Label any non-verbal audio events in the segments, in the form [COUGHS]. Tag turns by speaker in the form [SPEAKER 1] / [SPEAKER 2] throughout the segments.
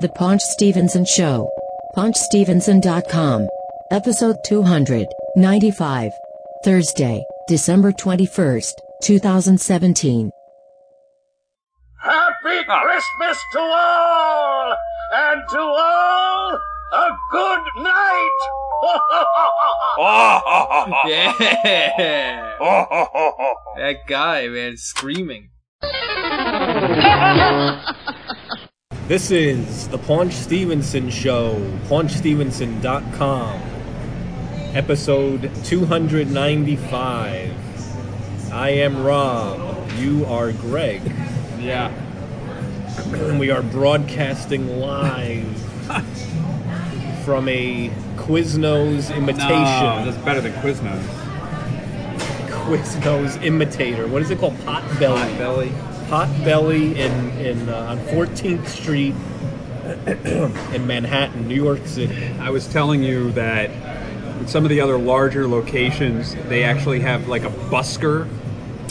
[SPEAKER 1] The Paunch Stevenson Show. PaunchStevenson.com. Episode 295. Thursday, December 21st, 2017.
[SPEAKER 2] Happy Christmas to all! And to all, a good night!
[SPEAKER 3] Yeah. [LAUGHS] That guy, man, screaming.
[SPEAKER 4] This is the Paunch Stevenson Show, paunchstevenson.com, episode 295. I am Rob, you are Greg,
[SPEAKER 3] Yeah.
[SPEAKER 4] and we are broadcasting live from a Quiznos imitation.
[SPEAKER 5] that's better than Quiznos.
[SPEAKER 4] Quiznos imitator. What is it called? Potbelly.
[SPEAKER 5] Belly.
[SPEAKER 4] Potbelly in in uh, on 14th Street in Manhattan, New York City.
[SPEAKER 5] I was telling you that in some of the other larger locations, they actually have like a busker.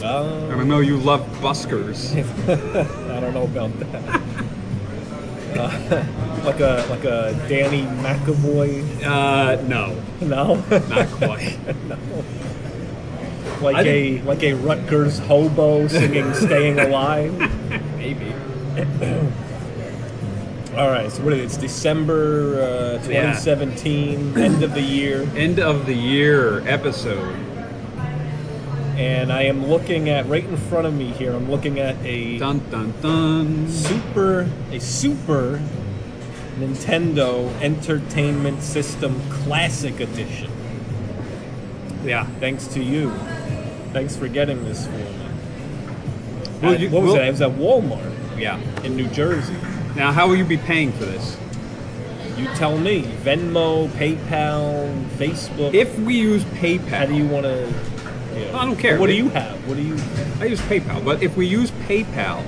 [SPEAKER 4] Oh,
[SPEAKER 5] I know you love
[SPEAKER 4] [LAUGHS]
[SPEAKER 5] buskers.
[SPEAKER 4] I don't know about that. [LAUGHS] Uh, like a like a Danny McAvoy.
[SPEAKER 5] Uh, no,
[SPEAKER 4] No,
[SPEAKER 5] not quite.
[SPEAKER 4] [LAUGHS] like
[SPEAKER 5] I
[SPEAKER 4] a like a Rutgers hobo singing "Staying Alive."
[SPEAKER 5] Maybe.
[SPEAKER 4] All right, so what is it? It's December uh,
[SPEAKER 5] Yeah.
[SPEAKER 4] 2017, end of the year.
[SPEAKER 5] End of the year episode.
[SPEAKER 4] and I am looking at right in front of me here. I'm looking at a
[SPEAKER 5] Dun dun dun.
[SPEAKER 4] super a super Nintendo Entertainment System Classic Edition.
[SPEAKER 5] Yeah.
[SPEAKER 4] Thanks to you. Thanks for getting this for me.
[SPEAKER 5] Well,
[SPEAKER 4] At-
[SPEAKER 5] you-
[SPEAKER 4] what was
[SPEAKER 5] well-
[SPEAKER 4] it? I was at Walmart
[SPEAKER 5] Yeah.
[SPEAKER 4] in New Jersey.
[SPEAKER 5] Now, how will you be paying for this?
[SPEAKER 4] You tell me. Venmo, PayPal, Facebook.
[SPEAKER 5] If we use
[SPEAKER 4] how do
[SPEAKER 5] PayPal,
[SPEAKER 4] you want to?
[SPEAKER 5] I don't care.
[SPEAKER 4] What do
[SPEAKER 5] They-
[SPEAKER 4] you have? What do you?
[SPEAKER 5] I use PayPal, but if we use PayPal,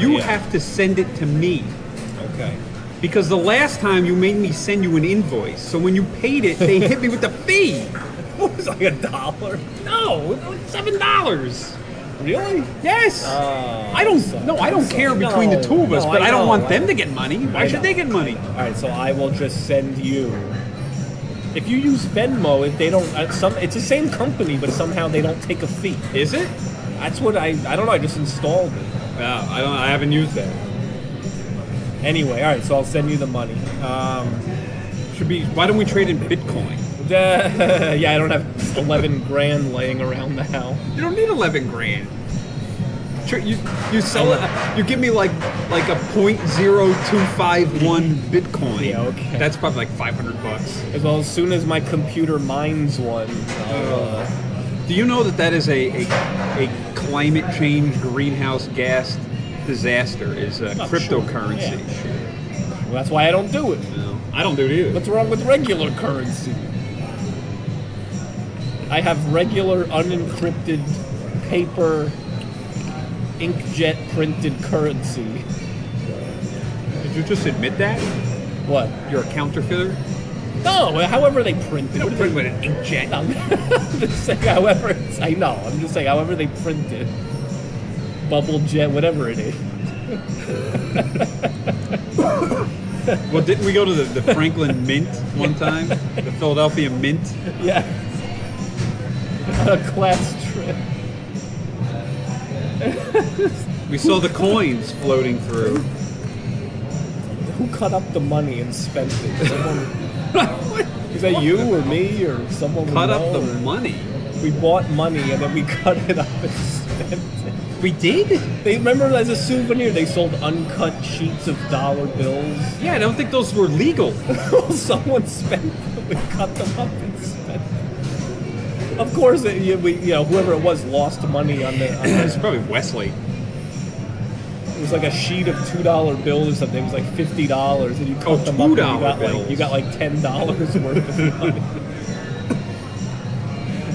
[SPEAKER 5] you
[SPEAKER 4] Yeah.
[SPEAKER 5] have to send it to me.
[SPEAKER 4] Okay.
[SPEAKER 5] Because the last time you made me send you an invoice, so when you paid it, they hit me with the fee. [LAUGHS]
[SPEAKER 4] What was it, like a dollar?
[SPEAKER 5] No, it was seven dollars.
[SPEAKER 4] Really?
[SPEAKER 5] Yes.
[SPEAKER 4] Oh,
[SPEAKER 5] I don't.
[SPEAKER 4] so-
[SPEAKER 5] No, I don't
[SPEAKER 4] so-
[SPEAKER 5] care between
[SPEAKER 4] No,
[SPEAKER 5] the two of us,
[SPEAKER 4] no,
[SPEAKER 5] but I, don't
[SPEAKER 4] know,
[SPEAKER 5] want
[SPEAKER 4] I
[SPEAKER 5] them
[SPEAKER 4] know.
[SPEAKER 5] to get money. Why
[SPEAKER 4] I
[SPEAKER 5] should
[SPEAKER 4] know.
[SPEAKER 5] they get money?
[SPEAKER 4] All right, so I will just send you. If you use Venmo, if they don't, uh, some it's the same company, but somehow they don't take a fee.
[SPEAKER 5] Is it?
[SPEAKER 4] That's what I I don't know. I just installed it.
[SPEAKER 5] No, Uh, I don't. I haven't used that.
[SPEAKER 4] Anyway, all right, so I'll send you the money. Um,
[SPEAKER 5] Should be. Why don't we trade in Bitcoin?
[SPEAKER 4] the- [LAUGHS] yeah, I don't have eleven grand laying around the house.
[SPEAKER 5] You don't need eleven grand. Tr- You you sell it. You give me like like a point zero two five one Bitcoin.
[SPEAKER 4] Yeah, okay.
[SPEAKER 5] That's probably like five hundred bucks.
[SPEAKER 4] As well, as soon as my computer mines one, I'll,
[SPEAKER 5] Oh.
[SPEAKER 4] uh,
[SPEAKER 5] Do you know that that is a, a, a climate change greenhouse gas disaster? Is uh,
[SPEAKER 4] Oh, sure.
[SPEAKER 5] cryptocurrency?
[SPEAKER 4] well, that's why I don't do it.
[SPEAKER 5] No, I don't do it either.
[SPEAKER 4] What's wrong with regular currency? I have regular unencrypted paper inkjet printed currency.
[SPEAKER 5] Did you just admit that
[SPEAKER 4] What?
[SPEAKER 5] you're a counterfeiter?
[SPEAKER 4] No, however they print
[SPEAKER 5] You
[SPEAKER 4] it.
[SPEAKER 5] don't print with an inkjet.
[SPEAKER 4] I'm [LAUGHS] just saying, however, it's, I know, I'm just saying, however they print it. Bubble jet, whatever it is.
[SPEAKER 5] Well, didn't we go to the,
[SPEAKER 4] [LAUGHS]
[SPEAKER 5] the Franklin Mint one time? The Philadelphia Mint.
[SPEAKER 4] Yeah. [LAUGHS] A class trip.
[SPEAKER 5] We saw the coins floating through.
[SPEAKER 4] Who cut up the money and spent it?
[SPEAKER 5] [LAUGHS]
[SPEAKER 4] Someone, is that you or me or someone? we
[SPEAKER 5] Cut up
[SPEAKER 4] know,
[SPEAKER 5] the
[SPEAKER 4] or-
[SPEAKER 5] money.
[SPEAKER 4] We bought money and then we [LAUGHS] cut it up and spent it.
[SPEAKER 5] We did?
[SPEAKER 4] They remember as a souvenir they sold uncut sheets of dollar bills. [LAUGHS]
[SPEAKER 5] Yeah, I don't think those were legal.
[SPEAKER 4] Someone spent them. We cut them up and spent. Them. Of course, it, you, we, you know whoever it was lost money on the. On
[SPEAKER 5] It's
[SPEAKER 4] the
[SPEAKER 5] probably Wesley.
[SPEAKER 4] it was like a sheet of two dollar bills or something. It was like fifty dollars, and you cut
[SPEAKER 5] Oh,
[SPEAKER 4] them up. and
[SPEAKER 5] $2
[SPEAKER 4] you got like
[SPEAKER 5] bills.
[SPEAKER 4] you got like ten dollars [LAUGHS] worth of money.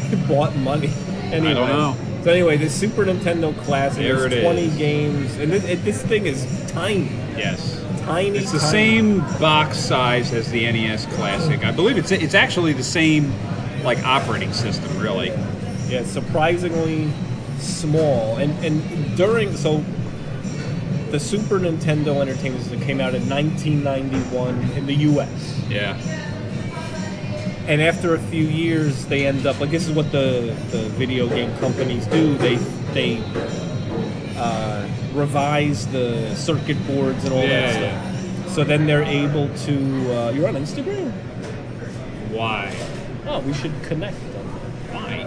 [SPEAKER 4] you bought money. Anyway.
[SPEAKER 5] don't know.
[SPEAKER 4] So anyway, the Super Nintendo Classic
[SPEAKER 5] There
[SPEAKER 4] there's
[SPEAKER 5] it is.
[SPEAKER 4] twenty games, and it, it, this thing is tiny,
[SPEAKER 5] Yes.
[SPEAKER 4] tiny.
[SPEAKER 5] It's the
[SPEAKER 4] tiny.
[SPEAKER 5] same box size as the NES Classic. I believe it's it's actually the same like operating system, really.
[SPEAKER 4] Yeah, surprisingly small. And and during so the Super Nintendo Entertainment System came out in 1991 in the U.S.
[SPEAKER 3] Yeah.
[SPEAKER 4] And after a few years, they end up like this is what the, the video game companies do. They they uh, revise the circuit boards and all
[SPEAKER 3] Yeah,
[SPEAKER 4] that stuff. So then they're able to. Uh, you're on Instagram.
[SPEAKER 3] Why?
[SPEAKER 4] Oh, we should connect. Them.
[SPEAKER 3] Why?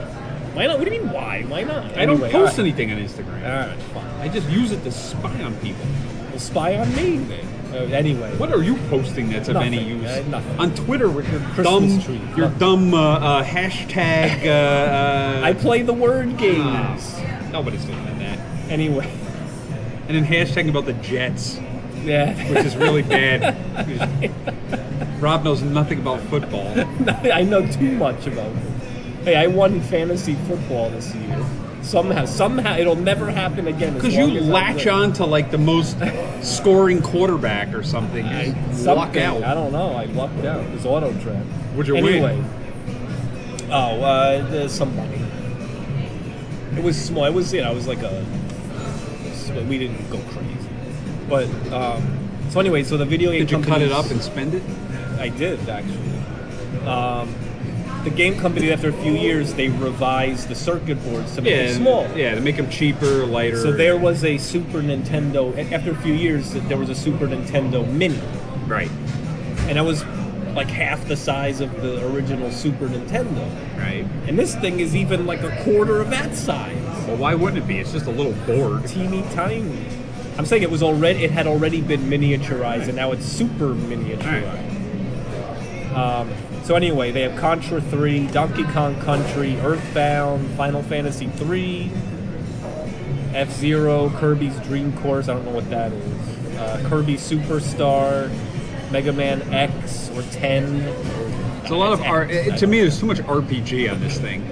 [SPEAKER 4] Why not? What do you mean? Why? Why not?
[SPEAKER 5] I don't
[SPEAKER 4] Anyway,
[SPEAKER 5] post
[SPEAKER 4] all right.
[SPEAKER 5] anything on Instagram.
[SPEAKER 4] All right, fine.
[SPEAKER 5] I just use it to spy on people.
[SPEAKER 4] Well, spy on me. then. Uh, anyway,
[SPEAKER 5] What are you posting that's of any
[SPEAKER 4] Nothing,
[SPEAKER 5] use?
[SPEAKER 4] uh, nothing.
[SPEAKER 5] On Twitter with your
[SPEAKER 4] Christmas
[SPEAKER 5] dumb,
[SPEAKER 4] tree.
[SPEAKER 5] your
[SPEAKER 4] Nothing.
[SPEAKER 5] dumb uh, uh, hashtag. Uh, uh,
[SPEAKER 4] I play the word
[SPEAKER 5] [LAUGHS]
[SPEAKER 4] games.
[SPEAKER 5] Ah, nobody's doing that.
[SPEAKER 4] Anyway, [LAUGHS]
[SPEAKER 5] And then hashtagging about the Jets,
[SPEAKER 4] yeah.
[SPEAKER 5] which is
[SPEAKER 4] [LAUGHS]
[SPEAKER 5] really bad. Rob knows nothing about football.
[SPEAKER 4] I know too much about it. Hey, I won fantasy football this year. Somehow, somehow, it'll never happen again. as
[SPEAKER 5] Because you
[SPEAKER 4] long as I'm
[SPEAKER 5] latch
[SPEAKER 4] good.
[SPEAKER 5] on to like the most scoring quarterback or something.
[SPEAKER 4] I-
[SPEAKER 5] You luck
[SPEAKER 4] something,
[SPEAKER 5] out.
[SPEAKER 4] I don't know. I lucked out. It was auto trap.
[SPEAKER 5] What'd you
[SPEAKER 4] anyway,
[SPEAKER 5] win?
[SPEAKER 4] Oh, uh, there's somebody. It was small. It was it. I was like a. We didn't go crazy, but um, so anyway. So the video game
[SPEAKER 5] Did you cut it
[SPEAKER 4] companies-
[SPEAKER 5] up and spend it?
[SPEAKER 4] I did actually. Um, the game company, after a few years, they revised the circuit boards to make it small.
[SPEAKER 5] Yeah, to make them cheaper, lighter.
[SPEAKER 4] So there was a Super Nintendo. a- After a few years, there was a Super Nintendo Mini,
[SPEAKER 5] Right,
[SPEAKER 4] and that was like half the size of the original Super Nintendo.
[SPEAKER 5] right.
[SPEAKER 4] And this thing is even like a quarter of that size,
[SPEAKER 5] Well, why wouldn't it be? It's just a little board.
[SPEAKER 4] teeny tiny. I'm saying it was already. It had already been miniaturized, and now it's super miniaturized. Um, so anyway, they have Contra 3, Donkey Kong Country, Earthbound, Final Fantasy 3, F Zero, Kirby's Dream Course. I don't know what that is. Uh, Kirby Superstar, Mega Man X or 10.
[SPEAKER 5] It's a lot of R- it- to me. There's too much RPG on this thing.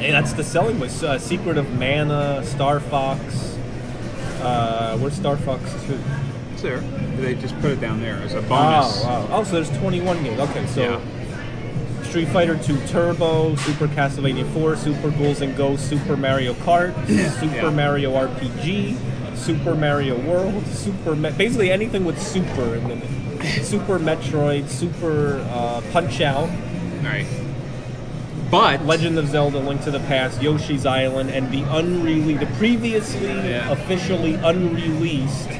[SPEAKER 4] And that's the selling was uh, Secret of Mana, Star Fox. Uh, where's Star Fox 2?
[SPEAKER 5] It's there. They just put it down there as a bonus.
[SPEAKER 4] Oh, wow. Oh, so there's 21 games. Okay, so.
[SPEAKER 5] Yeah.
[SPEAKER 4] Street Fighter 2 Turbo, Super Castlevania 4, Super Ghouls and Ghosts, Super Mario Kart, Super
[SPEAKER 5] [CLEARS THROAT] Yeah.
[SPEAKER 4] Mario RPG, Super Mario World, Super Me- basically anything with Super in
[SPEAKER 5] [LAUGHS]
[SPEAKER 4] it. Super Metroid, Super uh, Punch Out,
[SPEAKER 5] All right. But
[SPEAKER 4] Legend of Zelda: Link to the Past, Yoshi's Island, and the unreleased, the previously
[SPEAKER 5] Yeah.
[SPEAKER 4] officially unreleased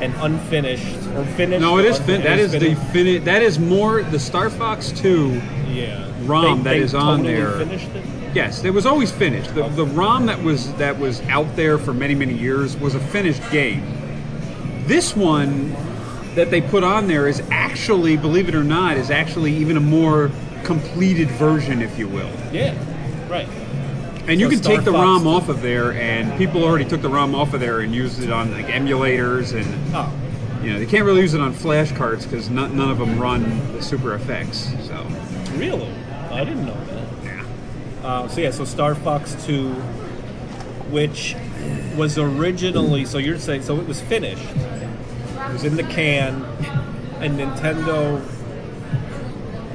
[SPEAKER 4] and unfinished or finished.
[SPEAKER 5] No, it is.
[SPEAKER 4] or
[SPEAKER 5] Fin- that is the
[SPEAKER 4] unfinished.
[SPEAKER 5] fini- That is more the Star Fox Two.
[SPEAKER 4] yeah They-
[SPEAKER 5] ROM that
[SPEAKER 4] they
[SPEAKER 5] is on
[SPEAKER 4] totally
[SPEAKER 5] there.
[SPEAKER 4] Finished it?
[SPEAKER 5] Yes, it was always finished. The, the ROM that was that was out there for many many years was a finished game. This one that they put on there is actually, believe it or not, is actually even a more completed version, if you will.
[SPEAKER 4] Yeah, right.
[SPEAKER 5] And you
[SPEAKER 4] So
[SPEAKER 5] can
[SPEAKER 4] Star
[SPEAKER 5] take the
[SPEAKER 4] Fox-
[SPEAKER 5] ROM off of there, and people already took the ROM off of there and used it on like emulators, and
[SPEAKER 4] Oh,
[SPEAKER 5] you know they can't really use it on flash cards because none of them run the Super FX. So
[SPEAKER 4] really? I didn't know that.
[SPEAKER 5] yeah,
[SPEAKER 4] Uh, so yeah, so Star Fox Two, which was originally so you're saying so it was finished. It was in the can, and Nintendo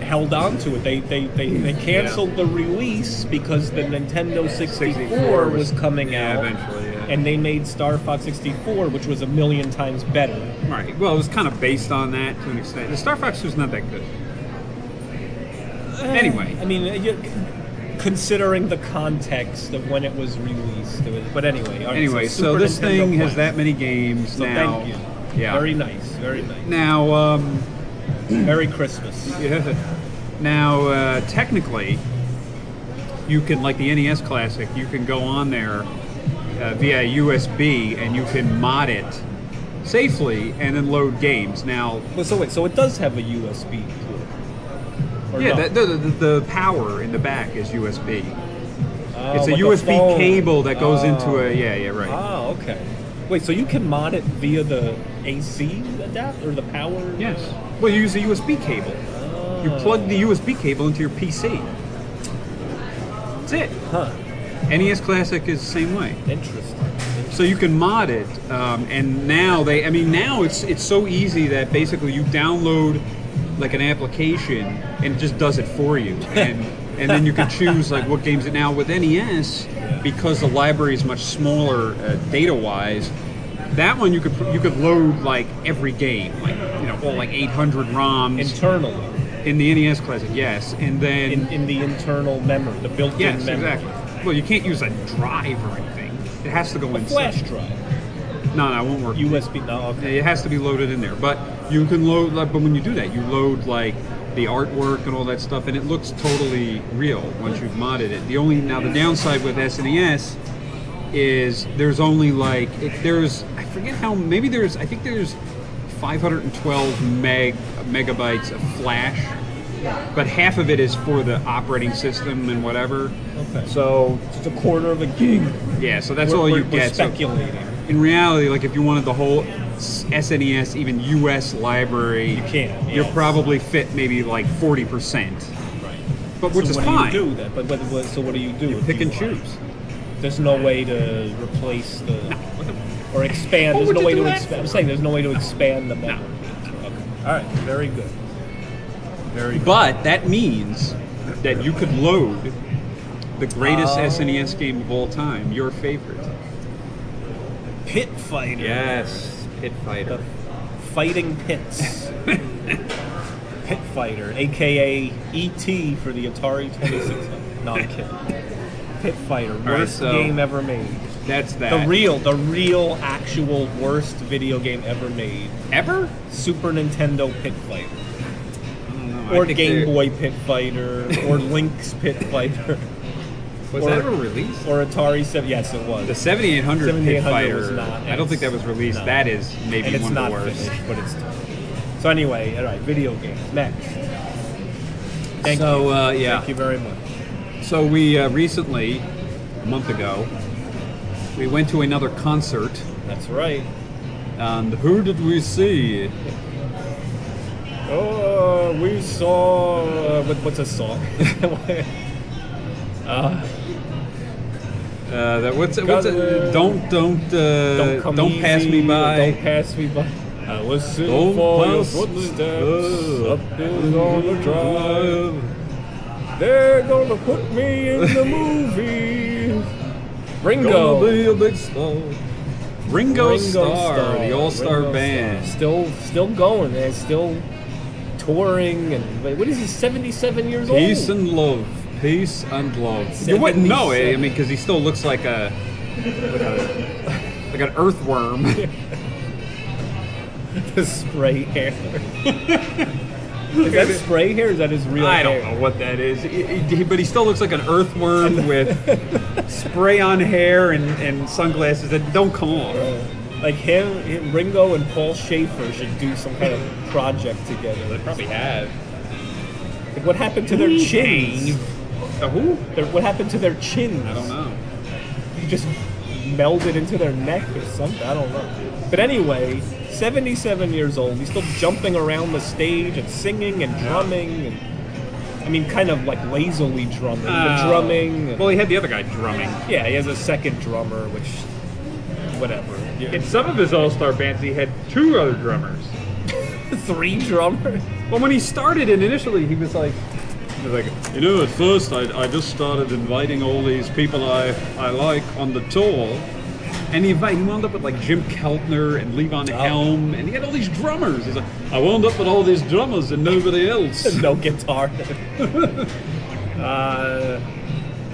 [SPEAKER 4] held on to it. They they, they, they canceled the release because the Nintendo 64,
[SPEAKER 5] 64
[SPEAKER 4] was,
[SPEAKER 5] was-
[SPEAKER 4] coming
[SPEAKER 5] yeah,
[SPEAKER 4] out
[SPEAKER 5] eventually, yeah.
[SPEAKER 4] and they made Star Fox 64, which was a million times better.
[SPEAKER 5] right. Well, it was kind of based on that to an extent. The Star Fox was not that good. Anyway.
[SPEAKER 4] I mean, uh, you- considering the context of when it was released, it was, but anyway. all right,
[SPEAKER 5] Anyway, so
[SPEAKER 4] Super
[SPEAKER 5] this
[SPEAKER 4] Nintendo
[SPEAKER 5] thing has
[SPEAKER 4] points.
[SPEAKER 5] that many games
[SPEAKER 4] So
[SPEAKER 5] now.
[SPEAKER 4] thank you.
[SPEAKER 5] Yeah.
[SPEAKER 4] Very nice. Very nice.
[SPEAKER 5] now, um, [LAUGHS]
[SPEAKER 4] Merry Christmas.
[SPEAKER 5] yeah. now, uh, technically, you can like the NES Classic. You can go on there uh, via USB and you can mod it safely and then load games. Now,
[SPEAKER 4] Well, so wait, so it does have a USB to it. Or
[SPEAKER 5] yeah,
[SPEAKER 4] no?
[SPEAKER 5] that, the, the, the power in the back is USB.
[SPEAKER 4] Oh,
[SPEAKER 5] it's a
[SPEAKER 4] like
[SPEAKER 5] USB
[SPEAKER 4] phone.
[SPEAKER 5] cable that goes
[SPEAKER 4] Oh.
[SPEAKER 5] into a yeah, yeah, right.
[SPEAKER 4] Oh, okay. Wait, so you can mod it via the AC adapter or the power?
[SPEAKER 5] Yes. Well, you use a USB cable. You plug the USB cable into your PC. That's it.
[SPEAKER 4] Huh.
[SPEAKER 5] NES Classic is the same way.
[SPEAKER 4] Interesting.
[SPEAKER 5] So you can mod it, um, and now they. I mean, now it's it's so easy that basically you download like an application and it just does it
[SPEAKER 4] [LAUGHS]
[SPEAKER 5] for you, and and then you can choose like what E games it now with NES because the library is much smaller uh, data wise. That one you could you could load like every game, like you know, all like 800 ROMs
[SPEAKER 4] internally
[SPEAKER 5] in the NES Classic. Yes, and then
[SPEAKER 4] in, in the internal memory, the built-in
[SPEAKER 5] yes,
[SPEAKER 4] memory,
[SPEAKER 5] exactly. Well, you can't use a drive or anything. It has to go in
[SPEAKER 4] flash drive,
[SPEAKER 5] No, no, it won't work.
[SPEAKER 4] USB. No, ah, okay.
[SPEAKER 5] It has to be loaded in there, but you can load. Like, but when you do that, you load like the artwork and all that stuff, and it looks totally real once you've modded it. The only now the downside with SNES is there's only like it, there's I forget how maybe there's I think there's 512 meg megabytes of flash, but half of it is for the operating system and whatever.
[SPEAKER 4] okay. So it's a quarter of a gig.
[SPEAKER 5] Yeah, so that's
[SPEAKER 4] We're-
[SPEAKER 5] all you
[SPEAKER 4] we're- we're
[SPEAKER 5] get. So-
[SPEAKER 4] speculating.
[SPEAKER 5] in reality, like if you wanted the whole SNES, even US library, you
[SPEAKER 4] can't,
[SPEAKER 5] You're
[SPEAKER 4] yes.
[SPEAKER 5] probably fit maybe like forty percent,
[SPEAKER 4] Right.
[SPEAKER 5] but which
[SPEAKER 4] so
[SPEAKER 5] is
[SPEAKER 4] what
[SPEAKER 5] fine.
[SPEAKER 4] Do you do that, but, what- what- so what do you do? if
[SPEAKER 5] Pick
[SPEAKER 4] you
[SPEAKER 5] and
[SPEAKER 4] want?
[SPEAKER 5] choose.
[SPEAKER 4] There's no way to replace the or expand.
[SPEAKER 5] What
[SPEAKER 4] There's
[SPEAKER 5] would
[SPEAKER 4] no
[SPEAKER 5] you
[SPEAKER 4] way
[SPEAKER 5] do
[SPEAKER 4] to
[SPEAKER 5] that
[SPEAKER 4] expand. I'm saying there's no way to expand the memory. Okay. All right. Very good. Very good.
[SPEAKER 5] But that means that you could load the greatest
[SPEAKER 4] Oh.
[SPEAKER 5] SNES game of all time, your favorite.
[SPEAKER 4] pit fighter.
[SPEAKER 5] Yes, Pit
[SPEAKER 4] The
[SPEAKER 5] Fighter.
[SPEAKER 4] fighting pits.
[SPEAKER 5] [LAUGHS]
[SPEAKER 4] pit fighter, aka ET E for the Atari 2600. no, I'm kidding. Pit fighter, worst
[SPEAKER 5] right, so-
[SPEAKER 4] game ever made.
[SPEAKER 5] That's that.
[SPEAKER 4] The real, the real, actual worst video game ever made.
[SPEAKER 5] ever?
[SPEAKER 4] Super Nintendo Pit Fighter.
[SPEAKER 5] I don't know. Mm, I
[SPEAKER 4] Or
[SPEAKER 5] think
[SPEAKER 4] Game
[SPEAKER 5] they're-
[SPEAKER 4] Boy Pit Fighter,
[SPEAKER 5] [LAUGHS]
[SPEAKER 4] or Lynx Pit Fighter,
[SPEAKER 5] Was
[SPEAKER 4] or-
[SPEAKER 5] that ever released?
[SPEAKER 4] or Atari 7. Yes, it was.
[SPEAKER 5] The 7800, Pit
[SPEAKER 4] 7800
[SPEAKER 5] Fighter.
[SPEAKER 4] was not-
[SPEAKER 5] I don't think that was released.
[SPEAKER 4] No.
[SPEAKER 5] That is maybe
[SPEAKER 4] and it's
[SPEAKER 5] one of
[SPEAKER 4] not
[SPEAKER 5] the worst.
[SPEAKER 4] finished, but it's. So anyway, all right, video games next. Thank
[SPEAKER 5] So,
[SPEAKER 4] you.
[SPEAKER 5] uh, yeah.
[SPEAKER 4] Thank you very much.
[SPEAKER 5] So we uh, recently, a month ago, we went to another concert,
[SPEAKER 4] That's right.
[SPEAKER 5] and who did we see?
[SPEAKER 4] Oh, we saw. Uh, what, what's a [LAUGHS]
[SPEAKER 5] [LAUGHS]
[SPEAKER 4] song?
[SPEAKER 5] Uh, that what's it, what's it? Don't don't uh,
[SPEAKER 4] don't
[SPEAKER 5] don't,
[SPEAKER 4] come
[SPEAKER 5] pass
[SPEAKER 4] easy,
[SPEAKER 5] me by.
[SPEAKER 4] Don't pass me by. I listen
[SPEAKER 5] Don't
[SPEAKER 4] for your
[SPEAKER 5] pass-
[SPEAKER 4] footsteps
[SPEAKER 5] uh,
[SPEAKER 4] up hills on the drive. They're gonna put me in the movie.
[SPEAKER 5] Gonna
[SPEAKER 4] Ringo.
[SPEAKER 5] be a big star. Ringo,
[SPEAKER 4] Ringo
[SPEAKER 5] Starr,
[SPEAKER 4] Starr,
[SPEAKER 5] the all-star
[SPEAKER 4] Ringo
[SPEAKER 5] band.
[SPEAKER 4] Starr. Still, still going. They're still touring. And wait, what is he? Seventy-seven years old.
[SPEAKER 5] Peace and love. Peace and love. You wouldn't know it, I mean, because he still looks like a like, a, like an earthworm.
[SPEAKER 4] the spray hair. [LAUGHS] is that spray hair? Or is that his real
[SPEAKER 5] I
[SPEAKER 4] hair?
[SPEAKER 5] don't know what that is, He- he- but he still looks like an earthworm with spray-on hair and, and sunglasses that don't come off.
[SPEAKER 4] Like him, him- Ringo and Paul Schaefer should do some kind of project together. They probably have. Like what happened to their chins?
[SPEAKER 5] The who?
[SPEAKER 4] Their, what happened to their chins?
[SPEAKER 5] I don't know.
[SPEAKER 4] You just melded into their neck or something. I don't know. But anyway, 77 years old. He's still jumping around the stage and singing and drumming and I mean, kind of like lazily drumming, but
[SPEAKER 5] Oh.
[SPEAKER 4] drumming. and-
[SPEAKER 5] Well, he had the other guy drumming.
[SPEAKER 4] yeah, he has a second drummer, which whatever. Yeah.
[SPEAKER 6] In some of his All Star bands, he had two other drummers.
[SPEAKER 4] three drummers.
[SPEAKER 5] Well, when he started it initially, he was like, he was like, you know, at first I, I just started inviting all these people I, I like on the tour. And he, invite, he wound up with like Jim Keltner and Levon
[SPEAKER 4] Oh.
[SPEAKER 5] Helm, and he had all these drummers. He's like, I wound up with all these drummers and nobody else.
[SPEAKER 4] [LAUGHS] no guitar. uh,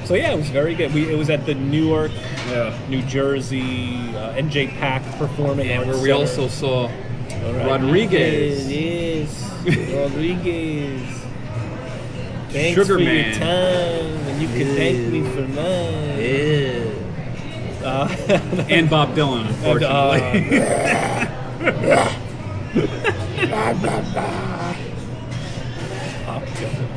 [SPEAKER 4] so yeah, it was very good. We, it was at the Newark,
[SPEAKER 5] Yeah.
[SPEAKER 4] New Jersey uh, NJ Pack Performing
[SPEAKER 5] and
[SPEAKER 4] Arts
[SPEAKER 5] where we
[SPEAKER 4] Center.
[SPEAKER 5] also saw
[SPEAKER 4] All right. [LAUGHS]
[SPEAKER 5] Rodriguez.
[SPEAKER 4] Yes,
[SPEAKER 5] [LAUGHS]
[SPEAKER 4] Rodriguez. Thanks
[SPEAKER 5] Sugar
[SPEAKER 4] for your
[SPEAKER 5] Man.
[SPEAKER 4] time, and you can thank me for mine. Uh,
[SPEAKER 5] and Bob Dylan,
[SPEAKER 4] And, uh,
[SPEAKER 5] [LAUGHS] unfortunately.
[SPEAKER 4] uh,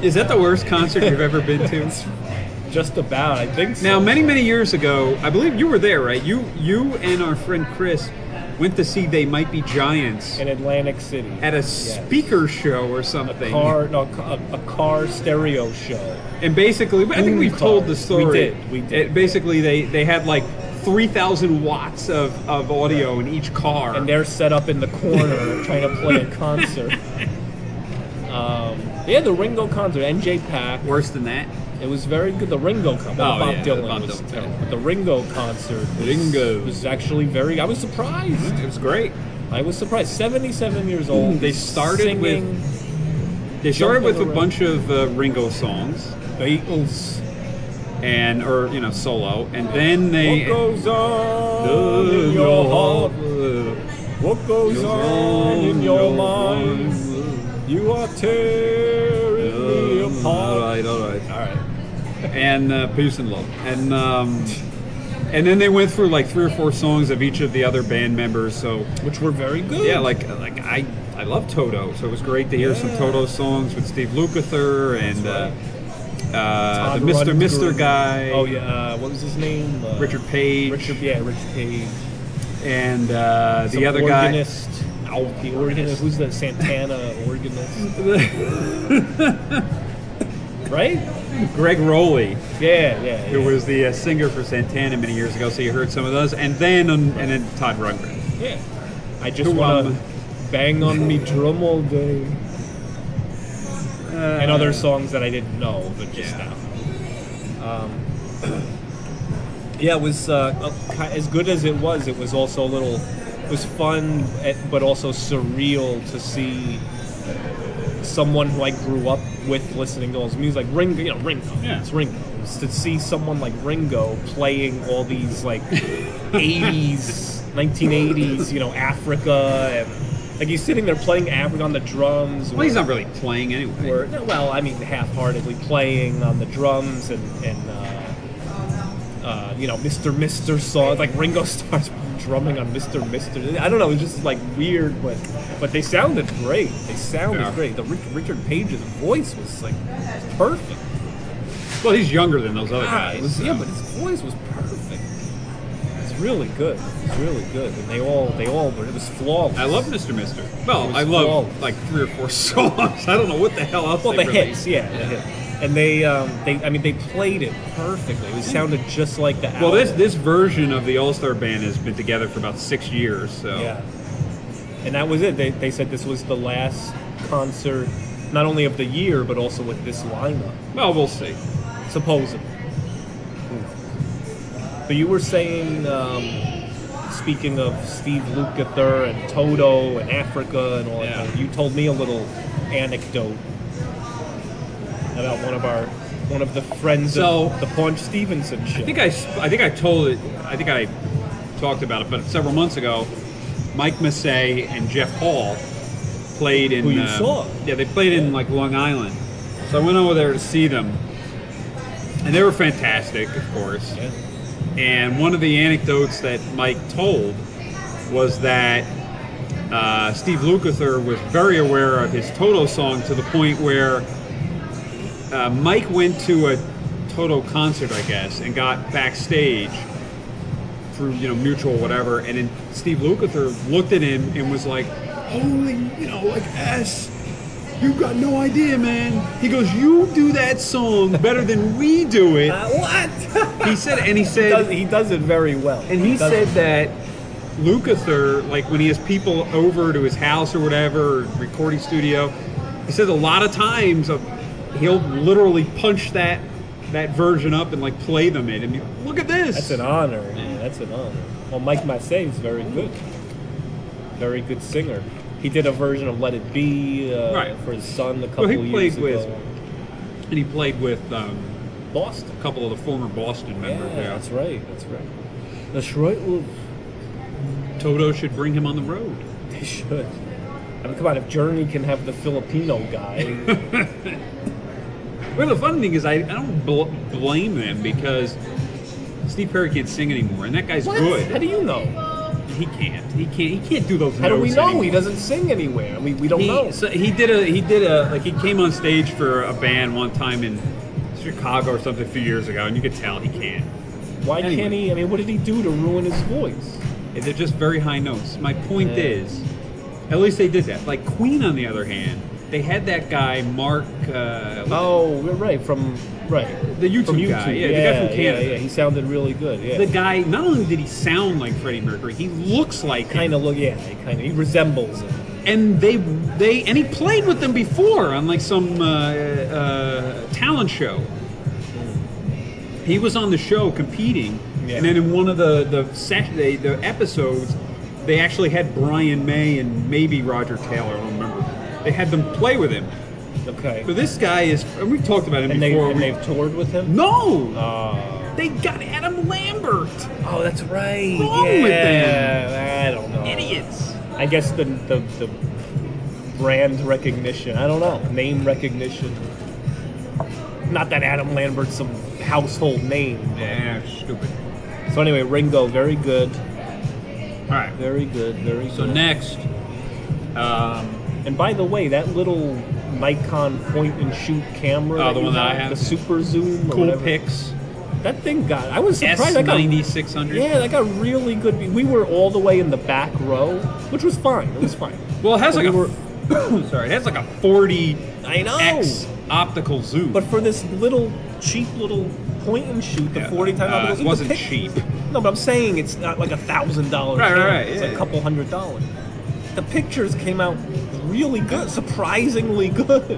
[SPEAKER 5] Is that the worst concert you've ever been
[SPEAKER 4] [LAUGHS]
[SPEAKER 5] to?
[SPEAKER 4] [LAUGHS] just about, I think. So.
[SPEAKER 5] Now, many many years ago, I believe you were there, right? You you and our friend Chris went to see They Might Be Giants
[SPEAKER 4] in Atlantic City,
[SPEAKER 5] at a
[SPEAKER 4] Yes.
[SPEAKER 5] speaker show or something.
[SPEAKER 4] car, no, a, a car stereo show.
[SPEAKER 5] And basically, I think
[SPEAKER 4] Boom
[SPEAKER 5] we've
[SPEAKER 4] car.
[SPEAKER 5] told the
[SPEAKER 4] We
[SPEAKER 5] story.
[SPEAKER 4] did, we did.
[SPEAKER 5] It- basically, they they had like three thousand watts of of audio in each car.
[SPEAKER 4] and they're set up in the
[SPEAKER 5] [LAUGHS]
[SPEAKER 4] corner trying to play a concert. Um, yeah, the Ringo concert, NJ Pack.
[SPEAKER 5] worse than that.
[SPEAKER 4] It was very good. The Ringo concert.
[SPEAKER 5] Oh,
[SPEAKER 4] Bob
[SPEAKER 5] yeah,
[SPEAKER 4] Dylan
[SPEAKER 5] the Bob
[SPEAKER 4] was
[SPEAKER 5] Dylan,
[SPEAKER 4] terrible.
[SPEAKER 5] yeah.
[SPEAKER 4] But The Ringo concert was,
[SPEAKER 5] Ringo.
[SPEAKER 4] was actually very. I was surprised.
[SPEAKER 5] It was great.
[SPEAKER 4] I was surprised. 77 years old.
[SPEAKER 5] They started
[SPEAKER 4] singing
[SPEAKER 5] They started with a
[SPEAKER 4] Jumping
[SPEAKER 5] bunch of uh, Ringo songs
[SPEAKER 4] Beatles.
[SPEAKER 5] and or you know solo, and then they
[SPEAKER 4] What goes on in your heart? What goes on in your mind? You are tearing me
[SPEAKER 5] all
[SPEAKER 4] apart.
[SPEAKER 5] right, all right,
[SPEAKER 4] All right.
[SPEAKER 5] and uh, peace and love, and um, and then they went through like three or four songs of each of the other band members. So
[SPEAKER 4] Which were very good.
[SPEAKER 5] yeah, like like I I love Toto, so it was great to hear some
[SPEAKER 4] Yeah.
[SPEAKER 5] Toto songs with Steve Lukather and uh, uh,
[SPEAKER 4] Todd
[SPEAKER 5] the Mister Mister
[SPEAKER 4] Rundgren.
[SPEAKER 5] guy.
[SPEAKER 4] Oh yeah, uh, what was his name? Uh,
[SPEAKER 5] Richard Page.
[SPEAKER 4] Richard, yeah, Richard Page.
[SPEAKER 5] and uh, the
[SPEAKER 4] Some
[SPEAKER 5] other guy.
[SPEAKER 4] organist. guy. Oh, the organist. Who's the
[SPEAKER 5] [LAUGHS]
[SPEAKER 4] Santana organist? right?
[SPEAKER 5] Greg Rowley,
[SPEAKER 4] Yeah, yeah. yeah.
[SPEAKER 5] who was the uh, singer for Santana many years ago, so you heard some of those, and then um, and then Todd Rundgren.
[SPEAKER 4] Yeah. I just
[SPEAKER 5] Who,
[SPEAKER 4] want
[SPEAKER 5] um,
[SPEAKER 4] to bang on me drum all day. and other songs that I didn't know, but just
[SPEAKER 5] Yeah.
[SPEAKER 4] now. Um, [CLEARS THROAT] yeah, it was uh, uh, ki- as good as it was. It was also a little, it was fun, eh, but also surreal to see someone who I grew up with listening to all his music, like Ringo. You know, Ringo.
[SPEAKER 5] Yeah.
[SPEAKER 4] It's Ringo. It's to see someone like Ringo playing all these like [LAUGHS] '80s, 1980s, you know, Africa, and like he's sitting there playing Africa on the drums.
[SPEAKER 5] Well, he's not really playing anyway.
[SPEAKER 4] Were, no, well, I mean, half-heartedly playing on the drums and and uh, uh, you know, Mr. Mister songs like Ringo [LAUGHS] starts drumming on Mr. Mister. I don't know, it's just like weird, but but they sounded great. They sounded
[SPEAKER 5] Yeah.
[SPEAKER 4] great. The Rich, Richard Page's voice was like perfect.
[SPEAKER 5] Well, he's younger than those other
[SPEAKER 4] Ah, it
[SPEAKER 5] guys.
[SPEAKER 4] was-
[SPEAKER 5] so-
[SPEAKER 4] yeah, but his voice was perfect. It's really good. It's really good, and they all they all were. It was flawless.
[SPEAKER 5] I love Mr. Mister. Well,
[SPEAKER 4] was
[SPEAKER 5] I love
[SPEAKER 4] flawless.
[SPEAKER 5] like three or four [LAUGHS] songs. I don't know what the hell else
[SPEAKER 4] Well,
[SPEAKER 5] they
[SPEAKER 4] the hits,
[SPEAKER 5] released.
[SPEAKER 4] yeah, the hits. And they, um, they, I mean, they played it perfectly. It sounded just like the album.
[SPEAKER 5] Well, this this version of the All Star Band has been together for about six years. So
[SPEAKER 4] yeah. And that was it. They, they said this was the last concert, not only of the year, but also with this lineup,
[SPEAKER 5] well, we'll see.
[SPEAKER 4] supposedly. But you were saying, um, speaking of Steve Lukather and Toto and Africa and all
[SPEAKER 5] Yeah.
[SPEAKER 4] that, you told me a little anecdote about one of our one of the friends
[SPEAKER 5] So-
[SPEAKER 4] of the Paunch Stevenson show.
[SPEAKER 5] I think I, sp- I think I told it. I think I talked about it, but several months ago, Mike Massey and Jeff Hall played in.
[SPEAKER 4] Who you
[SPEAKER 5] uh,
[SPEAKER 4] saw.
[SPEAKER 5] Yeah, they played in like Long Island, so I went over there to see them, and they were fantastic, of course.
[SPEAKER 4] Yeah.
[SPEAKER 5] And one of the anecdotes that Mike told was that uh, Steve Lukather was very aware of his Toto song to the point where uh, Mike went to a Toto concert, I guess, and got backstage through you know mutual whatever, and then Steve Lukather looked at him and was like, "Holy, you know, like S." You got no idea, man. He goes, "You do that song better than we do it."
[SPEAKER 4] what?
[SPEAKER 5] He said, and
[SPEAKER 4] he,
[SPEAKER 5] he said,
[SPEAKER 4] does, he does it very well.
[SPEAKER 5] and he
[SPEAKER 4] does
[SPEAKER 5] said
[SPEAKER 4] it.
[SPEAKER 5] that Lukather, like when he has people over to his house or whatever, or recording studio, he says a lot of times of, he'll literally punch that that version up and like play them in. And be, look at this.
[SPEAKER 4] that's an honor. man. That's an honor. Well, Mike Massey is very good, very good singer. He did a version of "Let It Be" uh,
[SPEAKER 5] Right.
[SPEAKER 4] for his son a couple
[SPEAKER 5] Well, he
[SPEAKER 4] years
[SPEAKER 5] played with-
[SPEAKER 4] ago.
[SPEAKER 5] and he played with um,
[SPEAKER 4] Boston.
[SPEAKER 5] a couple of the former Boston
[SPEAKER 4] Yeah,
[SPEAKER 5] members.
[SPEAKER 4] that's right. That's right. That's right. Well,
[SPEAKER 5] Toto should bring him on the road.
[SPEAKER 4] they should. I mean, come on. If Journey can have the Filipino guy,
[SPEAKER 5] Well, the fun thing is, I, I don't bl- blame them because Steve Perry can't sing anymore, and that guy's
[SPEAKER 4] What? How
[SPEAKER 5] [LAUGHS] good.
[SPEAKER 4] do you know?
[SPEAKER 5] He can't. He can't. He can't do those.
[SPEAKER 4] How do we
[SPEAKER 5] notes
[SPEAKER 4] know
[SPEAKER 5] anymore.
[SPEAKER 4] he doesn't sing anywhere? We, we don't
[SPEAKER 5] he,
[SPEAKER 4] know.
[SPEAKER 5] So he did a he did a like he came on stage for a band one time in Chicago or something a few years ago, and you could tell he can't.
[SPEAKER 4] Why
[SPEAKER 5] anyway.
[SPEAKER 4] can't he? I mean, what did he do to ruin his voice?
[SPEAKER 5] And They're just very high notes. My point
[SPEAKER 4] Yeah.
[SPEAKER 5] is, at least they did that. Like Queen, on the other hand, they had that guy Mark. Uh,
[SPEAKER 4] Oh, we're right from right
[SPEAKER 5] The YouTube
[SPEAKER 4] from YouTube.
[SPEAKER 5] guy,
[SPEAKER 4] yeah,
[SPEAKER 5] yeah, the guy from
[SPEAKER 4] yeah,
[SPEAKER 5] Canada.
[SPEAKER 4] yeah, He sounded really good. Yeah,
[SPEAKER 5] The guy. Not only did he sound like Freddie Mercury, he looks like him.
[SPEAKER 4] kind of look. Yeah, he kind of. He resembles him.
[SPEAKER 5] and they they and he played with them before on like some uh, uh, talent show he was on the show competing,
[SPEAKER 4] Yeah.
[SPEAKER 5] and then in one of the the, session, the the episodes, they actually had Brian May and maybe Roger Taylor. I don't remember. They had them play with him.
[SPEAKER 4] Okay.
[SPEAKER 5] So this guy is, and we've talked about him
[SPEAKER 4] And, they,
[SPEAKER 5] before.
[SPEAKER 4] and
[SPEAKER 5] we-
[SPEAKER 4] they've toured with him?
[SPEAKER 5] no,
[SPEAKER 4] Oh.
[SPEAKER 5] they got Adam Lambert.
[SPEAKER 4] oh, that's right.
[SPEAKER 5] Wrong
[SPEAKER 4] yeah,
[SPEAKER 5] with
[SPEAKER 4] I don't know.
[SPEAKER 5] Idiots.
[SPEAKER 4] I guess the, the, the brand recognition. I don't know. Name recognition. Not that Adam Lambert's some household name.
[SPEAKER 5] Yeah, stupid.
[SPEAKER 4] So anyway, Ringo, very good,
[SPEAKER 5] All right.
[SPEAKER 4] very good, very
[SPEAKER 5] So
[SPEAKER 4] good.
[SPEAKER 5] next, um,
[SPEAKER 4] And by the way, that little Nikon point and shoot camera.
[SPEAKER 5] Oh, the
[SPEAKER 4] you
[SPEAKER 5] one that I have.
[SPEAKER 4] The super zoom. or
[SPEAKER 5] cool
[SPEAKER 4] whatever,
[SPEAKER 5] picks.
[SPEAKER 4] That thing got. I was surprised.
[SPEAKER 5] S
[SPEAKER 4] that got-
[SPEAKER 5] ninety six hundred.
[SPEAKER 4] Yeah, that got really good. We were all the way in the back row, which was fine. It was fine.
[SPEAKER 5] Well, it has
[SPEAKER 4] But
[SPEAKER 5] like a
[SPEAKER 4] we
[SPEAKER 5] [COUGHS] sorry, it has like a forty
[SPEAKER 4] I know.
[SPEAKER 5] x optical zoom.
[SPEAKER 4] But for this little cheap little point and shoot, the
[SPEAKER 5] Yeah.
[SPEAKER 4] forty time
[SPEAKER 5] Uh,
[SPEAKER 4] uh,
[SPEAKER 5] it wasn't cheap.
[SPEAKER 4] No, but I'm saying it's not like a thousand dollars.
[SPEAKER 5] Right, right,
[SPEAKER 4] camera.
[SPEAKER 5] right,
[SPEAKER 4] It's
[SPEAKER 5] yeah.
[SPEAKER 4] a couple hundred dollars. The pictures came out really good, surprisingly [LAUGHS] good.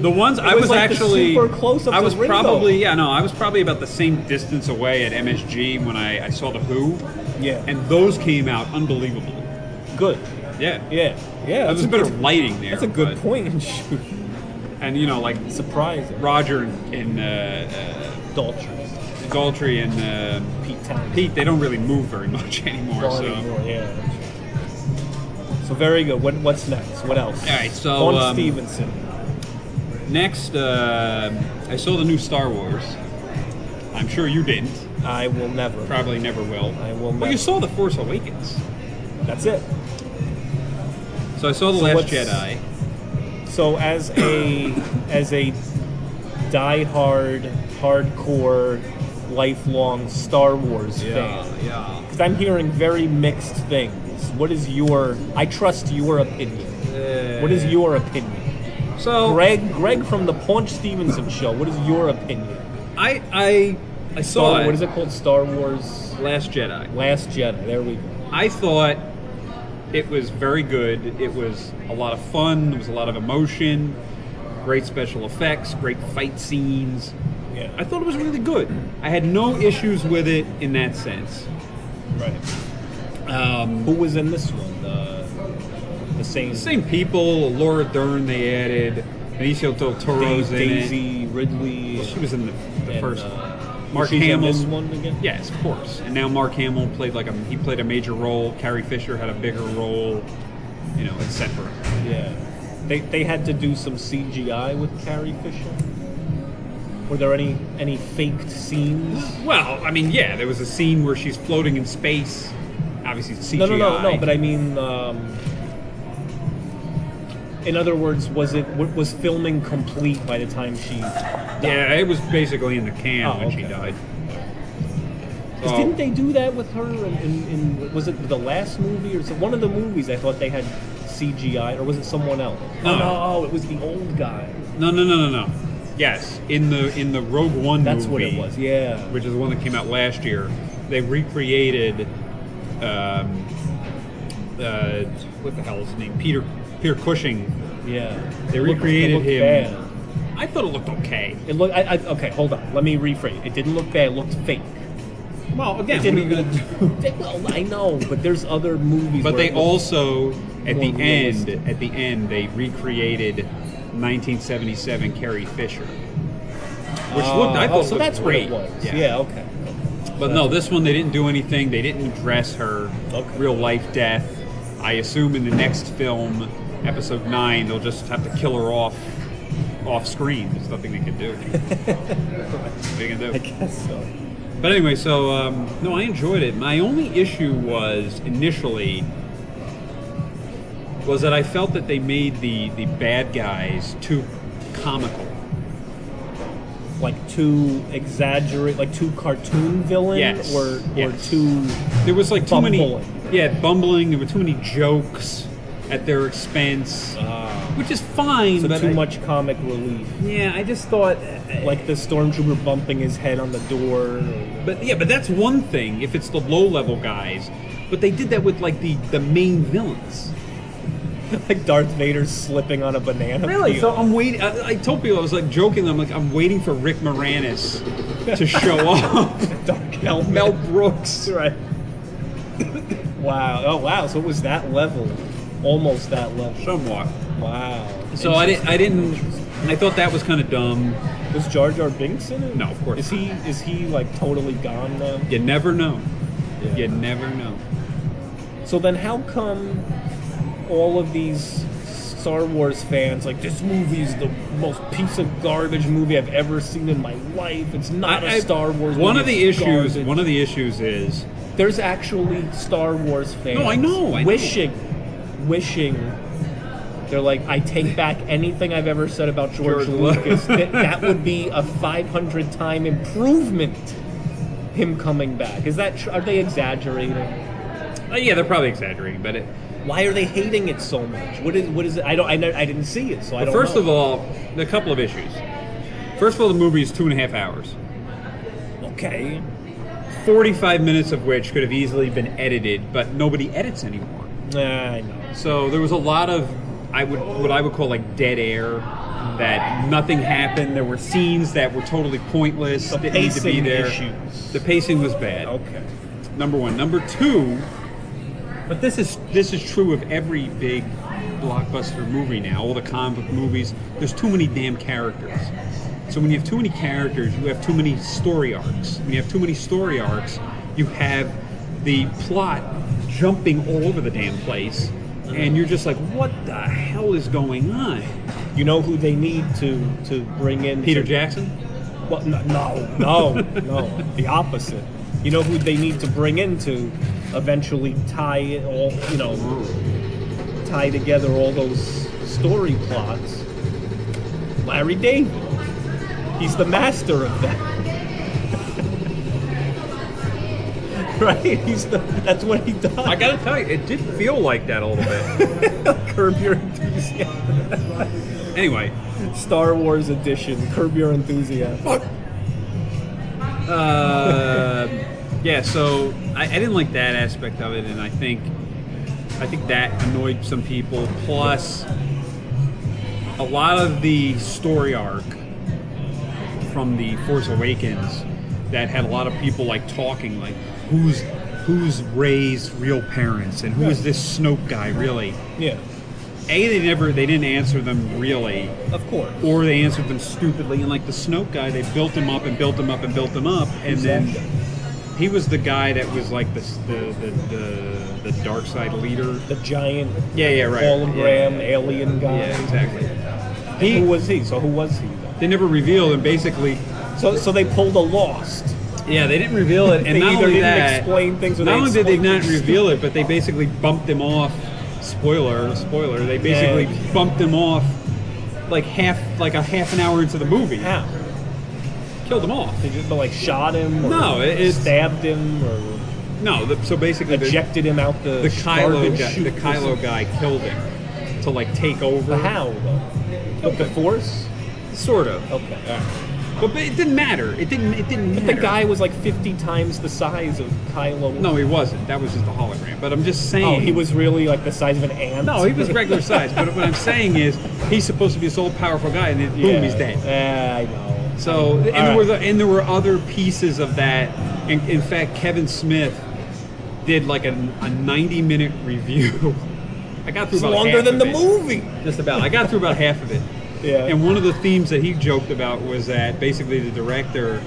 [SPEAKER 5] the ones I
[SPEAKER 4] was
[SPEAKER 5] was,
[SPEAKER 4] like the
[SPEAKER 5] actually
[SPEAKER 4] super close-up
[SPEAKER 5] I
[SPEAKER 4] to
[SPEAKER 5] was
[SPEAKER 4] Ringo.
[SPEAKER 5] probably yeah no I was probably about the same distance away at MSG when I, I saw the Who.
[SPEAKER 4] Yeah.
[SPEAKER 5] And those came out unbelievable.
[SPEAKER 4] Good.
[SPEAKER 5] Yeah.
[SPEAKER 4] Yeah. Yeah.
[SPEAKER 5] That was a bit
[SPEAKER 4] good-
[SPEAKER 5] of lighting there.
[SPEAKER 4] That's a good
[SPEAKER 5] but-
[SPEAKER 4] point and shoot.
[SPEAKER 5] And you know like
[SPEAKER 4] Surprising.
[SPEAKER 5] Roger and, and uh, uh,
[SPEAKER 4] Daltrey.
[SPEAKER 5] Daltrey and uh,
[SPEAKER 4] Pete Townsend.
[SPEAKER 5] Pete, they don't really move very [LAUGHS] much anymore.
[SPEAKER 4] Gone
[SPEAKER 5] so.
[SPEAKER 4] anymore, yeah. So very good. What, what's next? What else?
[SPEAKER 5] All right, so,
[SPEAKER 4] on
[SPEAKER 5] um,
[SPEAKER 4] Stevenson.
[SPEAKER 5] Next, uh, I saw the new Star Wars. I'm sure you didn't.
[SPEAKER 4] I will never.
[SPEAKER 5] Probably never will.
[SPEAKER 4] I will
[SPEAKER 5] Well,
[SPEAKER 4] never.
[SPEAKER 5] you saw the Force Awakens.
[SPEAKER 4] That's it.
[SPEAKER 5] So I saw the
[SPEAKER 4] So
[SPEAKER 5] Last
[SPEAKER 4] what's-
[SPEAKER 5] Jedi.
[SPEAKER 4] So as a as a diehard, hardcore, lifelong Star Wars fan,
[SPEAKER 5] yeah.
[SPEAKER 4] because I'm hearing very mixed things. What is your? I trust your opinion. what is your opinion,
[SPEAKER 5] So
[SPEAKER 4] Greg? Greg from the Paunch Stevenson show. What is your opinion?
[SPEAKER 5] I I I saw
[SPEAKER 4] Star, what is it called? Star Wars
[SPEAKER 5] Last Jedi.
[SPEAKER 4] Last Jedi. There we go.
[SPEAKER 5] I thought it was very good. It was a lot of fun. There was a lot of emotion. Great special effects. Great fight scenes.
[SPEAKER 4] Yeah.
[SPEAKER 5] I thought it was really good. I had no issues with it in that sense.
[SPEAKER 4] right.
[SPEAKER 5] Um,
[SPEAKER 4] Who was in this one? The the same
[SPEAKER 5] Same people, Laura Dern they added, Benicio del
[SPEAKER 4] Da-
[SPEAKER 5] Toro's in it.
[SPEAKER 4] Daisy Ridley.
[SPEAKER 5] She was in the, the
[SPEAKER 4] and,
[SPEAKER 5] first
[SPEAKER 4] uh,
[SPEAKER 5] one.
[SPEAKER 4] was
[SPEAKER 5] Mark
[SPEAKER 4] she in
[SPEAKER 5] Hamill.
[SPEAKER 4] this one again?
[SPEAKER 5] Yes, of course. And now Mark Hamill played like a he played a major role. Carrie Fisher had a bigger role, you know, etc.
[SPEAKER 4] Yeah. They, they had to do some CGI with Carrie Fisher. Were there any any faked scenes?
[SPEAKER 5] Well, I mean, yeah, there was a scene where she's floating in space. Obviously, it's CGI.
[SPEAKER 4] No, no, no, no. But I mean, um, in other words, was it wa- was filming complete by the time she?
[SPEAKER 5] yeah, it was basically in the can
[SPEAKER 4] Oh,
[SPEAKER 5] when she
[SPEAKER 4] okay.
[SPEAKER 5] died.
[SPEAKER 4] 'Cause
[SPEAKER 5] Oh.
[SPEAKER 4] Didn't they do that with her? In, in, in was it the last movie or so- one of the movies? I thought they had CGI, or was it someone else?
[SPEAKER 5] No.
[SPEAKER 4] oh, no, oh, it was the old guy.
[SPEAKER 5] No, no, no, no, no. Yes, in the in the Rogue One
[SPEAKER 4] That's what
[SPEAKER 5] movie,
[SPEAKER 4] it was. Yeah.
[SPEAKER 5] which is the one that came out last year, they recreated um, uh, what the hell is his name? Peter Peter Cushing.
[SPEAKER 4] Yeah,
[SPEAKER 5] They
[SPEAKER 4] It looked- it
[SPEAKER 5] recreated
[SPEAKER 4] looked
[SPEAKER 5] him.
[SPEAKER 4] bad.
[SPEAKER 5] I thought it looked okay.
[SPEAKER 4] It looked. I, I, okay, hold on. Let me rephrase. It didn't look bad. It looked fake.
[SPEAKER 5] Well, again,
[SPEAKER 4] It
[SPEAKER 5] what are you
[SPEAKER 4] didn't.
[SPEAKER 5] gonna do?
[SPEAKER 4] look- [LAUGHS] well, I know, but there's other movies.
[SPEAKER 5] But
[SPEAKER 4] where
[SPEAKER 5] they
[SPEAKER 4] it looks-
[SPEAKER 5] also at the
[SPEAKER 4] more
[SPEAKER 5] end,
[SPEAKER 4] realistic.
[SPEAKER 5] at the end, they recreated 1977 Carrie Fisher, which looked. I
[SPEAKER 4] Oh,
[SPEAKER 5] thought
[SPEAKER 4] so
[SPEAKER 5] looked
[SPEAKER 4] that's
[SPEAKER 5] great.
[SPEAKER 4] what it was. Yeah. okay.
[SPEAKER 5] But no, this one they didn't do anything. They didn't address her
[SPEAKER 4] Okay.
[SPEAKER 5] real life death. I assume in the next film, episode nine, they'll just have to kill her off off screen. There's nothing they can do. what are you gonna
[SPEAKER 4] I
[SPEAKER 5] do?
[SPEAKER 4] guess so.
[SPEAKER 5] But anyway, so um, no, I enjoyed it. My only issue was initially was that I felt that they made the the bad guys too comical.
[SPEAKER 4] Like too exaggerate, like too cartoon villain,
[SPEAKER 5] Yes,
[SPEAKER 4] or or
[SPEAKER 5] yes.
[SPEAKER 4] too.
[SPEAKER 5] There was like too
[SPEAKER 4] Bumbling.
[SPEAKER 5] many, yeah, bumbling. There were too many jokes at their expense, which is fine.
[SPEAKER 4] So
[SPEAKER 5] but
[SPEAKER 4] too
[SPEAKER 5] I-
[SPEAKER 4] much comic relief,
[SPEAKER 5] Yeah, I just thought,
[SPEAKER 4] like the stormtrooper bumping his head on the door. [LAUGHS] or-
[SPEAKER 5] but yeah, but that's one thing if it's the low level guys. But they did that with like the the main villains.
[SPEAKER 4] like Darth Vader slipping on a banana.
[SPEAKER 5] Really?
[SPEAKER 4] peel.
[SPEAKER 5] So I'm waiting. I, I told people I was like joking. I'm like I'm waiting for Rick Moranis to [LAUGHS] show up.
[SPEAKER 4] Dark Helmet.
[SPEAKER 5] Mel
[SPEAKER 4] [LAUGHS]
[SPEAKER 5] Brooks.
[SPEAKER 4] right. wow. Oh wow. So it was that level, almost that level.
[SPEAKER 5] Somewhat.
[SPEAKER 4] Wow.
[SPEAKER 5] So I didn't. I didn't. I thought that was kind of dumb.
[SPEAKER 4] Was Jar Jar Binks in it?
[SPEAKER 5] No, of course
[SPEAKER 4] Is he is he like totally gone now?
[SPEAKER 5] You never know.
[SPEAKER 4] Yeah.
[SPEAKER 5] You never know.
[SPEAKER 4] So then, how come all of these Star Wars fans like this movie is the most piece of garbage movie I've ever seen in my life? It's not a
[SPEAKER 5] I- I-
[SPEAKER 4] Star Wars.
[SPEAKER 5] One
[SPEAKER 4] movie,
[SPEAKER 5] of the
[SPEAKER 4] it's
[SPEAKER 5] issues.
[SPEAKER 4] garbage."
[SPEAKER 5] One of the issues is
[SPEAKER 4] There's actually Star Wars fans.
[SPEAKER 5] No, I know, I know.
[SPEAKER 4] wishing, wishing. They're like, I take back anything I've ever said about George,
[SPEAKER 5] George Lu-
[SPEAKER 4] Lucas. that, that would be a 500 time improvement. Him coming back is that? Tr- are they exaggerating?
[SPEAKER 5] Uh, yeah, they're probably exaggerating, but it,
[SPEAKER 4] Why are they hating it so much? What is? What is it? I don't. I, know, I didn't see it, so I
[SPEAKER 5] but
[SPEAKER 4] don't.
[SPEAKER 5] first
[SPEAKER 4] know.
[SPEAKER 5] of all, there are a couple of issues. First of all, the movie is two and a half hours,
[SPEAKER 4] okay.
[SPEAKER 5] forty-five minutes of which could have easily been edited, but nobody edits anymore.
[SPEAKER 4] Nah, I know.
[SPEAKER 5] So there was a lot of I would what I would call like dead air. That nothing happened. There were scenes that were totally pointless.
[SPEAKER 4] The
[SPEAKER 5] didn't need to be
[SPEAKER 4] pacing
[SPEAKER 5] there.
[SPEAKER 4] issues.
[SPEAKER 5] The pacing was bad.
[SPEAKER 4] Okay.
[SPEAKER 5] Number one. Number two. But this is this is true of every big blockbuster movie now. All the comic book movies. There's too many damn characters. So when you have too many characters, you have too many story arcs. When you have too many story arcs, you have the plot jumping all over the damn place, and you're just like, what the hell is going on?
[SPEAKER 4] You know who they need to to bring in?
[SPEAKER 5] Peter
[SPEAKER 4] to-
[SPEAKER 5] Jackson.
[SPEAKER 4] Well, no, no, no, no. The opposite. You know who they need to bring in to eventually tie it all, you know, tie together all those story plots? Larry David. He's the master of that. [LAUGHS] right? He's the. That's what he does.
[SPEAKER 5] I gotta tell you, it did feel like that a little bit.
[SPEAKER 4] curb your enthusiasm.
[SPEAKER 5] [LAUGHS] anyway,
[SPEAKER 4] Star Wars edition. Curb your enthusiasm.
[SPEAKER 5] uh, yeah. So I, I didn't like that aspect of it, and I think I think that annoyed some people. Plus, a lot of the story arc from the Force Awakens that had a lot of people like talking, like who's who's Ray's real parents and who is this Snoke guy really?
[SPEAKER 4] Yeah.
[SPEAKER 5] A they never they didn't answer them really
[SPEAKER 4] Of course.
[SPEAKER 5] or they answered them stupidly. And like the Snoke guy, they built him up and built him up and built him up, and
[SPEAKER 4] Who's
[SPEAKER 5] then
[SPEAKER 4] that guy?
[SPEAKER 5] he was the guy that was like the the the, the, the dark side leader.
[SPEAKER 4] The giant
[SPEAKER 5] Yeah, yeah, right.
[SPEAKER 4] hologram
[SPEAKER 5] Yeah.
[SPEAKER 4] alien guy.
[SPEAKER 5] Yeah, exactly.
[SPEAKER 4] Who
[SPEAKER 5] He
[SPEAKER 4] was he? So who was he? Though?
[SPEAKER 5] they never revealed, and basically,
[SPEAKER 4] So so they pulled a lost.
[SPEAKER 5] yeah, they didn't reveal it. And
[SPEAKER 4] They
[SPEAKER 5] not
[SPEAKER 4] either
[SPEAKER 5] only
[SPEAKER 4] didn't
[SPEAKER 5] that,
[SPEAKER 4] explain things or
[SPEAKER 5] not
[SPEAKER 4] they
[SPEAKER 5] only did they
[SPEAKER 4] explained
[SPEAKER 5] not
[SPEAKER 4] things. [LAUGHS]
[SPEAKER 5] reveal it, but they basically bumped him off. Spoiler, spoiler. They basically
[SPEAKER 4] Yeah.
[SPEAKER 5] bumped him off like half, like a half an hour into the movie.
[SPEAKER 4] How?
[SPEAKER 5] Killed him off.
[SPEAKER 4] They just like shot him. Or
[SPEAKER 5] No, it- it's-
[SPEAKER 4] stabbed him or
[SPEAKER 5] No, the, so basically, the-
[SPEAKER 4] ejected him out the
[SPEAKER 5] the Kylo
[SPEAKER 4] garbage
[SPEAKER 5] guy,
[SPEAKER 4] chute
[SPEAKER 5] the
[SPEAKER 4] or
[SPEAKER 5] Kylo
[SPEAKER 4] something.
[SPEAKER 5] guy killed him to like take over.
[SPEAKER 4] But how though? But the force.
[SPEAKER 5] Sort of.
[SPEAKER 4] Okay.
[SPEAKER 5] But, but it didn't matter. It didn't. It didn't.
[SPEAKER 4] But the
[SPEAKER 5] matter.
[SPEAKER 4] guy was like 50 times the size of Kylo.
[SPEAKER 5] No, he wasn't. That was just a hologram. But I'm just saying.
[SPEAKER 4] Oh, he was really like the size of an ant.
[SPEAKER 5] No,
[SPEAKER 4] [LAUGHS]
[SPEAKER 5] he was regular size. But what I'm saying is, he's supposed to be this all powerful guy, and then boom,
[SPEAKER 4] Yeah.
[SPEAKER 5] he's dead.
[SPEAKER 4] Yeah, I know.
[SPEAKER 5] So, and,
[SPEAKER 4] All
[SPEAKER 5] there were
[SPEAKER 4] right.
[SPEAKER 5] the, and there were other pieces of that. In, in fact, Kevin Smith did like a, a 90 minute review. [LAUGHS] I got through
[SPEAKER 4] It's
[SPEAKER 5] about
[SPEAKER 4] longer
[SPEAKER 5] half
[SPEAKER 4] than
[SPEAKER 5] of
[SPEAKER 4] the
[SPEAKER 5] it.
[SPEAKER 4] movie.
[SPEAKER 5] Just about. I got through about half of it.
[SPEAKER 4] Yeah.
[SPEAKER 5] And one of the themes that he joked about was that basically the director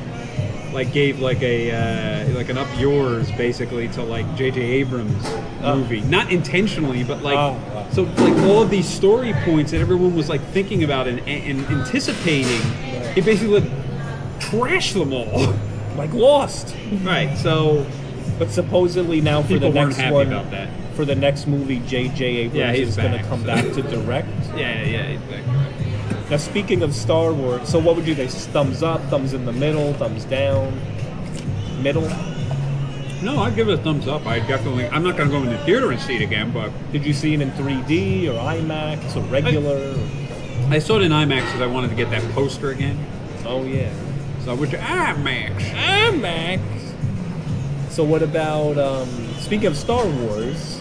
[SPEAKER 5] like gave like a uh, like an up yours basically to like J.J. Abrams movie, not intentionally, but like
[SPEAKER 4] Oh, wow.
[SPEAKER 5] so like all of these story points that everyone was like thinking about and, and anticipating, he basically like, trashed
[SPEAKER 4] [LAUGHS]
[SPEAKER 5] them all.
[SPEAKER 4] Like lost.
[SPEAKER 5] right. So
[SPEAKER 4] But supposedly now for the
[SPEAKER 5] People weren't
[SPEAKER 4] next
[SPEAKER 5] happy
[SPEAKER 4] one,
[SPEAKER 5] about that.
[SPEAKER 4] for the next movie, J.J. Abrams
[SPEAKER 5] Yeah, he's
[SPEAKER 4] is going to
[SPEAKER 5] back,
[SPEAKER 4] come
[SPEAKER 5] so-
[SPEAKER 4] back to direct.
[SPEAKER 5] yeah, yeah, exactly. right.
[SPEAKER 4] Now, speaking of Star Wars, so what would you say? Thumbs up, thumbs in the middle, thumbs down, middle.
[SPEAKER 5] No, I'd give it a thumbs up. I definitely. I'm not going to go in the theater and see it again, but
[SPEAKER 4] Did you see it in 3D or IMAX or regular?
[SPEAKER 5] I saw it in IMAX because I wanted to get that poster again.
[SPEAKER 4] oh yeah,
[SPEAKER 5] So I ah, went to IMAX.
[SPEAKER 4] IMAX. So what about um, speaking of Star Wars?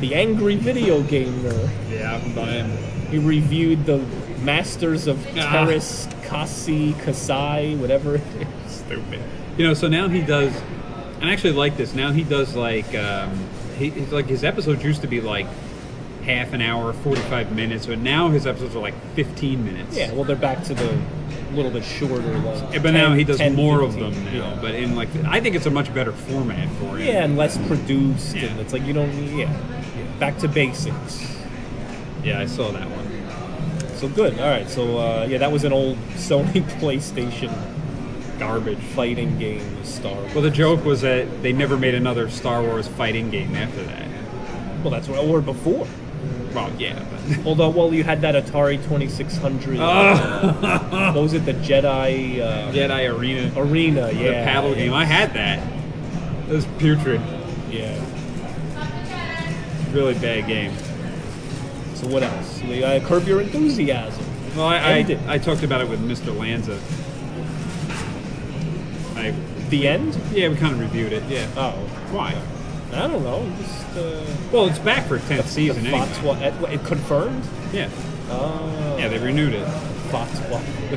[SPEAKER 4] the angry video gamer.
[SPEAKER 6] Yeah, I'm buying.
[SPEAKER 4] He reviewed the Masters of
[SPEAKER 5] Ah.
[SPEAKER 4] Terrace Kasi Kasai, whatever it is. Stupid.
[SPEAKER 5] You know, so now he does, and I actually like this. Now he does like, um, he, he's like his episodes used to be like half an hour, forty-five minutes, but now his episodes are like fifteen minutes.
[SPEAKER 4] Yeah, well, they're back to the little bit shorter. uh, Like,
[SPEAKER 5] Yeah, but now
[SPEAKER 4] 10,
[SPEAKER 5] he does
[SPEAKER 4] 10,
[SPEAKER 5] more of
[SPEAKER 4] 15,
[SPEAKER 5] them now.
[SPEAKER 4] yeah.
[SPEAKER 5] But in like, I think it's a much better format for him.
[SPEAKER 4] Yeah, and less produced,
[SPEAKER 5] Yeah.
[SPEAKER 4] and it's like you don't. need- Yeah, yeah. back to basics.
[SPEAKER 5] yeah, I saw that one.
[SPEAKER 4] So good. All right. So uh, yeah, that was an old [LAUGHS] Sony PlayStation garbage fighting game. Star. Wars.
[SPEAKER 5] Well, the joke was that they never made another Star Wars fighting game after that.
[SPEAKER 4] well, that's what or before.
[SPEAKER 5] Well, yeah, but [LAUGHS]
[SPEAKER 4] Although, well, you had that Atari Twenty Six Hundred.
[SPEAKER 5] Ah!
[SPEAKER 4] what was it? The Jedi uh,
[SPEAKER 5] Oh, Jedi Arena,
[SPEAKER 4] Arena.
[SPEAKER 5] the
[SPEAKER 4] Yeah.
[SPEAKER 5] paddle
[SPEAKER 4] yeah,
[SPEAKER 5] game. I had that. It was putrid,
[SPEAKER 4] Yeah.
[SPEAKER 5] really bad game.
[SPEAKER 4] So what else? The, uh, Curb Your Enthusiasm.
[SPEAKER 5] Well, I,
[SPEAKER 4] Ended.
[SPEAKER 5] I, I talked about it with Mr. Lanza. I,
[SPEAKER 4] The end?
[SPEAKER 5] yeah, we kind of reviewed it. Yeah. Uh,
[SPEAKER 4] Oh,
[SPEAKER 5] Why?
[SPEAKER 4] I don't know. Just uh,
[SPEAKER 5] Well, it's back for tenth season
[SPEAKER 4] the
[SPEAKER 5] anyway.
[SPEAKER 4] fatwa. eh, what, It confirmed.
[SPEAKER 5] Yeah.
[SPEAKER 4] Oh.
[SPEAKER 5] Yeah, they renewed it.
[SPEAKER 4] Fatwa.
[SPEAKER 5] [LAUGHS]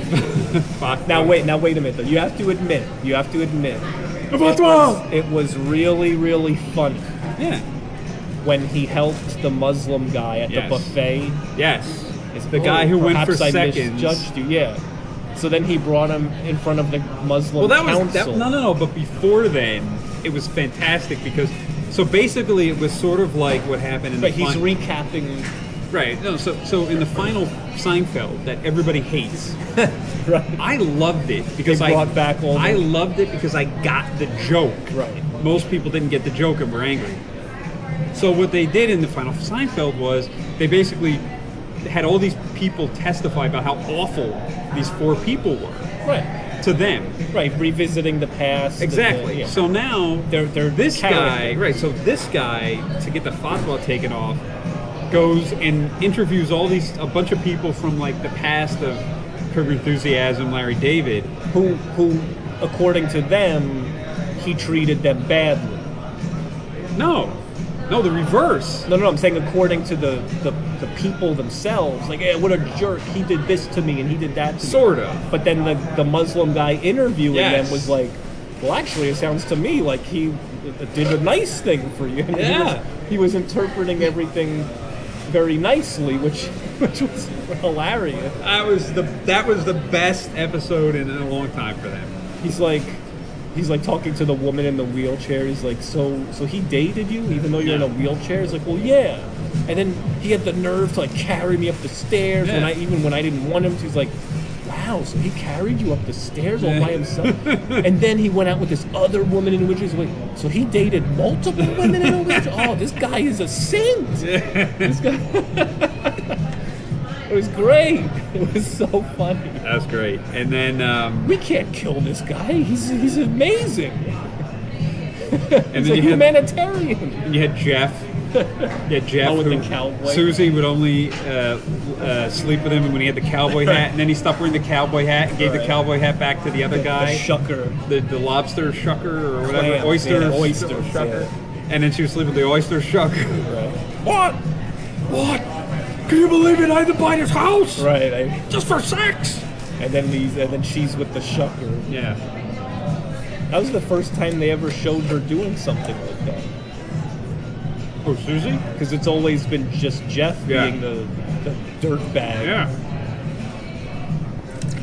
[SPEAKER 5] Fatwa.
[SPEAKER 4] Now wait, now wait a minute. Though you have to admit, you have to admit,
[SPEAKER 5] The fatwa!
[SPEAKER 4] it was really, really funny
[SPEAKER 5] Yeah.
[SPEAKER 4] when he helped the Muslim guy at
[SPEAKER 5] Yes.
[SPEAKER 4] the buffet.
[SPEAKER 5] Yes. It's the
[SPEAKER 4] Oh,
[SPEAKER 5] guy who went for
[SPEAKER 4] perhaps I
[SPEAKER 5] seconds.
[SPEAKER 4] Misjudged you, yeah. So then he brought him in front of the Muslim
[SPEAKER 5] Well, that was that,
[SPEAKER 4] council.
[SPEAKER 5] no, no, no. But before then, it was fantastic because so basically it was sort of like what happened in
[SPEAKER 4] But
[SPEAKER 5] the
[SPEAKER 4] he's
[SPEAKER 5] fin-
[SPEAKER 4] recapping,
[SPEAKER 5] right. No, so so in the final Seinfeld that everybody hates.
[SPEAKER 4] [LAUGHS] right?
[SPEAKER 5] I loved it because
[SPEAKER 4] They
[SPEAKER 5] I
[SPEAKER 4] brought back all the-
[SPEAKER 5] I loved it because I got the joke.
[SPEAKER 4] Right.
[SPEAKER 5] Most people didn't get the joke and were angry. So what they did in the final Seinfeld was they basically had all these people testify about how awful these four people were
[SPEAKER 4] Right,
[SPEAKER 5] to them.
[SPEAKER 4] right. Revisiting the past. and the-
[SPEAKER 5] Exactly.
[SPEAKER 4] yeah.
[SPEAKER 5] So now
[SPEAKER 4] They're- they're
[SPEAKER 5] this guy,
[SPEAKER 4] character.
[SPEAKER 5] right? So this guy to get the fatwa taken off goes and interviews all these a bunch of people from like the past of Curb Your Enthusiasm, Larry David,
[SPEAKER 4] who, who, according to them, he treated them badly.
[SPEAKER 5] No, no, the reverse.
[SPEAKER 4] No, no, no, I'm saying according to the, the, the people themselves. Like, eh, what a jerk. He did this to me and he did that to
[SPEAKER 5] Sort
[SPEAKER 4] me.
[SPEAKER 5] of.
[SPEAKER 4] But then the, the Muslim guy interviewing
[SPEAKER 5] Yes.
[SPEAKER 4] them was like, well, actually, it sounds to me like he uh, did a nice thing for you. [LAUGHS] And
[SPEAKER 5] Yeah.
[SPEAKER 4] He was, he was interpreting everything very nicely, which [LAUGHS] which was hilarious.
[SPEAKER 5] That was the that was the best episode in a long time for them.
[SPEAKER 4] He's like, he's like talking to the woman in the wheelchair. He's like, so so he dated you even though you're in a wheelchair. He's like, well, yeah. And then he had the nerve to like carry me up the stairs when
[SPEAKER 5] Yeah.
[SPEAKER 4] I even when I didn't want him to. He's like, wow. So he carried you up the stairs all by himself. and then he went out with this other woman in a wheelchair. He's like, so he dated multiple women in a wheelchair. Oh, this guy is a saint. this guy. [LAUGHS] it was great. It was so funny.
[SPEAKER 5] That was great. And then um,
[SPEAKER 4] We can't kill this guy. He's he's amazing.
[SPEAKER 5] and
[SPEAKER 4] He's
[SPEAKER 5] then
[SPEAKER 4] a
[SPEAKER 5] you had,
[SPEAKER 4] humanitarian.
[SPEAKER 5] you had Jeff. Yeah, Jeff.
[SPEAKER 4] Oh, with the
[SPEAKER 5] who-
[SPEAKER 4] cowboy.
[SPEAKER 5] Susie would only uh, uh, sleep with him when he had the cowboy hat, and then he stopped wearing the cowboy hat and gave the
[SPEAKER 4] Right.
[SPEAKER 5] cowboy hat back to the other guy.
[SPEAKER 4] The shucker.
[SPEAKER 5] the, the lobster shucker or whatever
[SPEAKER 4] Clams,
[SPEAKER 5] oyster
[SPEAKER 4] yeah, oysters,
[SPEAKER 5] shucker.
[SPEAKER 4] yeah.
[SPEAKER 5] And then she was sleeping with the oyster shucker.
[SPEAKER 4] Right.
[SPEAKER 5] What? What? Can you believe it? I had to buy this house
[SPEAKER 4] Right. I,
[SPEAKER 5] just for sex.
[SPEAKER 4] and then these and then she's with the shucker.
[SPEAKER 5] Yeah.
[SPEAKER 4] That was the first time they ever showed her doing something like that.
[SPEAKER 5] Oh, Susie?
[SPEAKER 4] Because it's always been just Jeff
[SPEAKER 5] Yeah.
[SPEAKER 4] being the, the dirt bag.
[SPEAKER 5] Yeah.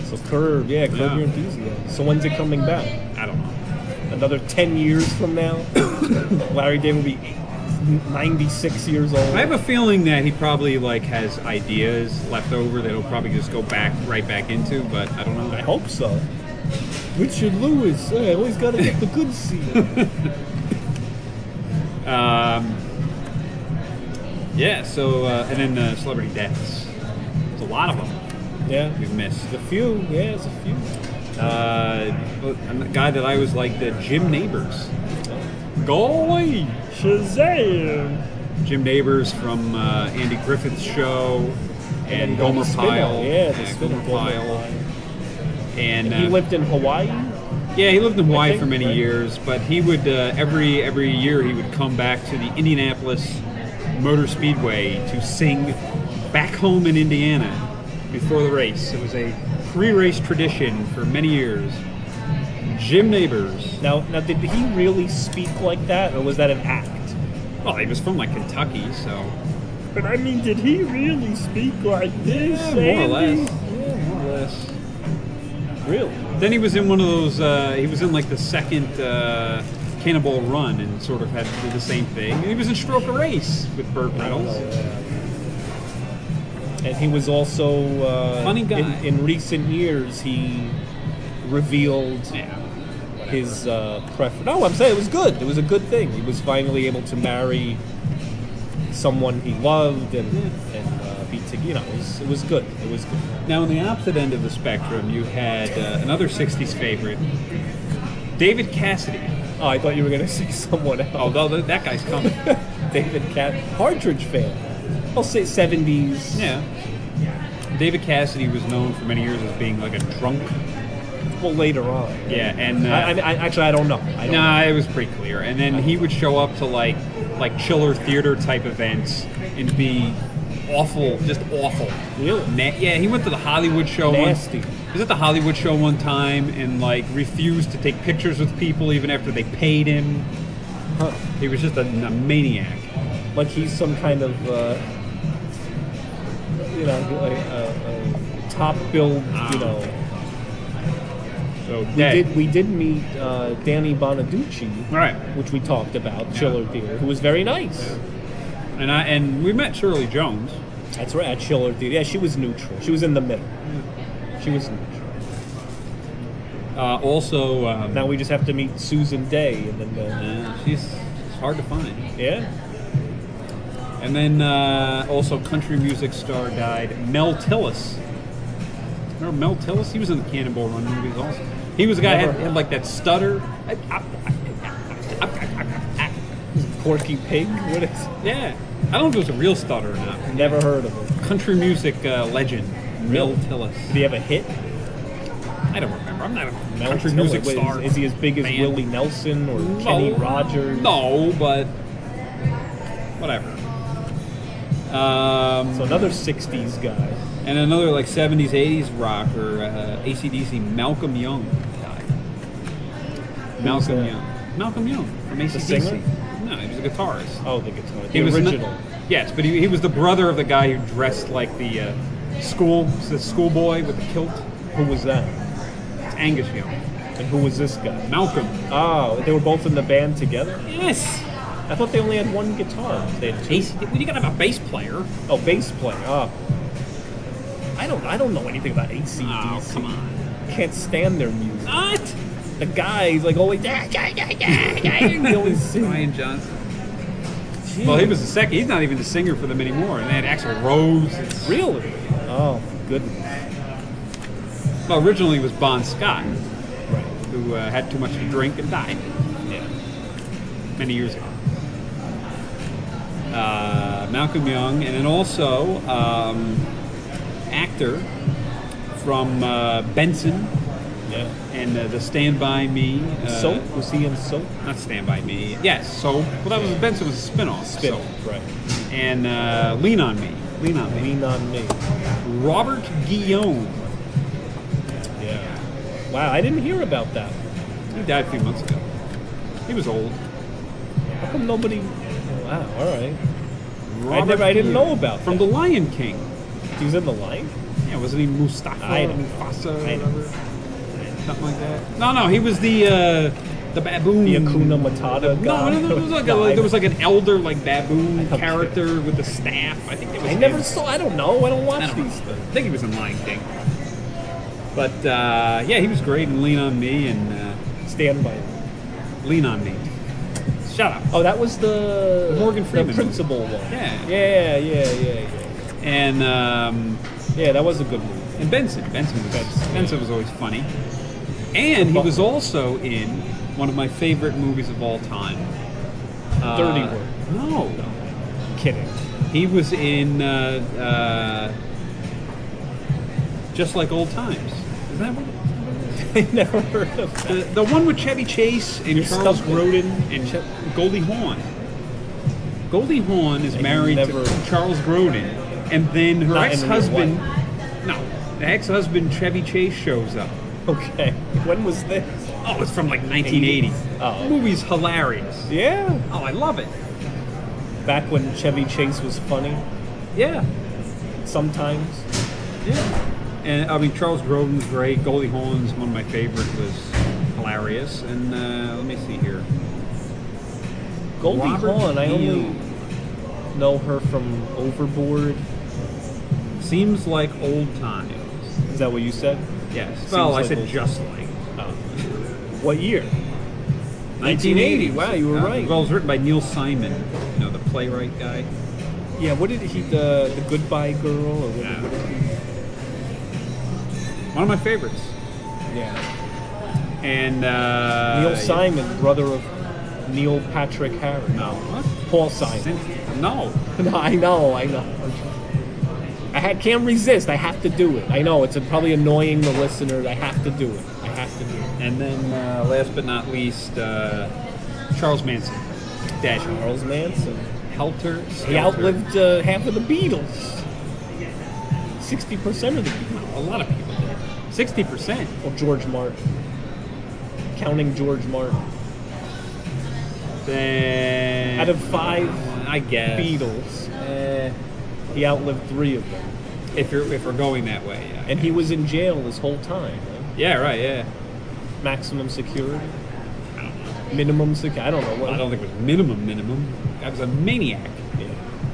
[SPEAKER 4] So curb, yeah, curb
[SPEAKER 5] Yeah.
[SPEAKER 4] your enthusiasm. So when's it coming back?
[SPEAKER 5] I don't know.
[SPEAKER 4] Another ten years from now, [COUGHS] Larry David will be ninety-six years old.
[SPEAKER 5] I have a feeling that he probably like has ideas left over that he'll probably just go back right back into, but I don't
[SPEAKER 4] I
[SPEAKER 5] know.
[SPEAKER 4] hope so. Richard Lewis, eh, I always gotta get the good seat. [LAUGHS]
[SPEAKER 5] Yeah. So uh, and then uh, celebrity deaths. There's a lot of them
[SPEAKER 4] yeah,
[SPEAKER 5] we've missed.
[SPEAKER 4] a few. Yeah, it's a few.
[SPEAKER 5] Uh, and the guy that I was like the Jim Neighbors. Golly.
[SPEAKER 4] Shazam!
[SPEAKER 5] Jim Neighbors from uh, Andy Griffith's show and,
[SPEAKER 4] then
[SPEAKER 5] Gomer
[SPEAKER 4] the spin-off,
[SPEAKER 5] Pyle.
[SPEAKER 4] Yeah, the spin
[SPEAKER 5] Gomer
[SPEAKER 4] off.
[SPEAKER 5] Pyle. And uh,
[SPEAKER 4] He lived in Hawaii.
[SPEAKER 5] yeah, he lived in Hawaii
[SPEAKER 4] think,
[SPEAKER 5] for many
[SPEAKER 4] right?
[SPEAKER 5] years, but he would uh, every every year he would come back to the Indianapolis Motor Speedway to sing back home in Indiana before the race. It was a pre-race tradition for many years. Jim Neighbors.
[SPEAKER 4] Now, now, did he really speak like that, or was that an act?
[SPEAKER 5] Well, he was from like Kentucky, so
[SPEAKER 4] But I mean, did he really speak like this?
[SPEAKER 5] yeah, more or less. Yeah, more or less.
[SPEAKER 4] Really?
[SPEAKER 5] Then he was in one of those. Uh, he was in like the second uh, Cannonball Run and sort of had to do the same thing. And he was in Stroke a Race with Burt Reynolds.
[SPEAKER 4] And he was also uh,
[SPEAKER 5] Funny guy.
[SPEAKER 4] In, in recent years, he revealed
[SPEAKER 5] Yeah.
[SPEAKER 4] his uh, preference. No, I'm saying it was good. It was a good thing. He was finally able to marry someone he loved and and uh, be together. You know, it was, it was good. It was good.
[SPEAKER 5] Now on the opposite end of the spectrum, you had uh, another '60s favorite, David Cassidy.
[SPEAKER 4] Oh, I thought you were gonna [LAUGHS] say someone else.
[SPEAKER 5] Although th- that guy's
[SPEAKER 4] [LAUGHS]
[SPEAKER 5] coming.
[SPEAKER 4] David Cat Partridge fan. I'll say 70s.
[SPEAKER 5] yeah. David Cassidy was known for many years as being like a drunk.
[SPEAKER 4] Well, later on.
[SPEAKER 5] Yeah, and uh,
[SPEAKER 4] I, I, I, actually, I don't know. I don't
[SPEAKER 5] Nah, it was pretty clear. And then he would show up to like like chiller theater type events and be awful, just awful.
[SPEAKER 4] Really?
[SPEAKER 5] Na- yeah, he went to the Hollywood show. one-
[SPEAKER 4] Nasty.
[SPEAKER 5] he was at the Hollywood show one time and like refused to take pictures with people even after they paid him.
[SPEAKER 4] Huh.
[SPEAKER 5] He was just a, a maniac.
[SPEAKER 4] know. Like he's some kind of, uh, you know, like uh, uh, top build.
[SPEAKER 5] Ah.
[SPEAKER 4] You know,
[SPEAKER 5] So
[SPEAKER 4] we
[SPEAKER 5] dead.
[SPEAKER 4] did we did meet uh, Danny Bonaducci,
[SPEAKER 5] All right,
[SPEAKER 4] which we talked about, Chiller Theater, who was very nice.
[SPEAKER 5] and I and we met Shirley Jones.
[SPEAKER 4] That's right, at Chiller Theater. Yeah, she was neutral. She was in the middle. She was neutral.
[SPEAKER 5] Uh, also, um,
[SPEAKER 4] Now we just have to meet Susan Day, and then
[SPEAKER 5] uh, she's she's hard to find.
[SPEAKER 4] uh, yeah.
[SPEAKER 5] And then uh, also country music star died Mel Tillis. Remember Mel Tillis? He was in the Cannonball Run movies also. He was a guy had,
[SPEAKER 4] Never.
[SPEAKER 5] had like that stutter.
[SPEAKER 4] Porky Pig? What is?
[SPEAKER 5] Yeah, I don't know if it was a real stutter or not.
[SPEAKER 4] Never heard of him.
[SPEAKER 5] Country music uh, legend Mel Tillis.
[SPEAKER 4] Did he have a hit?
[SPEAKER 5] I don't remember. I'm not a
[SPEAKER 4] Mel
[SPEAKER 5] country
[SPEAKER 4] Tillich.
[SPEAKER 5] music
[SPEAKER 4] Wait,
[SPEAKER 5] star.
[SPEAKER 4] Is, is he as big as
[SPEAKER 5] fan.
[SPEAKER 4] Willie Nelson or Kenny Rogers?
[SPEAKER 5] No, but whatever. Um,
[SPEAKER 4] So another '60s guy.
[SPEAKER 5] And another like 70s, 80s rocker, uh, ACDC, Malcolm Young died. Malcolm
[SPEAKER 4] that?
[SPEAKER 5] Young. Malcolm Young from ACDC.
[SPEAKER 4] singer?
[SPEAKER 5] No, he was a guitarist.
[SPEAKER 4] Oh, the guitar. The
[SPEAKER 5] he was
[SPEAKER 4] original.
[SPEAKER 5] n- yes, but he, he was the brother of the guy who dressed like the uh, school, the schoolboy with the kilt.
[SPEAKER 4] who was that?
[SPEAKER 5] It's Angus Young.
[SPEAKER 4] And who was this guy?
[SPEAKER 5] Malcolm.
[SPEAKER 4] Oh, they were both in the band together.
[SPEAKER 5] Yes.
[SPEAKER 4] I thought they only had one guitar. They had two.
[SPEAKER 5] AC, well, you gotta have a bass player.
[SPEAKER 4] Oh, bass player. Oh. I don't. I don't know anything about ACDC.
[SPEAKER 5] Oh, come on.
[SPEAKER 4] Can't stand their music.
[SPEAKER 5] What?
[SPEAKER 4] The guy's like always. Yeah, yeah, yeah, [LAUGHS] yeah, yeah. He always sings.
[SPEAKER 5] Brian Johnson. Well, he was the second. He's not even the singer for them anymore. And they had Axel Rose. It's-
[SPEAKER 4] really. Oh, goodness.
[SPEAKER 5] Well, originally it was Bon Scott,
[SPEAKER 4] Right.
[SPEAKER 5] who uh, had too much to drink and died
[SPEAKER 4] Yeah.
[SPEAKER 5] many years ago. Uh, Malcolm Young, and then also um, actor from uh, Benson
[SPEAKER 4] Yeah.
[SPEAKER 5] and uh, the Stand By Me. Uh,
[SPEAKER 4] soap? Was he in soap?
[SPEAKER 5] Not Stand By Me. Yes, so Well, that was Benson was a spinoff.
[SPEAKER 4] Spin.
[SPEAKER 5] So,
[SPEAKER 4] Right.
[SPEAKER 5] and uh, Lean on Me. Lean on Me.
[SPEAKER 4] Lean on me.
[SPEAKER 5] Robert Guillaume.
[SPEAKER 4] Yeah. Wow, I didn't hear about that.
[SPEAKER 5] He died a few months ago. He was old.
[SPEAKER 4] How come nobody? Wow. All right.
[SPEAKER 5] Robert
[SPEAKER 4] never- I didn't
[SPEAKER 5] Guillaume.
[SPEAKER 4] know about
[SPEAKER 5] From
[SPEAKER 4] that.
[SPEAKER 5] The Lion King.
[SPEAKER 4] He was in the line.
[SPEAKER 5] Yeah, wasn't he Mustafa?
[SPEAKER 4] I know.
[SPEAKER 5] Mufasa,
[SPEAKER 4] I know.
[SPEAKER 5] whatever? something like that. No, no, he was the uh, the baboon.
[SPEAKER 4] The Akuna Matata
[SPEAKER 5] Hmm. No,
[SPEAKER 4] guy.
[SPEAKER 5] no, no, it was like a,
[SPEAKER 4] No, I
[SPEAKER 5] like, there was
[SPEAKER 4] know.
[SPEAKER 5] like an elder like baboon
[SPEAKER 4] don't care.
[SPEAKER 5] character with the staff. I think it was.
[SPEAKER 4] I
[SPEAKER 5] him.
[SPEAKER 4] never saw. I don't know. I don't watch
[SPEAKER 5] I don't know.
[SPEAKER 4] these things.
[SPEAKER 5] I think he was in Lion King. But uh, yeah, he was great in Lean on Me and uh,
[SPEAKER 4] Stand by. Me.
[SPEAKER 5] Lean on Me. Shut up.
[SPEAKER 4] Oh, that was the
[SPEAKER 5] Morgan
[SPEAKER 4] the
[SPEAKER 5] Freeman.
[SPEAKER 4] principal one.
[SPEAKER 5] Yeah.
[SPEAKER 4] Yeah. Yeah. Yeah. Yeah.
[SPEAKER 5] And um,
[SPEAKER 4] Yeah. That was a good movie.
[SPEAKER 5] and Benson. Benson was
[SPEAKER 4] Benson.
[SPEAKER 5] Benson was always funny. And he was also in one of my favorite movies of all time. Uh,
[SPEAKER 4] Dirty Work.
[SPEAKER 5] No.
[SPEAKER 4] Kidding. [LAUGHS]
[SPEAKER 5] He was in uh, uh, Just Like Old Times. Is that one?
[SPEAKER 4] I never heard of. That.
[SPEAKER 5] The, the one with Chevy Chase and
[SPEAKER 4] You're
[SPEAKER 5] Charles
[SPEAKER 4] stumped.
[SPEAKER 5] Grodin and Goldie Hawn. Goldie Hawn is
[SPEAKER 4] I
[SPEAKER 5] married
[SPEAKER 4] never-
[SPEAKER 5] to Charles Grodin, and then her
[SPEAKER 4] Not in real
[SPEAKER 5] ex-husband. No, the ex-husband Chevy Chase shows up.
[SPEAKER 4] Okay. When was this?
[SPEAKER 5] Oh, it's from like 1980.
[SPEAKER 4] Oh.
[SPEAKER 5] movie's hilarious.
[SPEAKER 4] Yeah.
[SPEAKER 5] Oh, I love it.
[SPEAKER 4] Back when Chevy Chase was funny,
[SPEAKER 5] Yeah,
[SPEAKER 4] sometimes.
[SPEAKER 5] yeah. And I mean, Charles Grodin's great. Goldie Hawn's one of my favorites. Was hilarious. And uh, let me see here.
[SPEAKER 4] Goldie
[SPEAKER 5] Robert
[SPEAKER 4] Hawn, I only
[SPEAKER 5] Neal.
[SPEAKER 4] know her from Overboard.
[SPEAKER 5] Seems like old times.
[SPEAKER 4] Is that what you said?
[SPEAKER 5] Yes.
[SPEAKER 4] Seems
[SPEAKER 5] well, I
[SPEAKER 4] like
[SPEAKER 5] said
[SPEAKER 4] old
[SPEAKER 5] just like. uh,
[SPEAKER 4] Oh. What year?
[SPEAKER 5] 1980.
[SPEAKER 4] Oh, Wow, you were
[SPEAKER 5] Uh,
[SPEAKER 4] right.
[SPEAKER 5] Well, it was written by Neil Simon, you know, the playwright guy.
[SPEAKER 4] Yeah. What did he? The the Goodbye Girl or what?
[SPEAKER 5] Yeah.
[SPEAKER 4] what did he,
[SPEAKER 5] One of my favorites.
[SPEAKER 4] yeah.
[SPEAKER 5] And uh,
[SPEAKER 4] Neil
[SPEAKER 5] yeah.
[SPEAKER 4] Simon, brother of Neil Patrick Harris.
[SPEAKER 5] No. What?
[SPEAKER 4] Paul Simon.
[SPEAKER 5] Sin- No.
[SPEAKER 4] [LAUGHS] No, I know, I know. I ha- can't resist. I have to do it. I know it's probably annoying the listeners. I have to do it. I have to do it.
[SPEAKER 5] And then uh, last but not least, uh, Charles Manson. Dash
[SPEAKER 4] Charles Manson.
[SPEAKER 5] Helter. Skelter.
[SPEAKER 4] He outlived uh, half of the Beatles. Sixty percent of the Beatles.
[SPEAKER 5] a lot of people. did. Sixty percent.
[SPEAKER 4] Well, George Martin. Counting George Martin.
[SPEAKER 5] Then
[SPEAKER 4] Out of five
[SPEAKER 5] I guess
[SPEAKER 4] Beatles,
[SPEAKER 5] Uh,
[SPEAKER 4] he outlived three of them,
[SPEAKER 5] if you're if we're going that way, yeah.
[SPEAKER 4] and he was in jail this whole time. right?
[SPEAKER 5] yeah, right, yeah.
[SPEAKER 4] Maximum security. Minimum security. I don't know what.
[SPEAKER 5] I don't think it was minimum minimum. I was a maniac.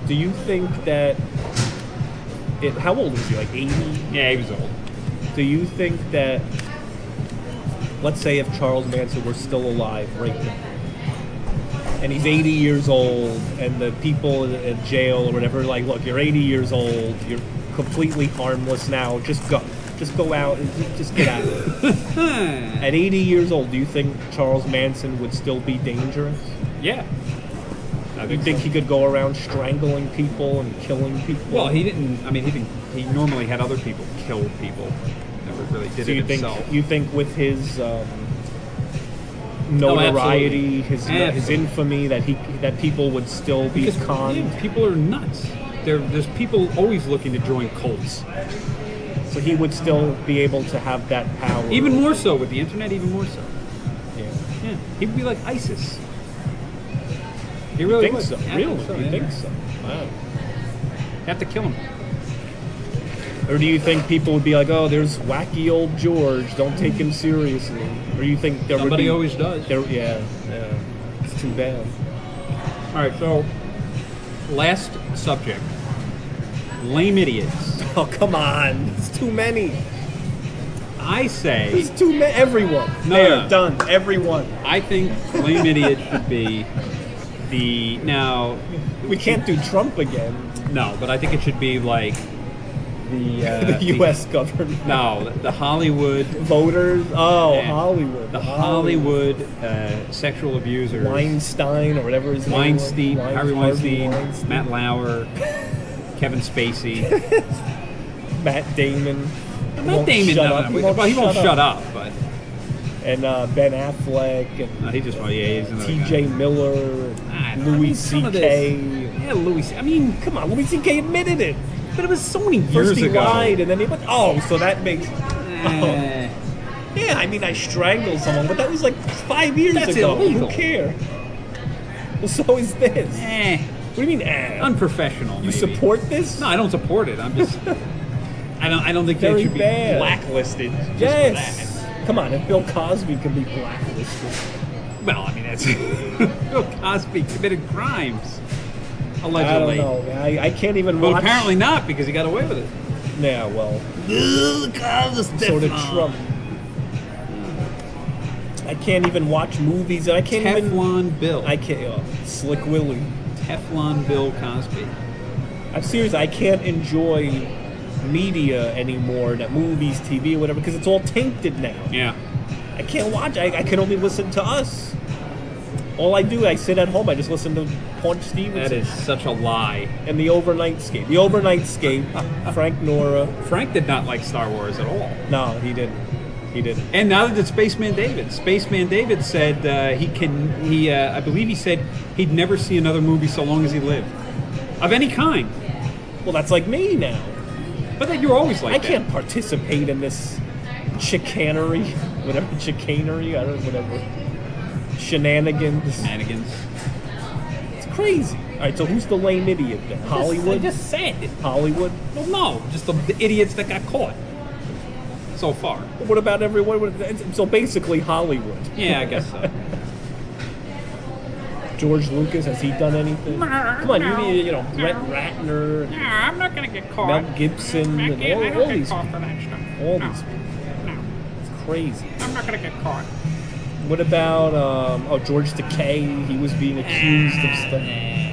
[SPEAKER 4] Do you think that it? How old was he? Like eighty?
[SPEAKER 5] Yeah, he was old.
[SPEAKER 4] Do you think that? Let's say if Charles Manson were still alive right now, and he's eighty years old, and the people in- in jail or whatever, are like, look, you're eighty years old, you're completely harmless now. Just go, just go out and ju- just get out. of there."
[SPEAKER 5] [LAUGHS]
[SPEAKER 4] At eighty years old, do you think Charles Manson would still be dangerous?
[SPEAKER 5] Yeah. I
[SPEAKER 4] You think he could go around strangling people and killing people?
[SPEAKER 5] Well, he didn't. I mean, he didn't. He normally had other people kill people. Never really did
[SPEAKER 4] So
[SPEAKER 5] it
[SPEAKER 4] you think
[SPEAKER 5] himself.
[SPEAKER 4] you think with his um,
[SPEAKER 5] absolutely.
[SPEAKER 4] notoriety, his uh, his
[SPEAKER 5] Absolutely.
[SPEAKER 4] infamy, that he that people would still be
[SPEAKER 5] Because,
[SPEAKER 4] conned.
[SPEAKER 5] yeah, people are nuts. There, there's people always looking to join cults.
[SPEAKER 4] So he would still be able to have that power.
[SPEAKER 5] Even more so with the internet. Even more so.
[SPEAKER 4] Yeah.
[SPEAKER 5] Yeah, he'd be like ISIS. Oh, He
[SPEAKER 4] You
[SPEAKER 5] really
[SPEAKER 4] think
[SPEAKER 5] would.
[SPEAKER 4] so?
[SPEAKER 5] Yeah, I
[SPEAKER 4] Really?
[SPEAKER 5] think so,
[SPEAKER 4] you
[SPEAKER 5] yeah.
[SPEAKER 4] think so? Wow.
[SPEAKER 5] Have to kill him.
[SPEAKER 4] Or do you think people would be like, "Oh, there's wacky old George. Don't take him seriously." Or you think there would
[SPEAKER 5] Somebody
[SPEAKER 4] be,
[SPEAKER 5] always does.
[SPEAKER 4] There, yeah, yeah. It's too
[SPEAKER 5] [LAUGHS]
[SPEAKER 4] bad.
[SPEAKER 5] All right. So, last subject. Lame idiots.
[SPEAKER 4] Oh come on! It's too many.
[SPEAKER 5] I say.
[SPEAKER 4] It's too many. Everyone.
[SPEAKER 5] No,
[SPEAKER 4] There,
[SPEAKER 5] no, no.
[SPEAKER 4] done. Everyone.
[SPEAKER 5] I think lame idiot should be the now.
[SPEAKER 4] We can't do Trump again.
[SPEAKER 5] No, but I think it should be like the,
[SPEAKER 4] [LAUGHS]
[SPEAKER 5] uh,
[SPEAKER 4] the U.S. government.
[SPEAKER 5] no, the Hollywood.
[SPEAKER 4] Voters. Oh,
[SPEAKER 5] yeah,
[SPEAKER 4] Hollywood.
[SPEAKER 5] The Hollywood uh, sexual abusers.
[SPEAKER 4] Weinstein or whatever his name was.
[SPEAKER 5] Weinstein,
[SPEAKER 4] Wein-
[SPEAKER 5] Harvey Weinstein,
[SPEAKER 4] Weinstein,
[SPEAKER 5] Matt Lauer,
[SPEAKER 4] [LAUGHS]
[SPEAKER 5] Kevin Spacey.
[SPEAKER 4] Matt Damon. He
[SPEAKER 5] Matt
[SPEAKER 4] won't
[SPEAKER 5] Damon,
[SPEAKER 4] shut
[SPEAKER 5] no,
[SPEAKER 4] up.
[SPEAKER 5] no, well, he won't shut up, but
[SPEAKER 4] And uh, Ben Affleck and
[SPEAKER 5] no, he just well, yeah, he's another
[SPEAKER 4] T.J.
[SPEAKER 5] guy.
[SPEAKER 4] Miller,
[SPEAKER 5] I don't know, I mean,
[SPEAKER 4] Louis
[SPEAKER 5] some of
[SPEAKER 4] C.K.
[SPEAKER 5] this- Yeah, Louis. C- I mean,
[SPEAKER 4] [LAUGHS] Come on, Louis C.K. admitted it.
[SPEAKER 5] but it was so many years
[SPEAKER 4] First he
[SPEAKER 5] ago.
[SPEAKER 4] lied, and then he went, "Oh, so that makes."
[SPEAKER 5] Eh.
[SPEAKER 4] Yeah, I mean, I strangled someone, but that was like five years
[SPEAKER 5] That's
[SPEAKER 4] ago.
[SPEAKER 5] illegal.
[SPEAKER 4] Who care? [LAUGHS] Well, so is this.
[SPEAKER 5] Eh,
[SPEAKER 4] What do you mean? eh?
[SPEAKER 5] unprofessional.
[SPEAKER 4] you
[SPEAKER 5] maybe.
[SPEAKER 4] support this?
[SPEAKER 5] No, I don't support it. I'm just. I don't. I don't think
[SPEAKER 4] Very
[SPEAKER 5] they should be
[SPEAKER 4] bad.
[SPEAKER 5] blacklisted. Just for
[SPEAKER 4] Yes. Come on, if Bill Cosby can be blacklisted,
[SPEAKER 5] that. Well, I mean that's. [LAUGHS] Bill Cosby committed crimes,
[SPEAKER 4] I don't
[SPEAKER 5] allegedly.
[SPEAKER 4] know. man. I, I can't even
[SPEAKER 5] But
[SPEAKER 4] watch.
[SPEAKER 5] apparently not because he got away with it.
[SPEAKER 4] yeah. Well, so did Trump. I can't even watch movies, and I can't even.
[SPEAKER 5] Teflon Bill.
[SPEAKER 4] I can't. oh, Slick Willie.
[SPEAKER 5] Teflon Bill Cosby.
[SPEAKER 4] I'm serious. I can't enjoy media anymore, that movies, TV, or whatever, because it's all tainted now.
[SPEAKER 5] Yeah.
[SPEAKER 4] I can't watch. I, I can only listen to us. All I do, I sit at home. I just listen to Paunch Stevenson.
[SPEAKER 5] That is such a lie.
[SPEAKER 4] and the overnight scape. The overnight scape, Frank Nora.
[SPEAKER 5] Frank did not like Star Wars at all.
[SPEAKER 4] No, he didn't. He He did.
[SPEAKER 5] And now that it's Spaceman David, Spaceman David said uh, he can. He, uh, I believe, he said he'd never see another movie so long as he lived, of any kind.
[SPEAKER 4] Well, that's like me now.
[SPEAKER 5] But that you're always like
[SPEAKER 4] I
[SPEAKER 5] that.
[SPEAKER 4] can't participate in this chicanery, whatever chicanery, I don't whatever shenanigans.
[SPEAKER 5] Shenanigans.
[SPEAKER 4] It's crazy. All right, so who's the lame idiot then? Hollywood.
[SPEAKER 5] I just said it.
[SPEAKER 4] Hollywood.
[SPEAKER 5] Well, no, just the, the idiots that got caught so far.
[SPEAKER 4] But What about everyone? What- So basically, Hollywood.
[SPEAKER 5] Yeah, I guess
[SPEAKER 4] [LAUGHS]
[SPEAKER 5] so.
[SPEAKER 4] George Lucas has he done anything? Come on, you need you know Brett Ratner, and
[SPEAKER 7] Nah, I'm not gonna get caught.
[SPEAKER 4] Mel Gibson,
[SPEAKER 7] I
[SPEAKER 4] and
[SPEAKER 7] can't, I
[SPEAKER 4] all,
[SPEAKER 7] don't
[SPEAKER 4] all
[SPEAKER 7] get
[SPEAKER 4] these.
[SPEAKER 7] caught for that stuff.
[SPEAKER 4] all
[SPEAKER 7] no,
[SPEAKER 4] these
[SPEAKER 7] no,
[SPEAKER 4] It's crazy.
[SPEAKER 7] I'm not gonna get caught.
[SPEAKER 4] What about um, oh George Takei? He was being accused of
[SPEAKER 7] Eh.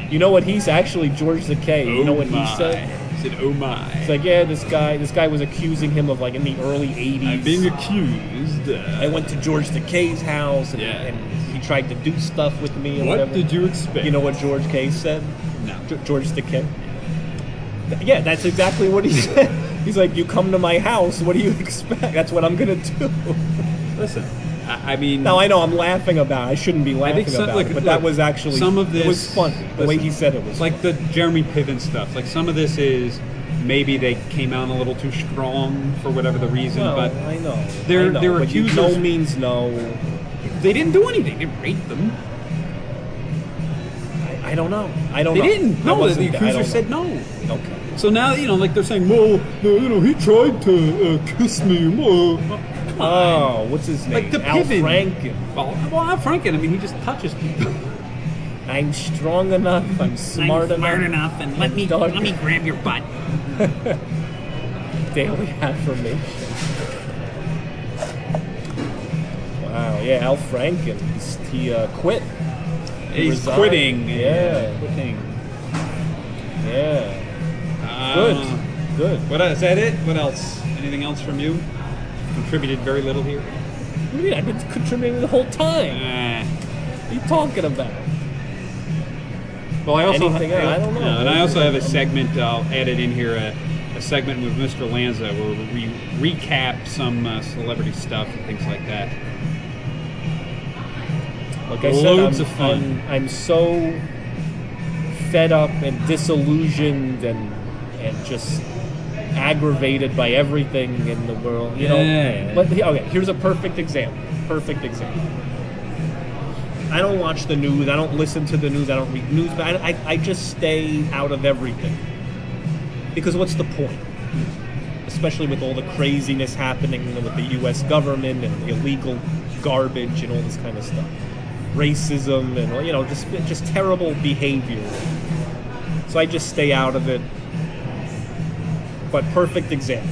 [SPEAKER 4] stuff. You know what? He's actually George Takei. You know
[SPEAKER 7] Oh
[SPEAKER 4] what he said?
[SPEAKER 5] Oh He said, "Oh my."
[SPEAKER 4] It's like yeah, this guy. This guy was accusing him of like in the early
[SPEAKER 5] I'm being
[SPEAKER 4] '80s.
[SPEAKER 5] accused.
[SPEAKER 4] I
[SPEAKER 5] Uh,
[SPEAKER 4] went to George Takei's house and,
[SPEAKER 5] Yeah.
[SPEAKER 4] and he tried to do stuff with me. And
[SPEAKER 5] what
[SPEAKER 4] whatever.
[SPEAKER 5] did you expect?
[SPEAKER 4] You know what George K said?
[SPEAKER 5] No.
[SPEAKER 4] G- George Takei. Th- Yeah, that's exactly what he [LAUGHS] said. He's like, "You come to my house. What do you [LAUGHS] expect? That's what I'm gonna do."
[SPEAKER 5] Listen, I, I mean,
[SPEAKER 4] Now I know I'm laughing about. It. I shouldn't be laughing
[SPEAKER 5] some-
[SPEAKER 4] about
[SPEAKER 5] look,
[SPEAKER 4] it, but
[SPEAKER 5] look,
[SPEAKER 4] that was actually
[SPEAKER 5] some of
[SPEAKER 4] it was
[SPEAKER 5] this-
[SPEAKER 4] fun. the way
[SPEAKER 5] listen,
[SPEAKER 4] he said it was
[SPEAKER 5] it's like the Jeremy Piven stuff. Like some of this is maybe they came out a little too strong for whatever the reason,
[SPEAKER 4] Well,
[SPEAKER 5] but
[SPEAKER 4] I know.
[SPEAKER 5] they're-
[SPEAKER 4] I know,
[SPEAKER 5] they're
[SPEAKER 4] but you-
[SPEAKER 5] accusers-
[SPEAKER 4] No means no.
[SPEAKER 5] they didn't do anything. They didn't rape them.
[SPEAKER 4] I, I don't know. I don't.
[SPEAKER 5] They
[SPEAKER 4] know. I
[SPEAKER 5] didn't. No,
[SPEAKER 4] wasn't
[SPEAKER 5] the
[SPEAKER 4] there. I
[SPEAKER 5] accuser
[SPEAKER 4] don't
[SPEAKER 5] said
[SPEAKER 4] know.
[SPEAKER 5] no.
[SPEAKER 4] Okay.
[SPEAKER 5] So now you know, like they're saying, well, uh, you know, he tried to uh, kiss me. Uh, come on.
[SPEAKER 4] Oh, what's his name?
[SPEAKER 5] Like the
[SPEAKER 4] Al
[SPEAKER 5] Piven.
[SPEAKER 4] Franken.
[SPEAKER 5] Well, well, Al Franken. I mean, he just touches people.
[SPEAKER 4] I'm strong enough. I'm smart enough.
[SPEAKER 5] enough, and
[SPEAKER 4] let me- Dog. let me
[SPEAKER 5] grab your butt.
[SPEAKER 4] daily [LAUGHS] affirmation. Wow, yeah, Al Franken, he's, he uh, quit. He
[SPEAKER 5] He's
[SPEAKER 4] resigned.
[SPEAKER 5] quitting.
[SPEAKER 4] Yeah,
[SPEAKER 5] Quitting.
[SPEAKER 4] yeah. Good,
[SPEAKER 5] Uh,
[SPEAKER 4] good.
[SPEAKER 5] What is that? It? What else? Anything else from you? Contributed very little here.
[SPEAKER 4] What do you mean? I've been contributing the whole time.
[SPEAKER 5] Uh,
[SPEAKER 4] What are you talking about?
[SPEAKER 5] well, I also
[SPEAKER 4] Anything else? I don't know.
[SPEAKER 5] Yeah, and I also have a segment I'll add it in here. A, a segment with Mr. Lanza where we recap some uh, celebrity stuff and things like that.
[SPEAKER 4] Like I said,
[SPEAKER 5] Loads
[SPEAKER 4] I'm,
[SPEAKER 5] of fun.
[SPEAKER 4] I'm, I'm so fed up and disillusioned and and just aggravated by everything in the world. You know,
[SPEAKER 5] Yeah.
[SPEAKER 4] Let- okay. Here's a perfect example. Perfect example. I don't watch the news. I don't listen to the news. I don't read news. But I, I, I just stay out of everything because what's the point? especially with all the craziness happening with the U.S. government and the illegal garbage and all this kind of stuff, racism and you know just just terrible behavior. So I just stay out of it. But perfect example.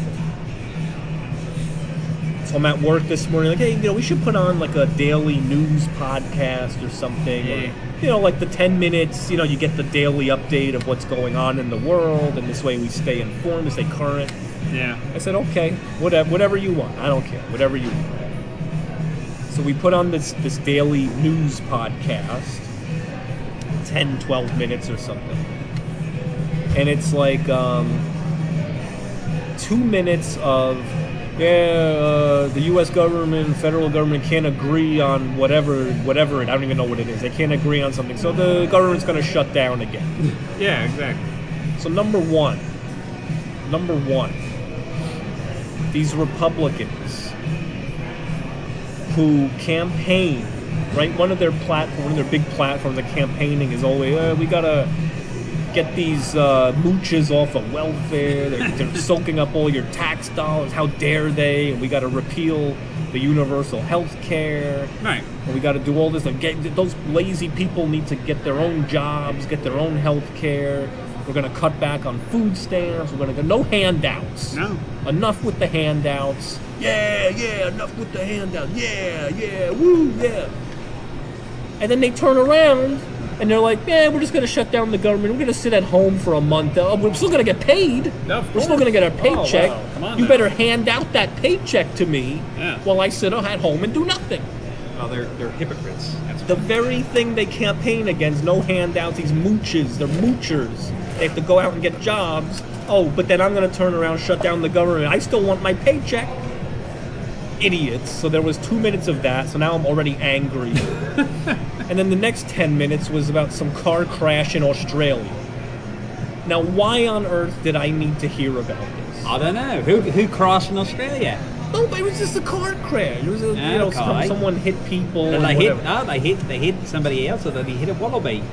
[SPEAKER 4] So I'm at work this morning, like, hey, you know, we should put on like a daily news podcast or something. Or, you know, like the 10 minutes, you know, you get the daily update of what's going on in the world, and this way we stay informed, we stay current.
[SPEAKER 5] Yeah.
[SPEAKER 4] I said, okay, whatever, whatever you want. I don't care. Whatever you want. So we put on this, this daily news podcast, 10, 12 minutes or something. And it's like um, two minutes of, yeah, uh, the U.S. government, federal government can't agree on whatever, whatever it, I don't even know what it is. They can't agree on something. So the government's going to shut down again.
[SPEAKER 5] Yeah. Exactly.
[SPEAKER 4] So number one, number one, these Republicans who campaign, right? One of their platform, one of their big platforms, of campaigning is always, uh, we gotta get these uh, mooches off of welfare. They're, they're soaking up all your tax dollars. How dare they? And we gotta repeal the universal health care.
[SPEAKER 5] Right.
[SPEAKER 4] And we got to do all this. Like, get, those lazy people need to get their own jobs, get their own health care. We're going to cut back on food stamps. We're going to go no handouts.
[SPEAKER 5] No.
[SPEAKER 4] Enough with the handouts. Yeah, yeah, enough with the handouts. Yeah, yeah, woo, yeah. And then they turn around and they're like, yeah, we're just going to shut down the government. We're going to sit at home for a month. Uh, we're still going to get paid.
[SPEAKER 5] No, of
[SPEAKER 4] we're still
[SPEAKER 5] course.
[SPEAKER 4] going to get our
[SPEAKER 5] Oh, wow.
[SPEAKER 4] paycheck.
[SPEAKER 5] Come on
[SPEAKER 4] you
[SPEAKER 5] now.
[SPEAKER 4] better hand out that paycheck to me
[SPEAKER 5] Yeah.
[SPEAKER 4] while I sit at home and do nothing.
[SPEAKER 5] Oh, they're they're hypocrites. That's
[SPEAKER 4] The very thing they campaign against, no handouts, these mooches, they're moochers. They have to go out and get jobs. Oh, but then I'm going to turn around, shut down the government. I still want my paycheck. idiots. So there was two minutes of that. So now I'm already [LAUGHS] angry. and then the next ten minutes was about some car crash in Australia. Now, why on earth did I need to hear about this?
[SPEAKER 8] I don't know. Who, who crossed in Australia?
[SPEAKER 4] No, but Oh, it was just a car crash. It was, a, you know, some-
[SPEAKER 8] Okay.
[SPEAKER 4] someone hit people.
[SPEAKER 8] Did
[SPEAKER 4] and
[SPEAKER 8] they hit,
[SPEAKER 4] whatever.
[SPEAKER 8] oh, they hit, they hit somebody else, or did they hit a wallaby?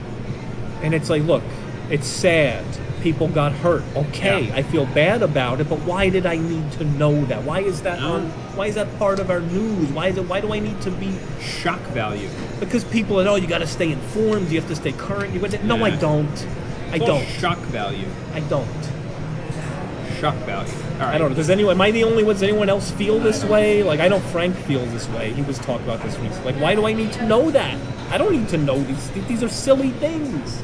[SPEAKER 4] And it's like, look, it's sad. People got hurt. Okay, I feel bad about it, but why did I need to know that? Why is that on? Why is that part of our news? Why is it? Why do I need to be?
[SPEAKER 5] Shock value.
[SPEAKER 4] Because people are, oh, you got to stay informed. You have to stay current. You got to, no, I
[SPEAKER 5] Yeah. Oh,
[SPEAKER 4] don't. I
[SPEAKER 5] It's all
[SPEAKER 4] don't.
[SPEAKER 5] Shock value.
[SPEAKER 4] I don't.
[SPEAKER 5] Shock value. All right.
[SPEAKER 4] I don't know. Does anyone? Am I the only one? Does anyone else feel this way? Like I know Frank feels this way. He was talking about this recently. Like, why do I need to know that? I don't need to know these. Th- These are silly things.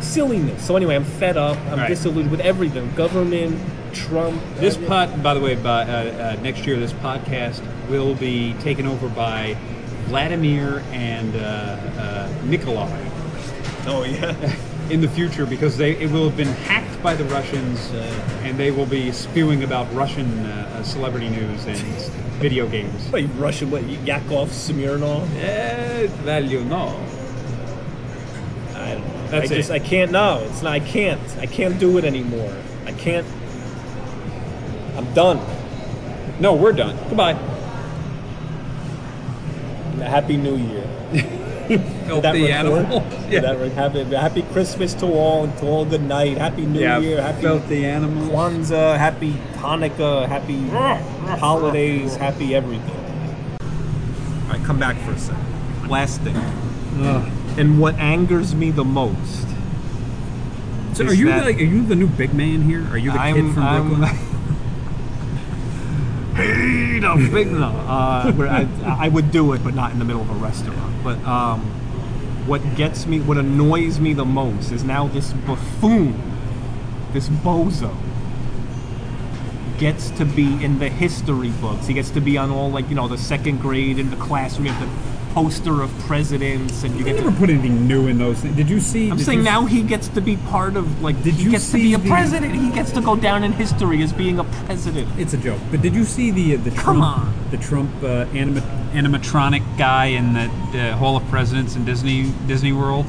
[SPEAKER 4] Silliness. So anyway, I'm fed up. I'm
[SPEAKER 5] Right.
[SPEAKER 4] disillusioned with everything. Government, Trump.
[SPEAKER 5] This
[SPEAKER 4] every-
[SPEAKER 5] pod, by the way, by, uh, uh, next year this podcast will be taken over by Vladimir and uh, uh, Nikolai
[SPEAKER 4] Oh yeah.
[SPEAKER 5] [LAUGHS] in the future because they it will have been hacked by the Russians uh, and they will be spewing about Russian uh, uh, celebrity news and video games.
[SPEAKER 4] Wait, Russian. What? Yakov Smirnov. Eh,
[SPEAKER 5] value no.
[SPEAKER 4] I don't know.
[SPEAKER 5] That's
[SPEAKER 4] I just
[SPEAKER 5] it.
[SPEAKER 4] I can't know. It's not I can't. I can't do it anymore. I can't I'm done.
[SPEAKER 5] No, we're done. Goodbye.
[SPEAKER 4] And Happy New Year. Did that
[SPEAKER 5] Filthy
[SPEAKER 4] record?
[SPEAKER 5] animals.
[SPEAKER 4] [LAUGHS] Did
[SPEAKER 5] Yeah.
[SPEAKER 4] that re- happy, happy Christmas to all and to all good night. Happy New
[SPEAKER 5] Yeah,
[SPEAKER 4] Year. Happy
[SPEAKER 5] filthy animals.
[SPEAKER 4] Kwanzaa. Happy Hanukkah. Happy holidays. Happy everything. All right, come back for a second. Last thing. And what angers me the most.
[SPEAKER 5] So
[SPEAKER 4] is
[SPEAKER 5] are you
[SPEAKER 4] that-
[SPEAKER 5] like are you the new big man here? Are you the kid from Brooklyn?
[SPEAKER 4] Hey, the big no. Uh, where I, I would do it, but not in the middle of a restaurant. But um, what gets me, what annoys me the most, is now this buffoon, this bozo, gets to be in the history books. He gets to be on all like you know the second grade in the classroom. You have the poster of presidents, and you
[SPEAKER 5] They
[SPEAKER 4] get.
[SPEAKER 5] never
[SPEAKER 4] To,
[SPEAKER 5] put anything new in those things. Did you see?
[SPEAKER 4] I'm
[SPEAKER 5] did
[SPEAKER 4] saying
[SPEAKER 5] you-
[SPEAKER 4] now he gets to be part of like
[SPEAKER 5] Did
[SPEAKER 4] he
[SPEAKER 5] you
[SPEAKER 4] gets to
[SPEAKER 5] see
[SPEAKER 4] be a
[SPEAKER 5] the-
[SPEAKER 4] president. He gets to go down in history as being a president.
[SPEAKER 5] It's a joke. But did you see the uh, the
[SPEAKER 4] Come
[SPEAKER 5] Trump,
[SPEAKER 4] on.
[SPEAKER 5] the Trump uh, anima- animatronic guy in the, the Hall of Presidents in Disney Disney World?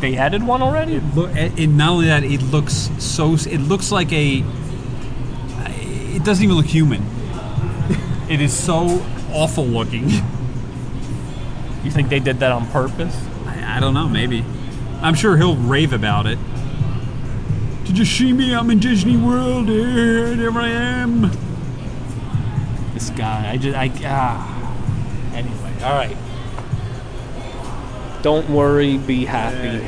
[SPEAKER 4] They added one already.
[SPEAKER 5] Look, and not only that, eh, it looks so. It looks like a. It doesn't even look human. It is so awful looking.
[SPEAKER 4] You think they did that on purpose?
[SPEAKER 5] I, I don't know. Maybe. I'm sure he'll rave about it. Did you see me? I'm in Disney World. Here, there I am.
[SPEAKER 4] This guy, I just, I, ah. Anyway, all right. Don't worry, be happy.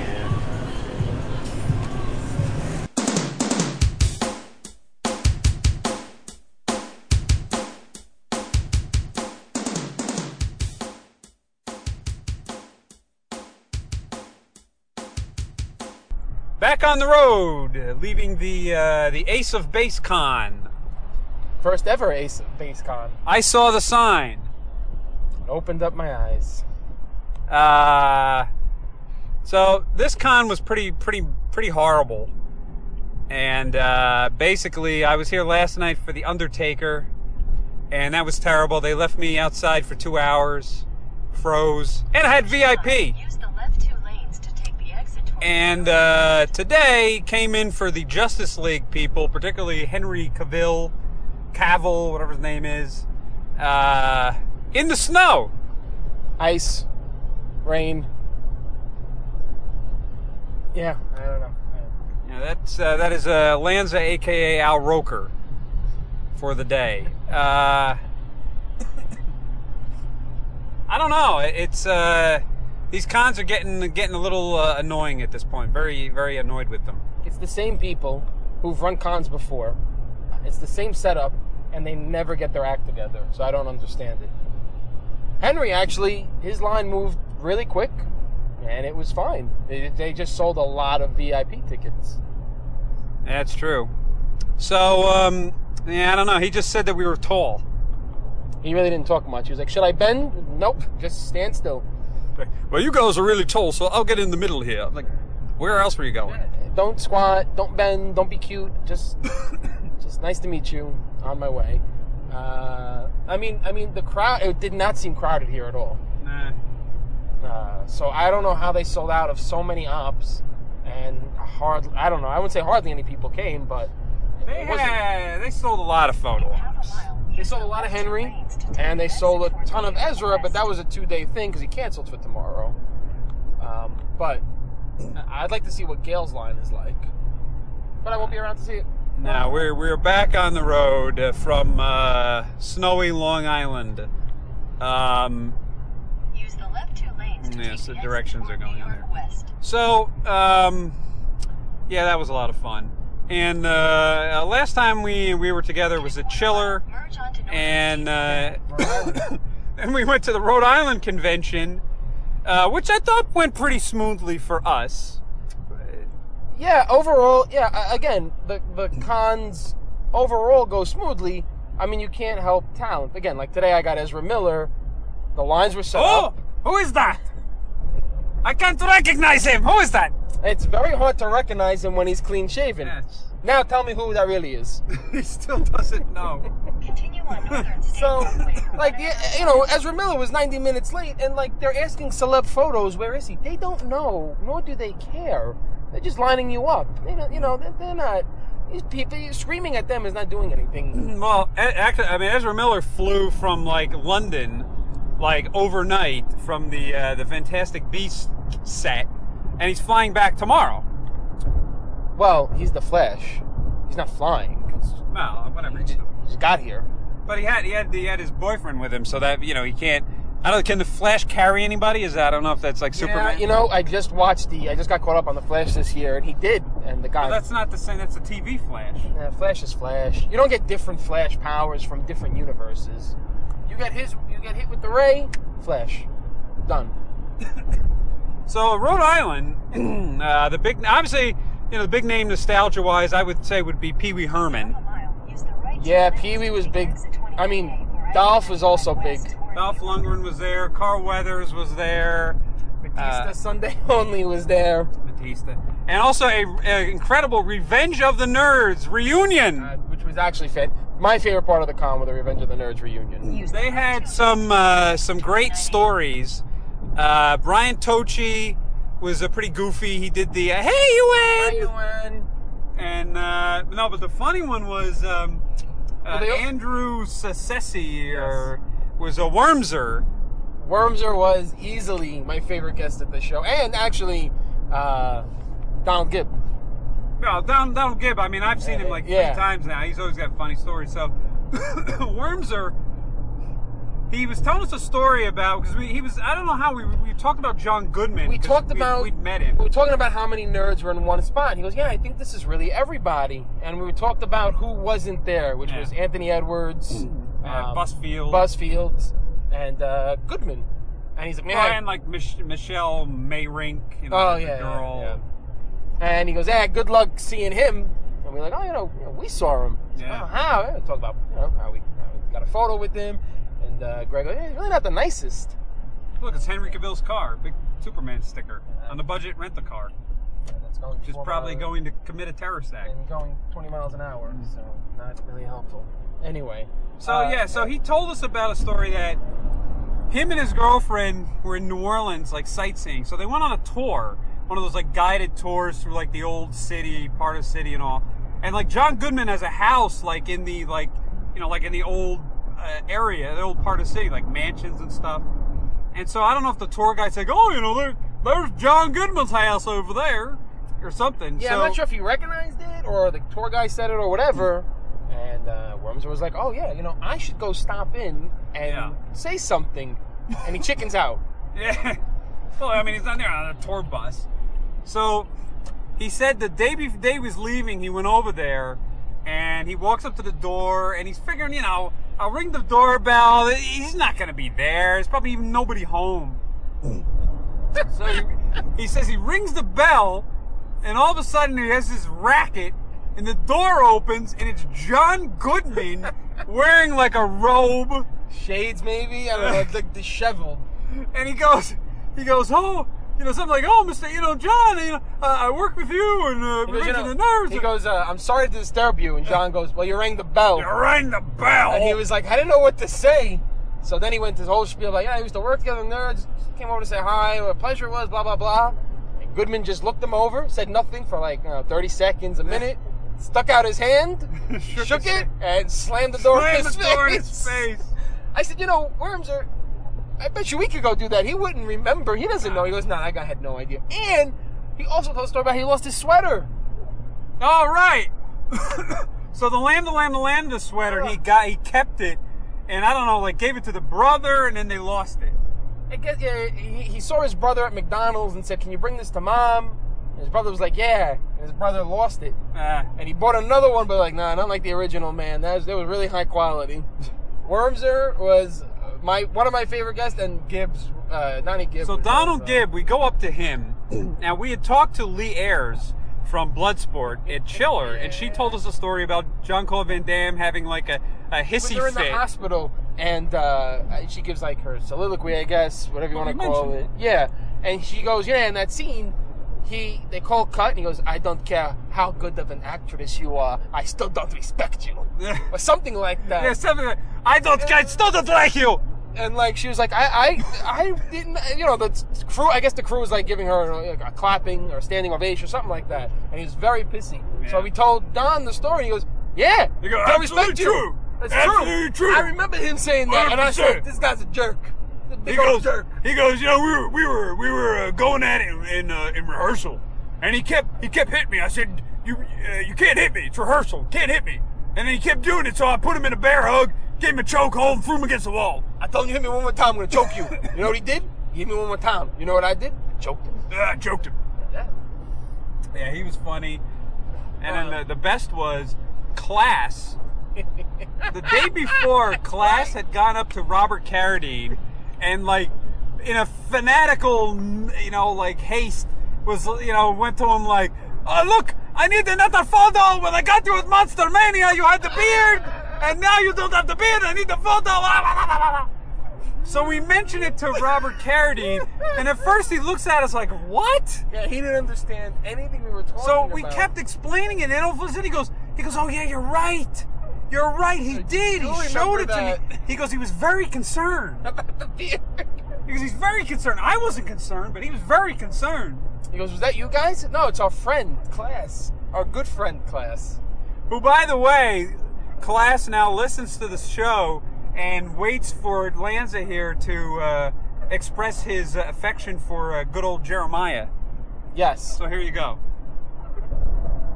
[SPEAKER 5] Back on the road, uh, leaving the uh, the Ace of Base Con.
[SPEAKER 9] First ever Ace Base Con.
[SPEAKER 5] I saw the sign.
[SPEAKER 9] It opened up my eyes.
[SPEAKER 5] Uh, so this con was pretty pretty pretty horrible. And uh, basically, I was here last night for the Undertaker, and that was terrible. They left me outside for two hours, froze, and I had VIP.
[SPEAKER 10] Use the left two lanes to take the exit towards
[SPEAKER 5] And uh, today came in for the Justice League people, particularly Henry Cavill, Cavill, whatever his name is, uh, in the snow.
[SPEAKER 9] Ice, rain. Yeah, I don't know.
[SPEAKER 5] Yeah, that's uh, that is uh, Lanza, aka Al Roker, for the day. Uh, [LAUGHS] I don't know. It- It's uh, these cons are getting getting a little uh, annoying at this point. Very very annoyed with them.
[SPEAKER 9] It's the same people who've run cons before. It's the same setup, and they never get their act together. So I don't understand it. Henry actually, his line moved really quick, and it was fine. They, they just sold a lot of VIP tickets.
[SPEAKER 5] That's true. So um, yeah, I don't know. He just said that we were tall.
[SPEAKER 9] He really didn't talk much. He was like, "Should I bend? Nope, just stand still.
[SPEAKER 5] Well, you guys are really tall, so I'll get in the middle here. I'm like, where else were you going?
[SPEAKER 9] Don't [COUGHS] squat. Don't bend. Don't be cute. Just, just nice to meet you. On my way." Uh, I mean, I mean, the crowd. It did not seem crowded here at all.
[SPEAKER 5] Nah.
[SPEAKER 9] Uh, so I don't know how they sold out of so many ops, and hard. I don't know. I wouldn't say hardly any people came, but
[SPEAKER 5] They
[SPEAKER 9] it wasn't-
[SPEAKER 5] had, they sold a lot of photo ops.
[SPEAKER 9] they sold a lot of Henry, and they sold a ton of Ezra, but that was a two-day thing because he canceled for tomorrow. Um, but I- I'd like to see what Gail's line is like, but I won't be around to see it.
[SPEAKER 5] Now we're we're back on the road uh, from uh, snowy Long Island. Um,
[SPEAKER 10] Use the left two lanes to
[SPEAKER 5] yes, the
[SPEAKER 10] take the
[SPEAKER 5] directions are
[SPEAKER 10] exit toward
[SPEAKER 5] going
[SPEAKER 10] New
[SPEAKER 5] on
[SPEAKER 10] York
[SPEAKER 5] there.
[SPEAKER 10] West.
[SPEAKER 5] So, um, yeah, that was a lot of fun. And uh, uh, last time we we were together was at Chiller,
[SPEAKER 10] Merge onto North
[SPEAKER 5] and uh, [COUGHS] and we went to the Rhode Island convention, uh, which I thought went pretty smoothly for us.
[SPEAKER 9] Yeah, overall, yeah. a- Again, the the cons overall go smoothly. I mean, you can't help talent. Again, like today, I got Ezra Miller. The lines were set
[SPEAKER 5] Oh,
[SPEAKER 9] up.
[SPEAKER 5] who is that? I can't recognize him. Who is that?
[SPEAKER 9] It's very hard to recognize him when he's clean shaven. Now tell me who that really is.
[SPEAKER 5] he still doesn't know.
[SPEAKER 10] Continue on Northern State
[SPEAKER 9] So,
[SPEAKER 10] Roadway.
[SPEAKER 9] like, the, you know, Ezra Miller was 90 minutes late, and like they're asking celeb photos. Where is he? They don't know, nor do they care. They're just lining you up. You know, you know, they're, they're not. These people screaming at them is not doing anything.
[SPEAKER 5] [LAUGHS] Well, e- actually, I mean Ezra Miller flew from like London, like overnight from the uh, the Fantastic Beast set, and he's flying back tomorrow.
[SPEAKER 9] Well, he's the Flash. He's not flying.
[SPEAKER 5] Well, whatever.
[SPEAKER 9] He just, he just got here.
[SPEAKER 5] But he had he had he had his boyfriend with him, so that you know he can't. I don't. Can the Flash carry anybody? Is that, I don't know if that's like Superman.
[SPEAKER 9] Yeah, you know, I just watched the. I just got caught up on the Flash this year, and he did. And the guy.
[SPEAKER 5] Well, that's not the same. That's a TV Flash.
[SPEAKER 9] Yeah, Flash is Flash. You don't get different Flash powers from different universes. You get his. You get hit with the ray. Flash. Done.
[SPEAKER 5] So Rhode Island, [CLEARS THROAT] uh, the big obviously, you know, the big name nostalgia wise, I would say would be Pee Wee Herman.
[SPEAKER 10] Half a mile, use the right two
[SPEAKER 9] Yeah,
[SPEAKER 10] lanes
[SPEAKER 9] Pee Wee
[SPEAKER 10] to
[SPEAKER 9] was
[SPEAKER 10] take
[SPEAKER 9] big.
[SPEAKER 10] exit 28A
[SPEAKER 9] I mean,
[SPEAKER 10] for exit
[SPEAKER 9] Dolph was also big.
[SPEAKER 10] west toward
[SPEAKER 5] Dolph
[SPEAKER 10] New York.
[SPEAKER 5] Lungren was there. Carl Weathers was there.
[SPEAKER 9] Batista Sunday [LAUGHS] only was there.
[SPEAKER 5] Batista. And also a, a incredible Revenge of the Nerds reunion.
[SPEAKER 9] Uh, which was actually fan- my favorite part of the con with the Revenge of the Nerds reunion.
[SPEAKER 10] Use the
[SPEAKER 5] they
[SPEAKER 10] left
[SPEAKER 5] had
[SPEAKER 10] two
[SPEAKER 5] some uh, some great stories. Uh, Brian Tochi was a pretty goofy. He did the uh, "Hey, you win," and uh, no, but the funny one was um, uh,
[SPEAKER 9] Well, they-
[SPEAKER 5] Andrew Sassesi or was a Wormser.
[SPEAKER 9] Wormser was easily my favorite guest at the show, and actually, uh, Donald Gibb.
[SPEAKER 5] No, Donald, Donald Gibb. I mean, I've seen him like three
[SPEAKER 9] Yeah.
[SPEAKER 5] times now. He's always got funny stories. So, [COUGHS] Wormser, he was telling us a story about because he was. I don't know how we we talked about John Goodman.
[SPEAKER 9] We
[SPEAKER 5] 'cause
[SPEAKER 9] talked about
[SPEAKER 5] we'd met him.
[SPEAKER 9] We were talking about how many nerds were in one spot. And he goes, "Yeah, I think this is really everybody." And we talked about who wasn't there, which
[SPEAKER 5] Yeah.
[SPEAKER 9] was Anthony Edwards,
[SPEAKER 5] Uh,
[SPEAKER 9] um,
[SPEAKER 5] Busfield,
[SPEAKER 9] Busfield, and uh, Goodman. And he's like, "Man,
[SPEAKER 5] Brian, like Mich- Michelle Mayrink, you know,
[SPEAKER 9] Oh
[SPEAKER 5] the
[SPEAKER 9] yeah, yeah,
[SPEAKER 5] girl.
[SPEAKER 9] yeah. And he goes, "Ah, good luck seeing him." And we're like, "Oh, you know, you know, we saw him. He's like,
[SPEAKER 5] Yeah.
[SPEAKER 9] "Oh, how?" Yeah, talk about you know how we, how we got a photo with him. And uh, Greg goes, "Yeah, he's really not the nicest."
[SPEAKER 5] Look, it's Henry Cavill's car, big Superman sticker on the budget. Rent the car,
[SPEAKER 9] And that's going
[SPEAKER 5] which is
[SPEAKER 9] four
[SPEAKER 5] probably
[SPEAKER 9] miles-
[SPEAKER 5] going to commit a terrorist act.
[SPEAKER 9] and going 20 miles an hour, so not really helpful. Anyway,
[SPEAKER 5] So
[SPEAKER 9] uh,
[SPEAKER 5] yeah, so he told us about a story that him and his girlfriend were in New Orleans, like sightseeing. So they went on a tour, one of those like guided tours through like the old city, part of the city, and all. And like John Goodman has a house like in the like you know like in the old uh, area, the old part of the city, like mansions and stuff. And so I don't know if the tour guide said, "Oh, you know, there, there's John Goodman's house over there," or something.
[SPEAKER 9] yeah,
[SPEAKER 5] so,
[SPEAKER 9] I'm not sure if he recognized it or the tour guy said it or whatever. And uh, Wormser was like, "Oh yeah, you know, I should go stop in and
[SPEAKER 5] Yeah.
[SPEAKER 9] say something," and he chickens out.
[SPEAKER 5] Yeah. [LAUGHS] Well, I mean, he's not there on a tour bus. So he said the day before day he was leaving, he went over there and he walks up to the door and he's figuring, you know, I'll ring the doorbell. He's not going to be there. There's probably even nobody home. so he, he says he rings the bell and all of a sudden he has this racket and the door opens and it's John Goodman wearing like a robe
[SPEAKER 9] Shades, maybe I don't know, like disheveled.
[SPEAKER 5] and he goes, he goes, oh, you know, something like, oh, Mr. You know, John, you know, I I work with you and uh,
[SPEAKER 9] He goes,
[SPEAKER 5] relieving
[SPEAKER 9] you
[SPEAKER 5] the
[SPEAKER 9] know,
[SPEAKER 5] nerves.
[SPEAKER 9] he goes uh, I'm sorry to disturb you. And John goes, Well, you rang the bell. You
[SPEAKER 5] rang the bell.
[SPEAKER 9] And he was like, I didn't know what to say. So then he went this whole spiel like, Yeah, I used to work together in there. Just came over to say hi. What a pleasure it was, blah, blah, blah. And Goodman just looked him over, said nothing for like uh, 30 seconds, a
[SPEAKER 5] [LAUGHS]
[SPEAKER 9] minute, stuck out his hand, shook, it, and slammed the door, in,
[SPEAKER 5] Slammed
[SPEAKER 9] his
[SPEAKER 5] the door in
[SPEAKER 9] face.
[SPEAKER 5] his face.
[SPEAKER 9] I said, You know, worms are. I bet you we could go do that. He wouldn't remember. He doesn't know. He goes, Nah, that guy had no idea. And he also told a story about he lost his sweater.
[SPEAKER 5] All right. [LAUGHS] so the lamb, the lamb, the lamb, the sweater. He got, he kept it, and I don't know, like gave it to the brother, and then they lost it.
[SPEAKER 9] I guess yeah, he, he saw his brother at McDonald's and said, "Can you bring this to mom?" And his brother was like, "Yeah." And his brother lost it, and he bought another one, but like, nah, not like the original, man. That was, that was really high quality. [LAUGHS] Wormser was my one of my favorite guests, and Gibbs, uh, Donnie Gibbs.
[SPEAKER 5] So Donald Gibb, we go up to him. Now we had talked to Lee Ayers from Bloodsport at Chiller, and she told us a story about John Claude Van Damme having like a, a hissy
[SPEAKER 9] they're in
[SPEAKER 5] fit.
[SPEAKER 9] the hospital, and uh, she gives like her soliloquy, I guess, whatever you
[SPEAKER 5] Well,
[SPEAKER 9] want to
[SPEAKER 5] we
[SPEAKER 9] call it.
[SPEAKER 5] mentioned
[SPEAKER 9] Yeah, and she goes, "Yeah." In that scene, he they call cut, and he goes, "I don't care how good of an actress you are, I still don't respect
[SPEAKER 5] [LAUGHS]
[SPEAKER 9] you," or something like that.
[SPEAKER 5] Yeah, something like I don't, I still don't like you.
[SPEAKER 9] And like she was like, I, I, I didn't, you know, the crew. I guess the crew was like giving her like, a clapping or standing ovation or something like that, and he was very pissy. So we told Don the story. He goes, "Yeah,
[SPEAKER 5] They go,
[SPEAKER 9] I respect
[SPEAKER 5] "Absolutely
[SPEAKER 9] you.
[SPEAKER 5] true.
[SPEAKER 9] That's true.
[SPEAKER 5] Absolutely true.
[SPEAKER 9] I remember him saying that, and I
[SPEAKER 5] 100%.
[SPEAKER 9] said, "This guy's a jerk." The
[SPEAKER 5] He
[SPEAKER 9] big old
[SPEAKER 5] goes,
[SPEAKER 9] jerk.
[SPEAKER 5] he goes, you know, we were, we were, we were uh, going at it in uh, in rehearsal, and he kept, he kept hitting me. I said, you, uh, you can't hit me. It's rehearsal. You Can't hit me. And then he kept doing it, so I put him in a bear hug, gave him a choke hold, and threw him against the wall.
[SPEAKER 9] I told him, hit me one more time, I'm gonna choke you. You know what he did? He hit me one more time. You know what I did? I choked him.
[SPEAKER 5] I choked him. Yeah, he was funny. And then the, the best was class. the day before, class had gone up to Robert Carradine and, like, in a fanatical, you know, like haste, was, you know, went to him like, oh, look, I need another photo. When I got you with Monster Mania, you had the beard, and now you don't have the beard. I need the photo. [LAUGHS] So we mention it to Robert Carradine, and at first he looks at us like, "What?"
[SPEAKER 9] Yeah, he didn't understand anything we were talking
[SPEAKER 5] So we
[SPEAKER 9] about.
[SPEAKER 5] kept explaining it, and all of a sudden he goes, "He goes, oh yeah, you're right, you're right. He did.
[SPEAKER 9] do
[SPEAKER 5] He
[SPEAKER 9] remember
[SPEAKER 5] showed it
[SPEAKER 9] that."
[SPEAKER 5] to me. He goes, he was
[SPEAKER 9] [LAUGHS]
[SPEAKER 5] very concerned about
[SPEAKER 9] the beard.
[SPEAKER 5] Because he's very concerned. I wasn't concerned, but he was very concerned.
[SPEAKER 9] He goes, "Was that you guys?" No, it's our friend class, our good friend class.
[SPEAKER 5] Who, by the way, class now listens to the show and waits for Lanza here to uh, express his uh, affection for uh, good old Jeremiah.
[SPEAKER 9] Yes.
[SPEAKER 5] So here you go.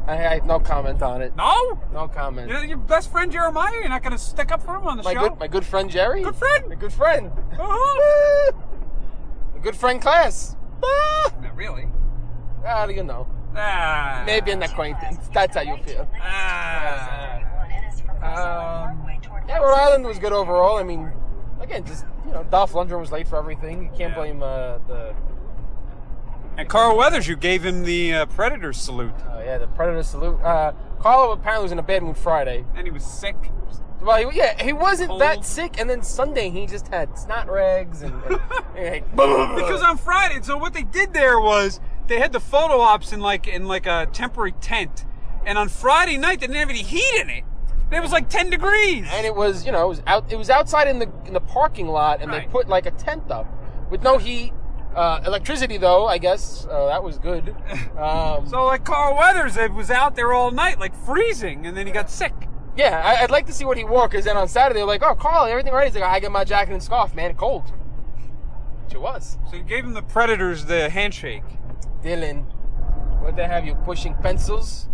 [SPEAKER 9] I had no comment on it.
[SPEAKER 5] No?
[SPEAKER 9] No comment.
[SPEAKER 5] You know, your best friend Jeremiah, you're not going to stick up for him on the
[SPEAKER 9] my
[SPEAKER 5] show?
[SPEAKER 9] good my good friend Jerry? Good
[SPEAKER 5] friend.
[SPEAKER 9] My good friend.
[SPEAKER 5] Uh-huh.
[SPEAKER 9] A good friend class.
[SPEAKER 5] Not really.
[SPEAKER 9] How do you know?
[SPEAKER 5] Ah.
[SPEAKER 9] Maybe an acquaintance. That's how you feel.
[SPEAKER 5] Ah.
[SPEAKER 9] Um, yeah, Rhode Island was good overall. I mean, again, just you know, Dolph Lundgren was late for everything. You can't blame uh, the
[SPEAKER 5] And Carl Weathers, you gave him the uh, Predator salute.
[SPEAKER 9] uh, yeah the Predator salute. Uh, Carlo apparently was in a bad mood Friday.
[SPEAKER 5] And he was sick.
[SPEAKER 9] Well, he, yeah, he wasn't that sick, and then Sunday he just had snot rags and
[SPEAKER 5] [LAUGHS]
[SPEAKER 9] like,
[SPEAKER 5] because on Friday, so what they did there was they had the photo ops in like in like a temporary tent, and on Friday night they didn't have any heat in it. It was like ten degrees,
[SPEAKER 9] and it was you know it was out it was outside in the in the parking lot, and they put like a tent up with no heat, uh, electricity though I guess uh, that was
[SPEAKER 5] [LAUGHS]
[SPEAKER 9] good. Um,
[SPEAKER 5] so like Carl Weathers, it was out there all night, like freezing, and then he got sick.
[SPEAKER 9] Yeah, I, I'd like to see what he wore because then on Saturday they're like, "Oh, Carl, everything ready?" He's like, "I got my jacket and scarf, man. Cold." Which it was.
[SPEAKER 5] So you gave him the Predators the handshake.
[SPEAKER 9] Dylan, what the have you pushing
[SPEAKER 5] [LAUGHS]
[SPEAKER 9] pencils?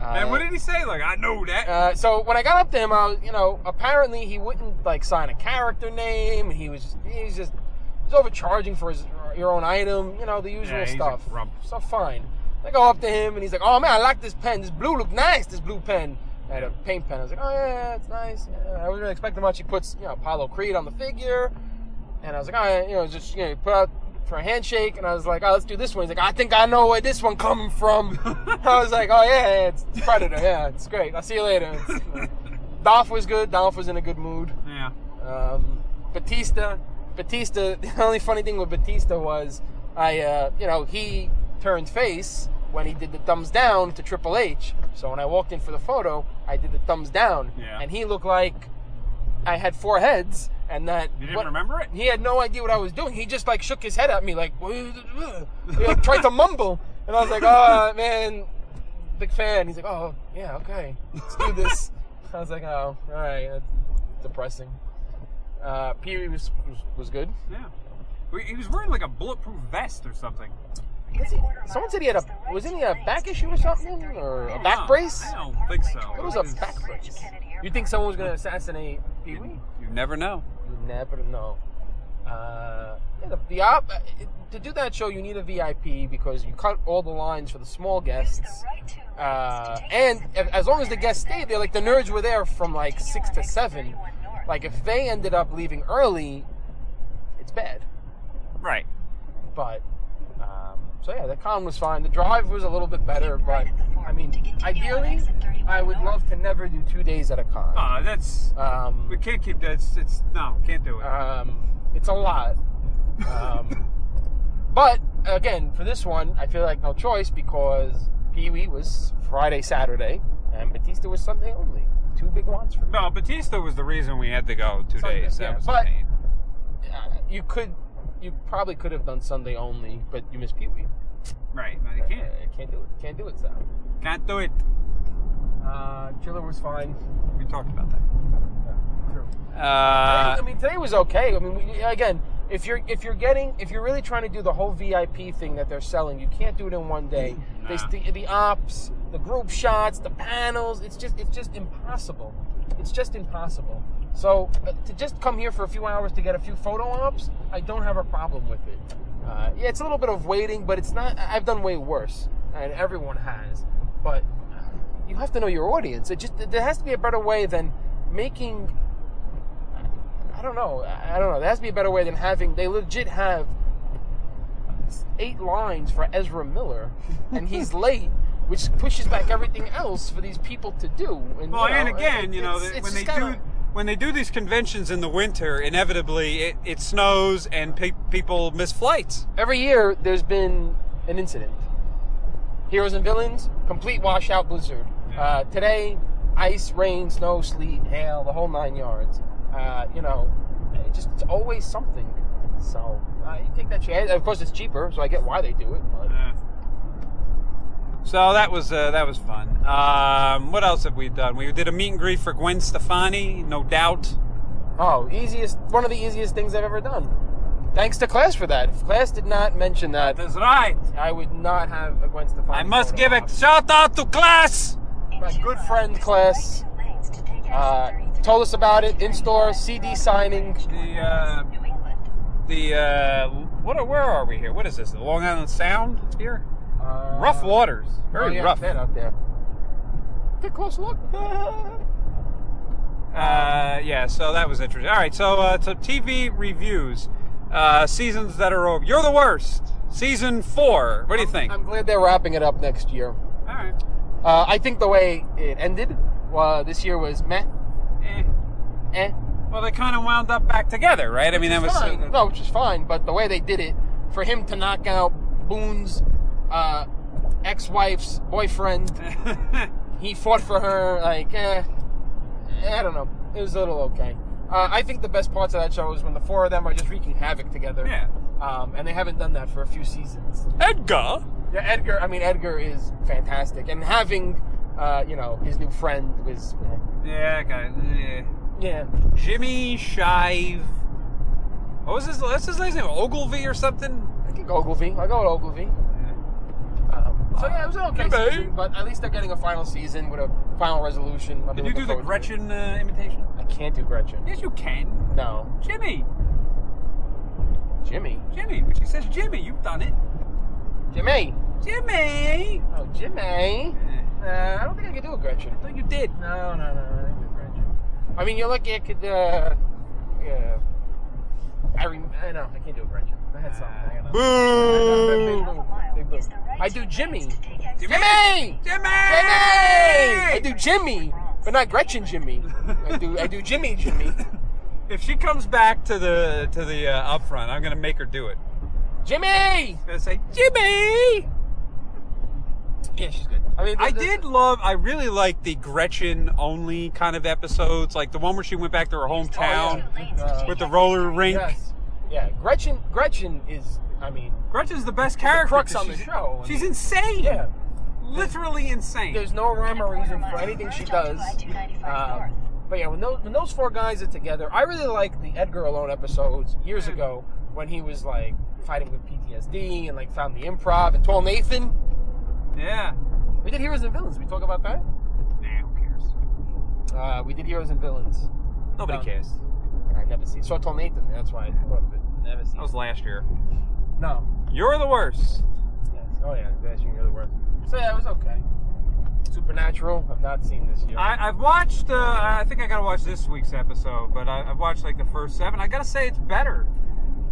[SPEAKER 5] and what did he say? Like I know that.
[SPEAKER 9] Uh, so when I got up to him, I was, you know, apparently he wouldn't like sign a character name. He was just, he was just, he was overcharging for his your own item, you know, the usual
[SPEAKER 5] Yeah, he's a
[SPEAKER 9] stuff.
[SPEAKER 5] grump.
[SPEAKER 9] So fine. I go up to him and he's like, "Oh man, I like this pen. This blue look nice. This blue pen." I had a paint pen. I was like, "Oh yeah, yeah, it's nice. Yeah, I wasn't expecting much." He puts, you know, Apollo Creed on the figure, and I was like, "Oh, yeah," you know, just you know, he put out for a handshake, and I was like, "Oh, let's do this one." He's like, "I think I know where this one coming
[SPEAKER 5] [LAUGHS]
[SPEAKER 9] from." I was like, "Oh yeah, yeah, it's Predator. Yeah, it's great. I'll see you
[SPEAKER 5] [LAUGHS]
[SPEAKER 9] later." Dolph was good. Dolph was in a good mood.
[SPEAKER 5] Yeah.
[SPEAKER 9] [LAUGHS] Um, Batista, Batista. The only funny thing with Batista was I, uh, you know, he turned face when he did the thumbs down to Triple H. So when I walked in for the photo, I did the thumbs down,
[SPEAKER 5] Yeah.
[SPEAKER 9] and he looked like I had four heads, and that you didn't
[SPEAKER 5] remember it.
[SPEAKER 9] He had no idea what I was doing. He just like shook his head at me, like, he, like tried to mumble, and I was like, oh man, big fan. He's like, oh yeah, okay, let's do this. [LAUGHS] I was like, oh, all right, that's depressing. Uh, Pee Wee was, was was good.
[SPEAKER 5] Yeah, he was wearing like a bulletproof vest or something.
[SPEAKER 9] Someone said he had a wasn't he a back issue or something or a back brace?
[SPEAKER 5] I don't think so.
[SPEAKER 9] It was a back brace. You think someone was going to assassinate Pee Wee?
[SPEAKER 5] You never know.
[SPEAKER 9] You never know. Uh, yeah, the, the op, to do that show, you need a VIP because you cut all the lines for the small guests. Uh, and a- as long as the guests stayed there, like the nerds were there from like six to seven. Like if they ended up leaving early, it's bad.
[SPEAKER 5] Right.
[SPEAKER 9] But um, so yeah, the con was fine. The drive was a little bit better, but I mean, ideally, I would love to never do two days at a con.
[SPEAKER 5] Ah, that's
[SPEAKER 9] um,
[SPEAKER 5] we can't keep that. It's, it's no, can't do it.
[SPEAKER 9] Um, it's a lot. Um, [LAUGHS] but again, for this one, I feel like no choice because Pee Wee was Friday, Saturday, and Batista was Sunday only. Two big ones for me.
[SPEAKER 5] No, Batista was the reason we had to go two
[SPEAKER 9] Sunday,
[SPEAKER 5] days. That
[SPEAKER 9] yeah,
[SPEAKER 5] was
[SPEAKER 9] but-
[SPEAKER 5] the pain.
[SPEAKER 9] Uh, you could, you probably could have done Sunday only, but you missed Pee Wee.
[SPEAKER 5] Right, no, you can't.
[SPEAKER 9] Uh, can't do it. Can't do it, Sal.
[SPEAKER 5] Can't do it.
[SPEAKER 9] Uh, Chiller was fine.
[SPEAKER 5] We talked about that.
[SPEAKER 9] Today-
[SPEAKER 5] Uh,
[SPEAKER 9] I mean, today was okay. I mean, we, again, if you're if you're getting if you're really trying to do the whole VIP thing that they're selling, you can't do it in one day. They st- the, ops, the group shots, the panels. It's just it's just impossible. It's just impossible. So uh, to just come here for a few hours to get a few photo ops, I don't have a problem with it. Uh, yeah, it's a little bit of waiting, but it's not. I- I've done way worse, and everyone has. But uh, you have to know your audience. It just there has to be a better way than making I don't know. I I don't know. There has to be a better way than having. They legit have eight lines for Ezra Miller, and he's late, which pushes back everything else for these people to do. And,
[SPEAKER 5] Well,
[SPEAKER 9] you know,
[SPEAKER 5] and again,
[SPEAKER 9] it-
[SPEAKER 5] you know,
[SPEAKER 9] it's-
[SPEAKER 5] that
[SPEAKER 9] it's
[SPEAKER 5] when they
[SPEAKER 9] just kinda-
[SPEAKER 5] do when they do these conventions in the winter, inevitably it, it snows and pe- people miss flights.
[SPEAKER 9] every year there's been an incident. Heroes and villains, complete washout blizzard. Uh, today, ice, rain, snow, sleet, hail, the whole nine yards. Uh, you know, it just it's always something. So uh, you take that chance. Of course, it's cheaper, so I get why they do it. But.
[SPEAKER 5] So that was uh, that was fun. Um, what else have we done? We did a meet and greet for Gwen Stefani, no doubt.
[SPEAKER 9] Oh, easiest one of the easiest things I've ever done. Thanks to class for that. If class did not mention that,
[SPEAKER 5] that's right.
[SPEAKER 9] I would not have a Gwen Stefani.
[SPEAKER 5] I must give a shout out to class.
[SPEAKER 9] My good friend class uh, told us about it in store CD signing.
[SPEAKER 5] The uh, the uh, what? Are, where are we here? What is this? The Long Island Sound here?
[SPEAKER 9] Uh,
[SPEAKER 5] rough waters. Very
[SPEAKER 9] oh, yeah,
[SPEAKER 5] rough.
[SPEAKER 9] they're out there. Take a close
[SPEAKER 5] [LAUGHS]
[SPEAKER 9] look.
[SPEAKER 5] Uh, yeah, so that was interesting. All right, so uh, so TV reviews, uh, seasons that are over. You're the worst. Season four. What do you think?
[SPEAKER 9] I'm glad they're wrapping it up next year.
[SPEAKER 5] All right.
[SPEAKER 9] Uh, I think the way it ended uh, this year was meh.
[SPEAKER 5] Eh.
[SPEAKER 9] Eh.
[SPEAKER 5] Well, they kind of wound up back together, right? I mean, that
[SPEAKER 9] Which
[SPEAKER 5] was
[SPEAKER 9] is fine. no, which is fine. But the way they did it, for him to knock out Boone's uh, ex-wife's
[SPEAKER 5] [LAUGHS]
[SPEAKER 9] boyfriend, he fought for her. Like, eh, I don't know. It was a little okay. Uh, I think the best parts of that show is when the four of them are just wreaking havoc together.
[SPEAKER 5] Yeah.
[SPEAKER 9] Um, and they haven't done that for a few seasons.
[SPEAKER 5] Edgar.
[SPEAKER 9] Yeah, Edgar. I mean, Edgar is fantastic, and having, uh, you know, his new friend was. eh.
[SPEAKER 5] Yeah, guys. Yeah.
[SPEAKER 9] Yeah.
[SPEAKER 5] Jimmy Shive. What was his? What's his last name? Ogilvy or something?
[SPEAKER 9] I think Ogilvy. I go with Ogilvy. Um, so yeah, it was an okay
[SPEAKER 5] Hey,
[SPEAKER 9] season, but at least they're getting a final season with a final resolution. I've been
[SPEAKER 5] Did
[SPEAKER 9] looking
[SPEAKER 5] you do the
[SPEAKER 9] forward to it.
[SPEAKER 5] Gretchen uh, imitation?
[SPEAKER 9] I can't do Gretchen.
[SPEAKER 5] Yes, you can.
[SPEAKER 9] No,
[SPEAKER 5] Jimmy.
[SPEAKER 9] Jimmy.
[SPEAKER 5] Jimmy. But she says Jimmy. You've done it.
[SPEAKER 9] Jimmy.
[SPEAKER 5] Jimmy.
[SPEAKER 9] Oh, Jimmy. Uh, I don't think I could do a Gretchen.
[SPEAKER 5] I thought you did.
[SPEAKER 9] No, no, no, I didn't do Gretchen. I mean, you're lucky I could. Uh, yeah. I rem- I know I can't do a Gretchen. I had something. I gotta-
[SPEAKER 5] Boo!
[SPEAKER 9] Big boom. I do Jimmy.
[SPEAKER 5] Jimmy!
[SPEAKER 9] Jimmy!
[SPEAKER 5] Jimmy!
[SPEAKER 9] Jimmy! I do Jimmy, but not Gretchen Jimmy. I do I do Jimmy Jimmy.
[SPEAKER 5] If she comes back to the to the uh, upfront, I'm gonna make her do it.
[SPEAKER 9] Jimmy!
[SPEAKER 5] Gonna say Jimmy.
[SPEAKER 9] Yeah, she's good. I mean,
[SPEAKER 5] I
[SPEAKER 9] the- the-
[SPEAKER 5] did love. I really like the Gretchen only kind of episodes, like the one where she went back to her hometown with the roller rink.
[SPEAKER 9] Oh, Uh, Yes. Yeah, Gretchen. Gretchen is. I mean,
[SPEAKER 5] Gretchen's the best character.
[SPEAKER 9] crux
[SPEAKER 5] 'cause
[SPEAKER 9] on the
[SPEAKER 5] she's-
[SPEAKER 9] show.
[SPEAKER 5] She's insane.
[SPEAKER 9] Yeah.
[SPEAKER 5] Literally insane.
[SPEAKER 9] There's no rhyme or reason for anything she does. Um, but yeah, when those, when those four guys are together, I really like the Edgar Alone episodes years ago when he was like fighting with PTSD and like found the improv and told Nathan.
[SPEAKER 5] Yeah.
[SPEAKER 9] We did Heroes and Villains. We talk about that.
[SPEAKER 5] Nah, who cares?
[SPEAKER 9] Uh, we did Heroes and Villains.
[SPEAKER 5] Nobody
[SPEAKER 9] Um,
[SPEAKER 5] cares.
[SPEAKER 9] I never see. So I told Nathan. That's why I thought of it. Never see.
[SPEAKER 5] That was last year.
[SPEAKER 9] No.
[SPEAKER 5] You're the worst.
[SPEAKER 9] Yes. Oh yeah, that's you're the worst. So yeah, it was okay. Supernatural. I've not seen this year.
[SPEAKER 5] I, I've watched. Uh, I think I gotta watch this week's episode, but I, I've watched like the first seven. I gotta say it's better,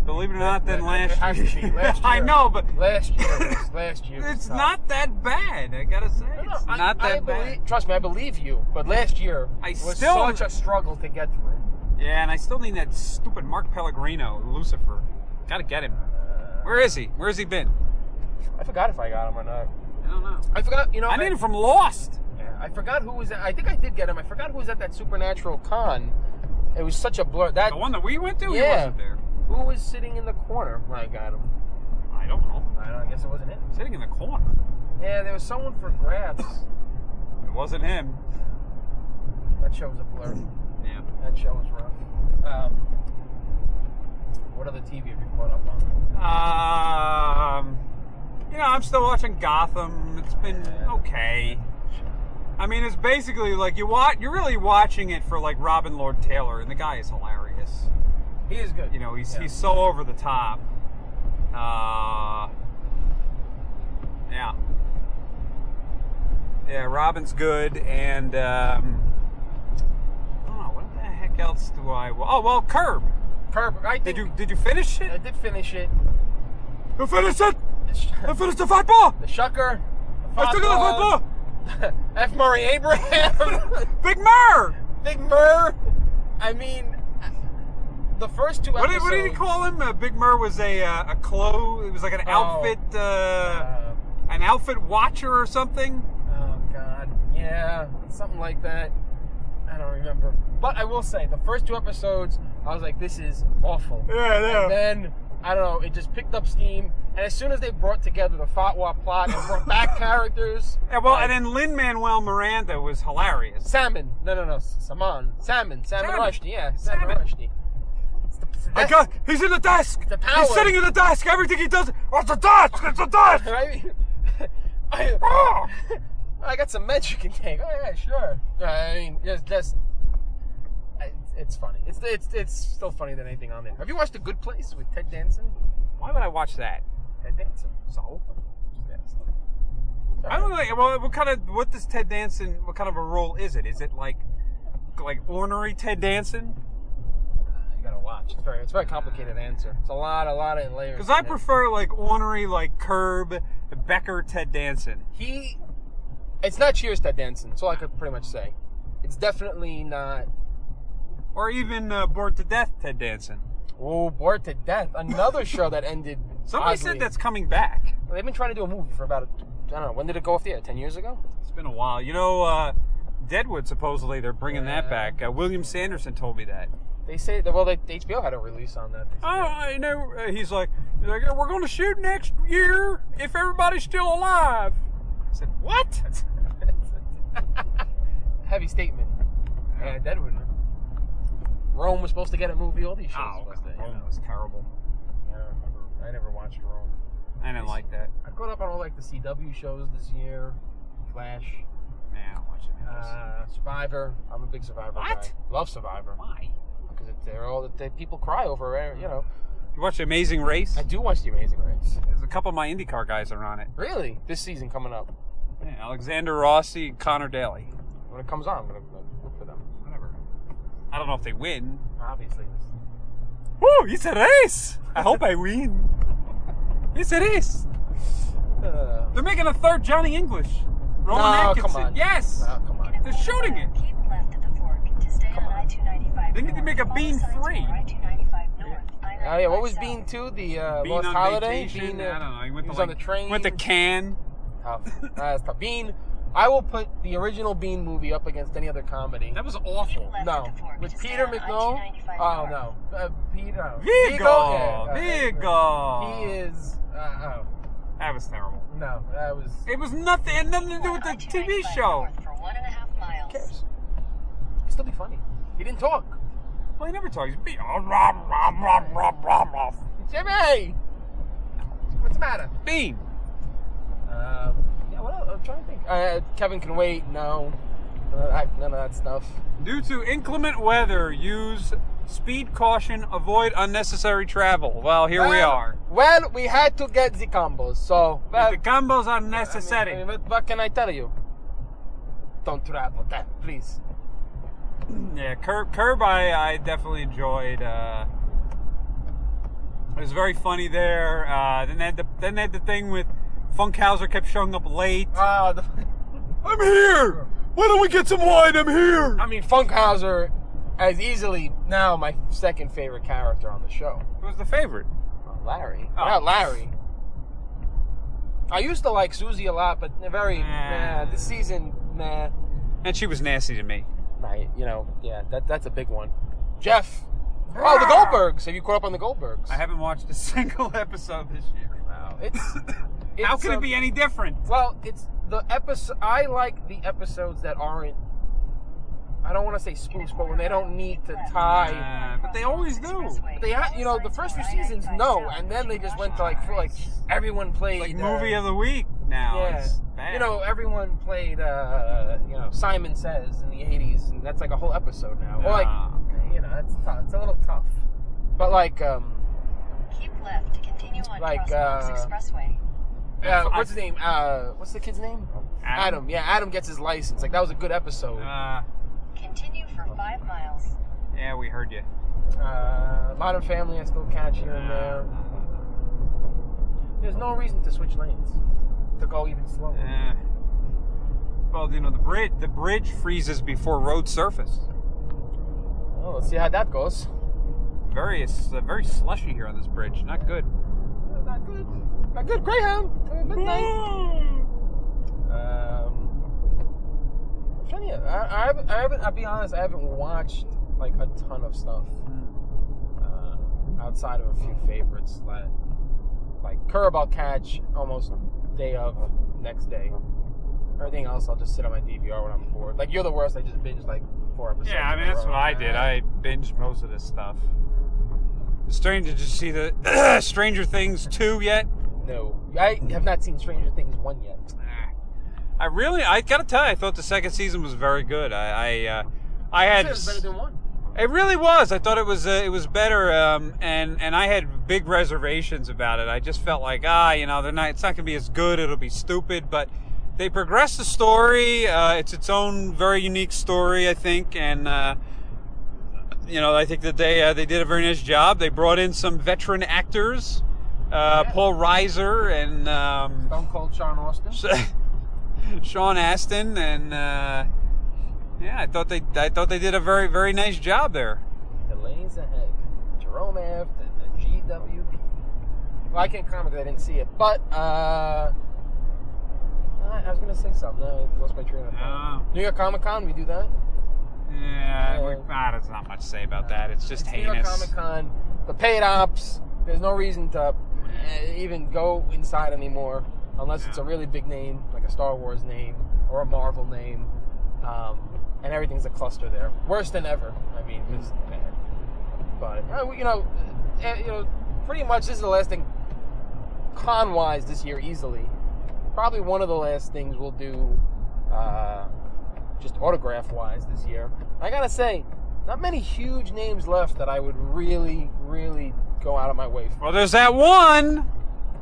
[SPEAKER 5] believe it or not, than last
[SPEAKER 9] Has to be.
[SPEAKER 5] year.
[SPEAKER 9] Last
[SPEAKER 5] [LAUGHS] I
[SPEAKER 9] year.
[SPEAKER 5] know, but
[SPEAKER 9] last year,
[SPEAKER 5] [LAUGHS]
[SPEAKER 9] was, last [LAUGHS] year. was
[SPEAKER 5] it's
[SPEAKER 9] tough.
[SPEAKER 5] not that bad. I gotta say
[SPEAKER 9] No, no,
[SPEAKER 5] it's
[SPEAKER 9] I-
[SPEAKER 5] not
[SPEAKER 9] I
[SPEAKER 5] that bad.
[SPEAKER 9] belie- Trust me, I believe you. But last year
[SPEAKER 5] I
[SPEAKER 9] was
[SPEAKER 5] still-
[SPEAKER 9] such a struggle to get through.
[SPEAKER 5] Yeah, and I still need that stupid Mark Pellegrino, Lucifer. Gotta get him. Where is he? Where's he been?
[SPEAKER 9] I forgot if I got him or not.
[SPEAKER 5] I don't know.
[SPEAKER 9] I forgot. You know,
[SPEAKER 5] I need him from Lost.
[SPEAKER 9] Yeah, I forgot who was. At, I think I did get him. I forgot who was at that Supernatural con. It was such a blur. That
[SPEAKER 5] The one that we went to. He
[SPEAKER 9] Yeah.
[SPEAKER 5] wasn't there.
[SPEAKER 9] who was sitting in the corner when I got him?
[SPEAKER 5] I don't know.
[SPEAKER 9] I don't. I guess it wasn't him.
[SPEAKER 5] Sitting in the corner.
[SPEAKER 9] Yeah, there was someone for grabs.
[SPEAKER 5] It wasn't him.
[SPEAKER 9] That show was a blur.
[SPEAKER 5] Yeah.
[SPEAKER 9] That show was rough. Um, what other TV have you caught up on?
[SPEAKER 5] Um, you know, I'm still watching Gotham. It's been okay. I mean, it's basically like you watch. You're really watching it for like Robin Lord Taylor, and the guy is hilarious.
[SPEAKER 9] He is good.
[SPEAKER 5] You know, he's
[SPEAKER 9] Yeah.
[SPEAKER 5] he's so over the top. Uh, yeah, yeah. Robin's good, and um, I don't know what the heck else do I? wa- Oh well, Curb.
[SPEAKER 9] Curb. I
[SPEAKER 5] Did
[SPEAKER 9] think,
[SPEAKER 5] you did you finish
[SPEAKER 9] I
[SPEAKER 5] it?
[SPEAKER 9] did finish it.
[SPEAKER 5] You finished it.
[SPEAKER 9] The, sh-
[SPEAKER 5] I finished the fat ball.
[SPEAKER 9] the Shucker. the
[SPEAKER 5] I took it off my
[SPEAKER 9] Fatball,
[SPEAKER 5] ball.
[SPEAKER 9] [LAUGHS] F. Murray Abraham. [LAUGHS]
[SPEAKER 5] Big Mer.
[SPEAKER 9] Big Murr. I mean, the first two
[SPEAKER 5] What
[SPEAKER 9] episodes.
[SPEAKER 5] did, what did he call him? Uh, Big Mer was a uh, a clothes. It was like an
[SPEAKER 9] Oh.
[SPEAKER 5] outfit, uh,
[SPEAKER 9] Uh,
[SPEAKER 5] an outfit watcher or something.
[SPEAKER 9] oh God, yeah, something like that. I don't remember. But I will say, the first two episodes, I was like, this is awful.
[SPEAKER 5] Yeah,
[SPEAKER 9] And then I don't know, it just picked up steam. And as soon as they brought together the fatwa plot and brought
[SPEAKER 5] [LAUGHS]
[SPEAKER 9] back characters,
[SPEAKER 5] yeah well, and then Lin Manuel Miranda was hilarious.
[SPEAKER 9] salmon. No, no, no, Saman, salmon, salmon,
[SPEAKER 5] Salmon.
[SPEAKER 9] Rushdie. Yeah, salmon,
[SPEAKER 5] Salmon.
[SPEAKER 9] Rushdie. It's the- it's the
[SPEAKER 5] I
[SPEAKER 9] best- [LAUGHS]
[SPEAKER 5] got, he's in the desk.
[SPEAKER 9] The power.
[SPEAKER 5] He's sitting in the desk. Everything he does, oh, it's a desk. It's a
[SPEAKER 9] [LAUGHS]
[SPEAKER 5] desk.
[SPEAKER 9] right? I, I got some Mexican tank. Oh yeah, sure. I mean, just, just I- it's funny. It's it's it's still funnier than anything on there. Have you watched The Good Place with Ted Danson?
[SPEAKER 5] Why would I watch that?
[SPEAKER 9] Ted Danson. So.
[SPEAKER 5] I don't know. Well, what kind of what does Ted Danson? What kind of a role is it? Is it like like ornery Ted Danson?
[SPEAKER 9] You gotta watch. It's very it's a very complicated answer. It's a lot a lot of layers.
[SPEAKER 5] Because I
[SPEAKER 9] in it.
[SPEAKER 5] prefer like ornery, like Curb, Becker, Ted Danson.
[SPEAKER 9] he. It's not Cheers Ted Danson. That's all I could pretty much say. It's definitely not.
[SPEAKER 5] Or even uh, Bored to Death, Ted Danson.
[SPEAKER 9] Oh, bored to death. Another show that ended.
[SPEAKER 5] Somebody
[SPEAKER 9] oddly.
[SPEAKER 5] said that's coming back.
[SPEAKER 9] They've been trying to do a movie for about, I don't know, when did it go off the air? 10 years ago?
[SPEAKER 5] It's been a while. You know, uh, Deadwood, supposedly, they're bringing
[SPEAKER 9] Yeah.
[SPEAKER 5] that back. Uh, William Sanderson told me that.
[SPEAKER 9] They say, that, well, they, HBO had a release on that. They
[SPEAKER 5] Oh,
[SPEAKER 9] said.
[SPEAKER 5] I know. Uh, he's like, he's like, we're going to shoot next year if everybody's still alive. I said, what?
[SPEAKER 9] Heavy statement. Yeah, Deadwood. huh? Rome was supposed to get a movie, all these shows.
[SPEAKER 5] Oh,
[SPEAKER 9] were supposed to, you
[SPEAKER 5] Rome
[SPEAKER 9] know.
[SPEAKER 5] was terrible.
[SPEAKER 9] I don't remember. I never watched Rome.
[SPEAKER 5] I didn't like that.
[SPEAKER 9] I caught up on all, like, the CW shows this year. Flash.
[SPEAKER 5] Nah, I don't watch it.
[SPEAKER 9] Uh, Survivor. I'm a big Survivor
[SPEAKER 5] What?
[SPEAKER 9] guy. Love Survivor.
[SPEAKER 5] Why?
[SPEAKER 9] Because it- they're all that they, people cry over, eh, you know.
[SPEAKER 5] You watch Amazing Race?
[SPEAKER 9] I do watch The Amazing Race.
[SPEAKER 5] There's a couple of my IndyCar guys are on it.
[SPEAKER 9] Really? This season coming up.
[SPEAKER 5] Yeah, Alexander Rossi, Connor Daly.
[SPEAKER 9] When it comes on, I'm going to look for them.
[SPEAKER 5] Whatever. I don't know if they win.
[SPEAKER 9] Obviously.
[SPEAKER 5] Woo! It's a race. I hope I win. It's a race.
[SPEAKER 9] Uh,
[SPEAKER 5] They're making a third Johnny English.
[SPEAKER 9] No,
[SPEAKER 5] Rowan
[SPEAKER 9] come
[SPEAKER 5] Atkinson.
[SPEAKER 9] on.
[SPEAKER 5] Yes.
[SPEAKER 9] oh, come on.
[SPEAKER 5] They're shooting it.
[SPEAKER 10] Keep left at the fork to stay on I-295
[SPEAKER 5] They need to
[SPEAKER 10] north.
[SPEAKER 5] make a
[SPEAKER 10] Follow
[SPEAKER 5] beam
[SPEAKER 10] signs for
[SPEAKER 5] three.
[SPEAKER 10] I-295 north, I-95
[SPEAKER 9] Oh yeah, what was Bean Two? The uh,
[SPEAKER 5] Bean
[SPEAKER 9] Lost
[SPEAKER 5] on
[SPEAKER 9] Holiday.
[SPEAKER 5] vacation?
[SPEAKER 9] Bean, uh,
[SPEAKER 5] I don't know. He went to,
[SPEAKER 9] was on
[SPEAKER 5] like-
[SPEAKER 9] the train.
[SPEAKER 5] went to Cannes.
[SPEAKER 9] Tough. Nah, that's tough. Bean. I will put the original Bean movie up against any other comedy. That
[SPEAKER 5] was awful.
[SPEAKER 9] No, with Peter McNoll. Oh no, uh, Peter.
[SPEAKER 5] Vigo,
[SPEAKER 9] Yeah, okay.
[SPEAKER 5] Vigo.
[SPEAKER 9] He is. Uh, oh.
[SPEAKER 5] That was terrible.
[SPEAKER 9] No, that was.
[SPEAKER 5] It was nothing. It had nothing to do with the TV show.
[SPEAKER 10] For one and a half miles.
[SPEAKER 9] uh, It'd still be funny. He didn't talk.
[SPEAKER 5] Well, he never talks. He's be- oh, rah, rah, rah, rah, rah, rah.
[SPEAKER 9] Jimmy, what's the matter?
[SPEAKER 5] Bean.
[SPEAKER 9] Um, yeah, what else? I'm trying to think. Uh, Kevin can wait. No, none of that, none of that stuff.
[SPEAKER 5] Due to inclement weather, use speed caution, avoid unnecessary travel. Well, here we
[SPEAKER 9] Well,
[SPEAKER 5] are.
[SPEAKER 9] Well, we had to get the combos, so well,
[SPEAKER 5] the combos are necessary.
[SPEAKER 9] I mean, what, what can I tell you? Don't travel that, please.
[SPEAKER 5] Yeah, Curb, Curb I, I definitely enjoyed. Uh, it was very funny there. Uh, then, they had the, then they had the thing with Funkhauser kept showing up late.
[SPEAKER 9] Ah, the,
[SPEAKER 5] Uh, I'm here! Why don't we get some wine? I'm here!
[SPEAKER 9] I mean, Funkhauser is easily now my second favorite character on the show.
[SPEAKER 5] Who's the favorite?
[SPEAKER 9] Oh, Larry.
[SPEAKER 5] Oh.
[SPEAKER 9] Not Larry. I used to like Susie a lot, but very nah, this season, nah.
[SPEAKER 5] And she was nasty to me.
[SPEAKER 9] Right, you know, yeah, that, that's a big one. Jeff. Oh, the Goldbergs. Have you caught up on the Goldbergs?
[SPEAKER 5] I haven't watched a [LAUGHS] single episode this year. [LAUGHS]
[SPEAKER 9] Wow, it's.
[SPEAKER 5] [COUGHS] How
[SPEAKER 9] it's,
[SPEAKER 5] could
[SPEAKER 9] um,
[SPEAKER 5] it be any different?
[SPEAKER 9] Well, it's the episode. I like the episodes that aren't. I don't want to say spoofs, but when they don't need to tie.
[SPEAKER 5] Uh, but they always do.
[SPEAKER 9] But they had, you know, the first few seasons, no, and then they just went to like, feel like everyone played
[SPEAKER 5] Like
[SPEAKER 9] uh,
[SPEAKER 5] movie of the week now.
[SPEAKER 9] Yeah,
[SPEAKER 5] It's bad.
[SPEAKER 9] you know, everyone played, uh, you know, Simon Says in the '80s, and that's like a whole episode now. Or
[SPEAKER 5] Nah.
[SPEAKER 9] like, you know, that's tough. It's a little tough. But like, um,
[SPEAKER 10] Keep left to continue on
[SPEAKER 9] Like,
[SPEAKER 10] Cross Forks
[SPEAKER 9] uh,
[SPEAKER 10] Expressway.
[SPEAKER 9] uh, what's his name? Uh, what's the kid's name?
[SPEAKER 5] Adam.
[SPEAKER 9] Yeah, Adam gets his license. Like that was a good episode.
[SPEAKER 5] Uh,
[SPEAKER 10] Continue for five miles.
[SPEAKER 5] yeah, we heard you.
[SPEAKER 9] Uh, Modern Family, I still catch here and there. There's no reason to switch lanes, to go even slower.
[SPEAKER 5] Uh, well, you know, the bridge the bridge freezes before road surface.
[SPEAKER 9] Oh, let's see how that goes.
[SPEAKER 5] Very it's, uh, very slushy here on this bridge. Not good.
[SPEAKER 9] Not good. Not good. Greyhound. Uh, midnight. um, I'm trying to. I, I, haven't, I haven't. I'll be honest. I haven't watched like a ton of stuff uh, outside of a few favorites. Like, like Curb, I'll catch almost day of next day. Everything else, I'll just sit on my DVR when I'm bored. Like you're the worst. I just binge like four episodes.
[SPEAKER 5] Yeah, I
[SPEAKER 9] in
[SPEAKER 5] mean
[SPEAKER 9] a
[SPEAKER 5] that's
[SPEAKER 9] row.
[SPEAKER 5] what I did. I binged most of this stuff. Stranger, did you see the [CLEARS THROAT] Stranger Things two yet?
[SPEAKER 9] No, I have not seen Stranger Things one yet.
[SPEAKER 5] I really, I gotta tell you, I thought the second season was very good. I, I, uh, I had,
[SPEAKER 9] It was better than one.
[SPEAKER 5] it really was. I thought it was, uh, it was better. Um, and and I had big reservations about it. I just felt like, ah, you know, they're not. It's not gonna be as good. It'll be stupid. But they progressed the story. Uh, it's its own very unique story, I think. And uh, you know, I think that they uh, they did a very nice job. They brought in some veteran actors, uh, Paul Reiser and. Um, [LAUGHS]
[SPEAKER 9] Stone Cold Sean Austin.
[SPEAKER 5] Sean Aston, and uh, yeah, I thought they I thought they did a very very nice job there.
[SPEAKER 9] The lanes ahead. Jerome F. The, the GW. Well, I can't comment because I didn't see it, but uh, I, I was gonna say something. No, I lost my train of thought. New York Comic Con, we do that.
[SPEAKER 5] Oh, Yeah, we, ah, there's not much to say about that. It's just
[SPEAKER 9] New York
[SPEAKER 5] heinous.
[SPEAKER 9] Comic Con, the paid ops. There's no reason to eh, even go inside anymore unless it's a really big name, like a Star Wars name or a Marvel name, um, and everything's a cluster there. Worse than ever. I mean, it's
[SPEAKER 5] Mm.
[SPEAKER 9] bad. But uh, we- you know, eh, you know, pretty much this is the last thing con-wise this year easily. Probably one of the last things we'll do. Uh, just autograph wise this year. I gotta say, not many huge names left that I would really, really go out of my way for.
[SPEAKER 5] Well, there's that one.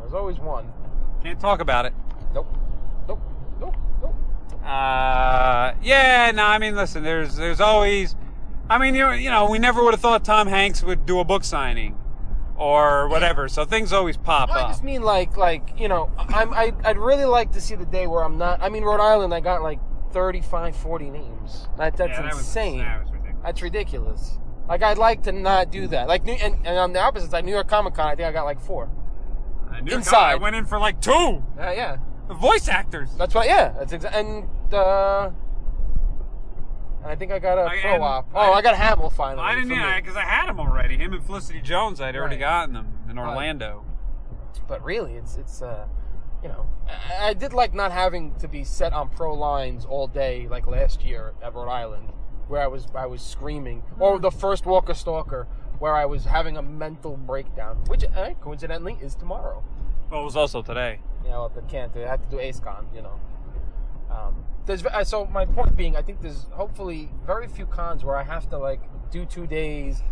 [SPEAKER 9] There's always one.
[SPEAKER 5] Can't talk about it.
[SPEAKER 9] Nope. Nope. Nope. Nope.
[SPEAKER 5] Uh, yeah, no, I mean, listen, there's there's always, I mean, you you know, we never would have thought Tom Hanks would do a book signing, or whatever. So things always pop
[SPEAKER 9] I
[SPEAKER 5] up.
[SPEAKER 9] just mean like, like you know, I'm, I, I'd really like to see the day where I'm not. I mean, Rhode Island, I got like 35, 40 names. That, that's
[SPEAKER 5] Yeah, that was-
[SPEAKER 9] insane.
[SPEAKER 5] that was ridiculous.
[SPEAKER 9] That's ridiculous. Like I'd like to not do that. Like New- and, and on the opposite side, New York Comic Con, I think I got like four.
[SPEAKER 5] New York
[SPEAKER 9] Inside,
[SPEAKER 5] Comic- I went in for like two.
[SPEAKER 9] Uh, yeah,
[SPEAKER 5] the voice actors.
[SPEAKER 9] That's right. Yeah, that's exactly. And uh, and I think I got a
[SPEAKER 5] I-
[SPEAKER 9] throw
[SPEAKER 5] and
[SPEAKER 9] op. Oh, I, got Hamill finally.
[SPEAKER 5] I didn't
[SPEAKER 9] for
[SPEAKER 5] yeah,
[SPEAKER 9] me.
[SPEAKER 5] because I had him already. Him and Felicity Jones, I'd already
[SPEAKER 9] Right.
[SPEAKER 5] gotten them in
[SPEAKER 9] Right.
[SPEAKER 5] Orlando.
[SPEAKER 9] But really, it's it's uh, you know, I, I did like not having to be set on pro lines all day like last year at Rhode Island, where I was I was screaming,
[SPEAKER 5] Hmm.
[SPEAKER 9] or the first Walker Stalker, where I was having a mental breakdown, which uh, coincidentally is tomorrow.
[SPEAKER 5] Well, it was also today.
[SPEAKER 9] Yeah, well, they can't. They have to do AceCon, you know. Um, there's uh, so my point being, I think there's hopefully very few cons where I have to like do two days,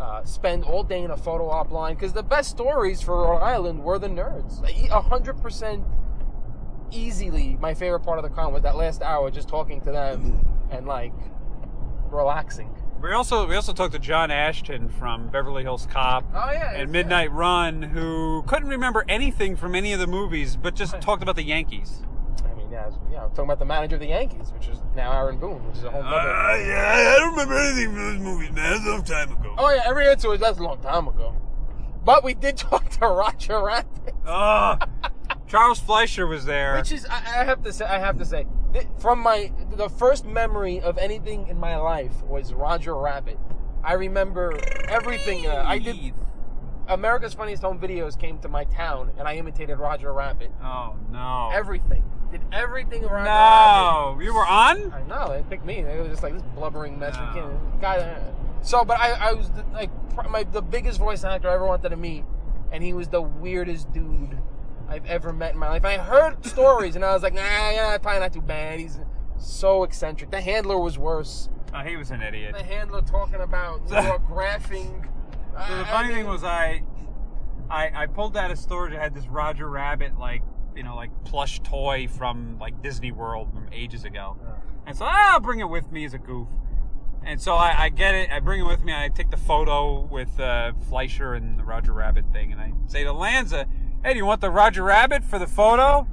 [SPEAKER 9] uh, spend all day in a photo op line because the best stories for Rhode Island were the nerds. Like, e- A hundred percent, easily my favorite part of the con was that last hour just talking to them and like relaxing.
[SPEAKER 5] We also we also talked to John Ashton from Beverly Hills Cop.
[SPEAKER 9] Oh, yeah,
[SPEAKER 5] And Midnight Run, who couldn't remember anything from any of the movies, but just talked about the Yankees.
[SPEAKER 9] I mean, yeah, I was- yeah, I'm talking about the manager of the Yankees, which is now Aaron Boone, which is a whole. nother-
[SPEAKER 5] Uh, yeah, I don't remember anything from those movies, man. That's a long time [LAUGHS] ago.
[SPEAKER 9] Oh yeah, every answer was that's a long time ago. But we did [LAUGHS] talk to Roger Rabbit,
[SPEAKER 5] Oh, Charles Fleischer was there.
[SPEAKER 9] which is I, I have to say I have to say th- from my the first memory of anything in my life was Roger Rabbit. I remember everything. Uh, I did. America's Funniest Home Videos came to my town, and I imitated Roger Rabbit.
[SPEAKER 5] Oh no!
[SPEAKER 9] Everything did everything Roger
[SPEAKER 5] no,
[SPEAKER 9] Rabbit.
[SPEAKER 5] you were on.
[SPEAKER 9] I know they picked me. They were just like this blubbering mess. We can't, guy. uh, So, but I, I was the, like pr- my the biggest voice actor I ever wanted to meet, and he was the weirdest dude I've ever met in my life. I heard stories, and I was like, nah, yeah, probably not too bad. He's so eccentric. The handler was worse.
[SPEAKER 5] Oh, he was an idiot.
[SPEAKER 9] The handler talking [LAUGHS] about New York graphing.
[SPEAKER 5] So the
[SPEAKER 9] I- I
[SPEAKER 5] funny thing
[SPEAKER 9] mean-
[SPEAKER 5] was I, I I pulled out of storage. I had this Roger Rabbit like you know like plush toy from like Disney World from ages ago, and so ah, I'll bring it with me as a goof. And so I, I get it. I bring it with me. I take the photo with uh, Fleischer and the Roger Rabbit thing, and I say to Lanza, "Hey, do you want the Roger Rabbit for the photo?"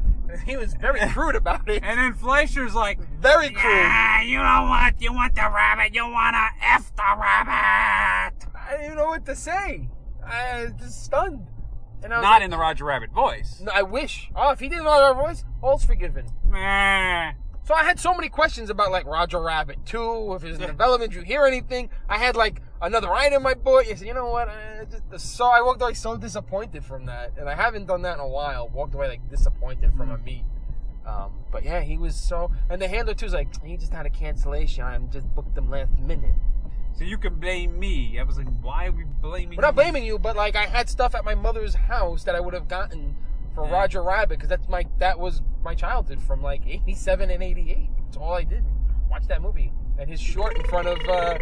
[SPEAKER 9] He was very crude about it.
[SPEAKER 5] And then Fleischer's like,
[SPEAKER 9] "Very crude.
[SPEAKER 5] Yeah, you know what? You want the rabbit? You wanna f the rabbit?"
[SPEAKER 9] I didn't know what to say. I was just stunned. And I was
[SPEAKER 5] Not
[SPEAKER 9] like-
[SPEAKER 5] in the Roger Rabbit voice.
[SPEAKER 9] No, I wish. Oh, if he didn't know that voice, all's forgiven. So I had so many questions about like Roger Rabbit 2, if his development, did you hear anything? I had like another item I bought. You said, you know what? I just, the- so I walked away so disappointed from that, and I haven't done that in a while. Walked away like disappointed from a meet. Um, but yeah, he was so. And the handler too is like, he just had a cancellation. I just booked him last minute.
[SPEAKER 5] So you can blame me. I was like, why are we blaming?
[SPEAKER 9] We're not blaming you, but like I had stuff at my mother's house that I would have gotten for
[SPEAKER 5] Yeah.
[SPEAKER 9] Roger Rabbit because that's my that was my childhood from like '87 and '88. That's all I did. Watch that movie and his short in front of uh,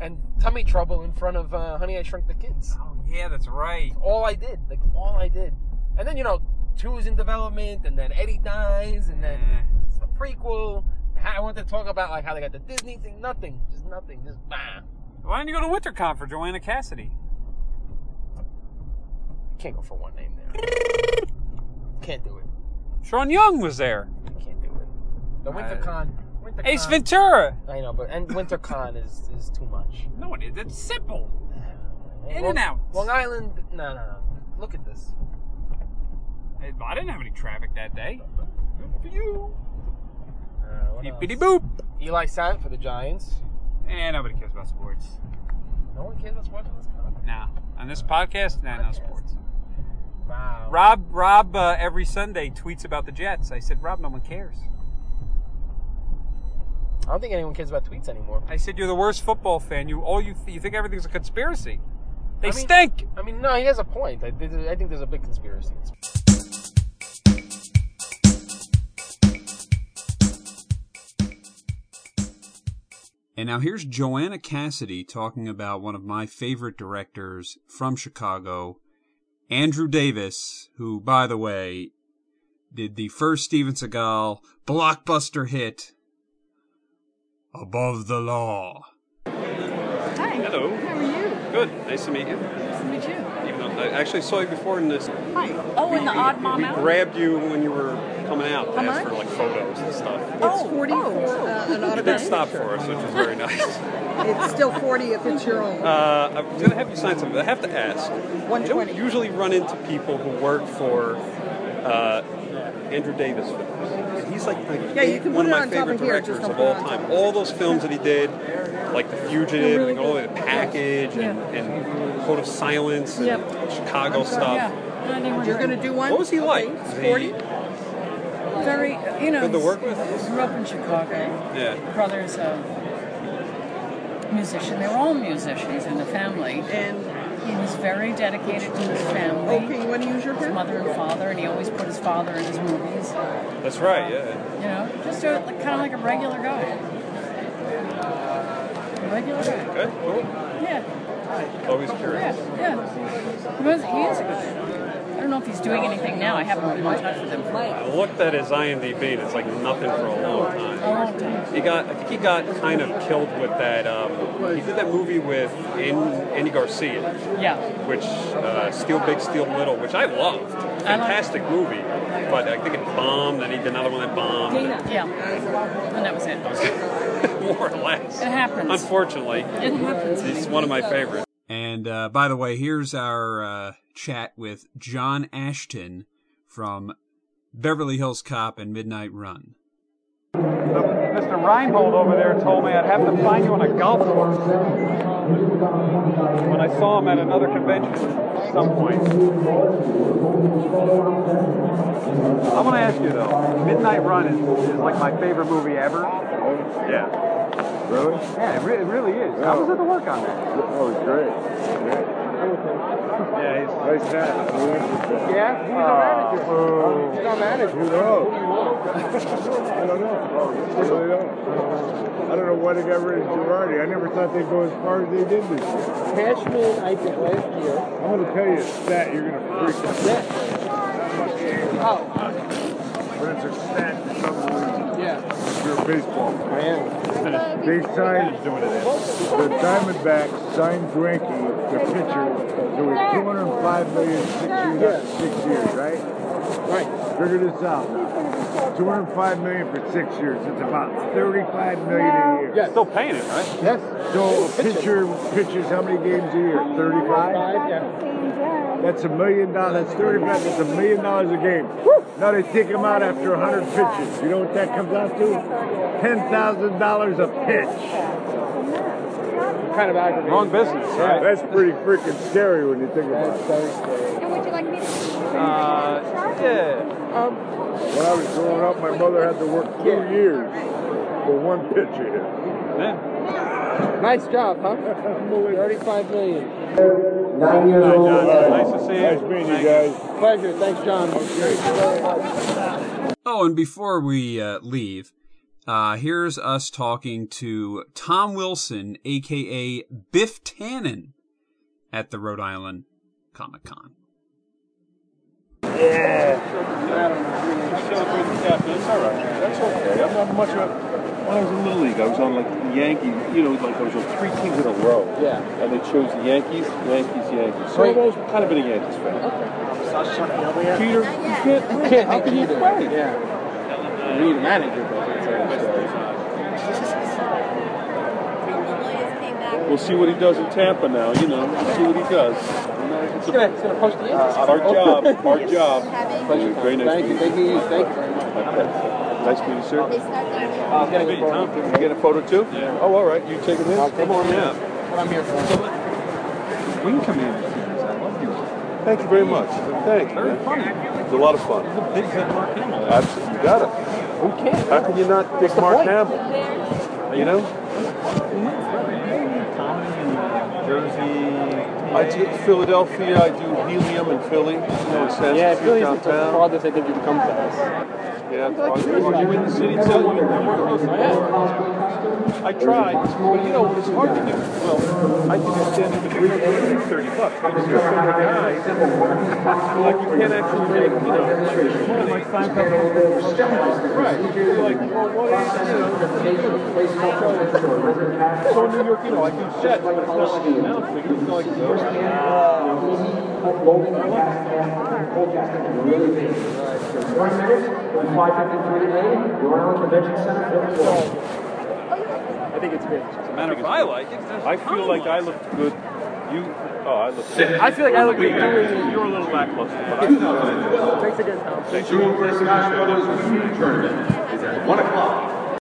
[SPEAKER 9] and tummy trouble in front of uh, Honey I Shrunk the Kids.
[SPEAKER 5] Oh yeah, that's right.
[SPEAKER 9] All I did, like all I did, and then you know two is in development, and then Eddie dies, and then it's a prequel. I want to talk about like how they got the Disney thing. Nothing, just nothing, just bah.
[SPEAKER 5] Why didn't you go to WinterCon for Joanna Cassidy?
[SPEAKER 9] Can't go for one name there. Can't do it.
[SPEAKER 5] Sean Young was there.
[SPEAKER 9] Can't do it. The WinterCon. WinterCon
[SPEAKER 5] Ace Ventura.
[SPEAKER 9] I know, but and WinterCon is is too much.
[SPEAKER 5] No, it is. It's simple. In
[SPEAKER 9] Long-
[SPEAKER 5] and out.
[SPEAKER 9] Long Island. No, no, no. Look at this.
[SPEAKER 5] I I didn't have any traffic that day. Good for you.
[SPEAKER 9] Uh, what else?
[SPEAKER 5] Bippity boop.
[SPEAKER 9] Eli Sant for the Giants.
[SPEAKER 5] Eh, nobody cares about sports.
[SPEAKER 9] No one cares what's watching this con.
[SPEAKER 5] Nah. On this podcast, nah, no sports.
[SPEAKER 9] Wow.
[SPEAKER 5] Rob, Rob, uh, every Sunday tweets about the Jets. I said, Rob, no one cares.
[SPEAKER 9] I don't think anyone cares about tweets anymore.
[SPEAKER 5] I said, you're the worst football fan. You all you you think everything's a conspiracy. They
[SPEAKER 9] I mean-
[SPEAKER 5] stink.
[SPEAKER 9] I mean, no, he has a point. I, I think there's a big conspiracy.
[SPEAKER 11] And now here's Joanna Cassidy talking about one of my favorite directors from Chicago, Andrew Davis, who, by the way, did the first Steven Seagal blockbuster hit, Above the Law.
[SPEAKER 10] Hi.
[SPEAKER 12] Hello.
[SPEAKER 10] How are you?
[SPEAKER 12] Good. Nice to meet you.
[SPEAKER 10] Nice to meet you.
[SPEAKER 12] Even though I actually saw you before in this.
[SPEAKER 10] Hi. Oh, in the Odd Mom
[SPEAKER 12] We
[SPEAKER 10] Out?
[SPEAKER 12] grabbed you when you were
[SPEAKER 13] coming out to
[SPEAKER 14] How
[SPEAKER 13] ask
[SPEAKER 14] much?
[SPEAKER 13] for like photos and stuff.
[SPEAKER 14] It's 40
[SPEAKER 15] Oh,
[SPEAKER 14] uh, an
[SPEAKER 13] But they
[SPEAKER 14] autograph.
[SPEAKER 13] stopped for us, which is very nice.
[SPEAKER 14] It's still 40 if it's your own.
[SPEAKER 13] Uh, I'm going to have you sign something. I have to ask. You don't usually run into people who work for uh, Andrew Davis films. And he's like, like
[SPEAKER 14] Yeah, you can
[SPEAKER 13] one
[SPEAKER 14] put
[SPEAKER 13] of
[SPEAKER 14] it
[SPEAKER 13] my
[SPEAKER 14] on top
[SPEAKER 13] favorite
[SPEAKER 14] of here, just
[SPEAKER 13] directors
[SPEAKER 14] don't
[SPEAKER 13] of
[SPEAKER 14] put it
[SPEAKER 13] all
[SPEAKER 14] on top
[SPEAKER 13] time. All those films that he did, like The Fugitive, and all the way to Package, and, and Code of Silence, and Chicago stuff.
[SPEAKER 14] You're going to do one?
[SPEAKER 13] What was he like? Was he-
[SPEAKER 15] Very, you know.
[SPEAKER 13] Good to work with?
[SPEAKER 15] Grew up in Chicago.
[SPEAKER 13] Yeah.
[SPEAKER 15] Brother's uh, a musician. They were all musicians in the family. And he was very dedicated to his family. Okay, you want to use your His mother and father, and he always put his father in his movies.
[SPEAKER 13] That's right, yeah.
[SPEAKER 15] You know, just a, like, kind of like a regular guy. A regular guy.
[SPEAKER 13] Good, cool.
[SPEAKER 15] Yeah.
[SPEAKER 13] Always curious.
[SPEAKER 15] Yeah, yeah. He, was, he is a good I don't know if he's doing anything now. I haven't been in touch with him for a
[SPEAKER 13] I looked at his IMDb and it's like nothing for a
[SPEAKER 14] Oh,
[SPEAKER 13] long time. He got, I think he got kind of killed with that. Um, he did that movie with An- Andy Garcia,
[SPEAKER 15] Yeah.
[SPEAKER 13] which uh, Steal Big, Steal Little, which I loved. Fantastic movie, but I think it bombed. Then he did another one that bombed.
[SPEAKER 15] Yeah. And that was
[SPEAKER 13] [LAUGHS]
[SPEAKER 15] it.
[SPEAKER 13] More or less.
[SPEAKER 15] It happens.
[SPEAKER 13] Unfortunately,
[SPEAKER 15] It happens.
[SPEAKER 13] He's one of my favorites.
[SPEAKER 5] And uh, by the way, here's our uh, chat with John Ashton from Beverly Hills Cop and Midnight Run.
[SPEAKER 13] Mr. Reinbold over there told me I'd have to find you on a golf course. When I saw him at another convention at some point. I want to ask you though, Midnight Run is, is like my favorite movie ever. Yeah.
[SPEAKER 12] Really?
[SPEAKER 13] Yeah, it, re- it really is. I was at the work on that?
[SPEAKER 12] That was great.
[SPEAKER 13] Yeah, he's
[SPEAKER 12] nice hat.
[SPEAKER 13] Yeah,
[SPEAKER 12] he's a manager. he's a manager. Ah. Who knows? I don't know. I really don't. I don't know what it got rid of Girardi. I never thought they'd go as far as they did this year.
[SPEAKER 16] Cashman, I think last year.
[SPEAKER 12] I'm going to tell you a stat. You're going to freak out.
[SPEAKER 16] Oh,
[SPEAKER 12] But it's a stat for some reason.
[SPEAKER 16] yeah.
[SPEAKER 12] You're a baseball fan. They signed the Diamondbacks signed Greinke, the pitcher, to a 205 million six years, six years, right? Right. Figure this out. 205 million for six years. It's about 35 million a year.
[SPEAKER 13] Yeah, still paying it, right?
[SPEAKER 12] Yes. So a pitcher pitches how many games a year? 35. That's a million dollars. That's 35. That's a million dollars a game. Now they take him out after 100 pitches. You know what that comes out to? $10,000 a pitch.
[SPEAKER 16] Kind of aggravating.
[SPEAKER 12] Wrong business,
[SPEAKER 16] right?
[SPEAKER 12] That's pretty freaking scary when you think about it.
[SPEAKER 16] And would you like me to?
[SPEAKER 12] Uh, yeah. when I was growing up, my mother had to work two years for one pitch of hit.
[SPEAKER 16] Nice job, huh? [LAUGHS] Thirty-five million.
[SPEAKER 12] Nine years old. Nice
[SPEAKER 13] to see
[SPEAKER 12] you. Nice meeting you guys.
[SPEAKER 16] Pleasure. Thanks, John.
[SPEAKER 5] Oh, and before we uh, leave, uh, here's us talking to Tom Wilson, aka Biff Tannen, at the Rhode Island Comic Con.
[SPEAKER 12] That's okay. I'm not much of. When I was in Little League, I was on like the Yankees. You know, like I was on three teams in a row. Yeah. And they chose the Yankees, Yankees, Yankees. So I've always kind of been a Yankees fan. Okay. Peter, you can't, you can't. How can you play? Yeah.
[SPEAKER 16] You need a manager, but it's
[SPEAKER 12] We'll see what he does in Tampa now. You know, we'll see what he does. It's gonna, it's gonna push the Yankees. our job. [LAUGHS] Our job. Pleasure. Very nice
[SPEAKER 16] Thank you.
[SPEAKER 12] meeting
[SPEAKER 16] Thank you. Thank you very much.
[SPEAKER 12] Okay. Nice meeting you, sir.
[SPEAKER 16] Uh, can I get a photo?
[SPEAKER 12] Can we get a photo too? Yeah. Oh, all right. You take it in. Come on in.
[SPEAKER 16] What I'm here for.
[SPEAKER 12] We can come in. I love you. Thank you very much. Thank you. Very fun. It's a lot of fun. Big Mark Hamill. Absolutely. You got it. We can. How can you not pick Mark Hamill? You know?
[SPEAKER 6] Jersey.
[SPEAKER 12] I do Philadelphia. I do helium in Philly. You know, in San
[SPEAKER 16] Yeah,
[SPEAKER 12] Francisco
[SPEAKER 16] Philly's the
[SPEAKER 12] downtown.
[SPEAKER 16] farthest I think you've come to us.
[SPEAKER 12] Yeah, are you in the city too? I tried, but you know, it's hard to do. Well, I think I stand up and do everything for thirty bucks. I just go from the guys, like you can't actually make, you know, money. Like Seinfeld. Right. You're like, well, what is, you know. So in New York, you know, I do sets, but it's not like an amount, figure. it's not like. uh, I think it's great. As
[SPEAKER 17] a matter of I like it.
[SPEAKER 4] I feel like I look good. You, oh, I look.
[SPEAKER 12] I feel like I look
[SPEAKER 4] Wait,
[SPEAKER 12] good.
[SPEAKER 4] You're a little lackluster. but I-
[SPEAKER 12] Thanks again, Tom.
[SPEAKER 4] Thank you.
[SPEAKER 12] One o'clock.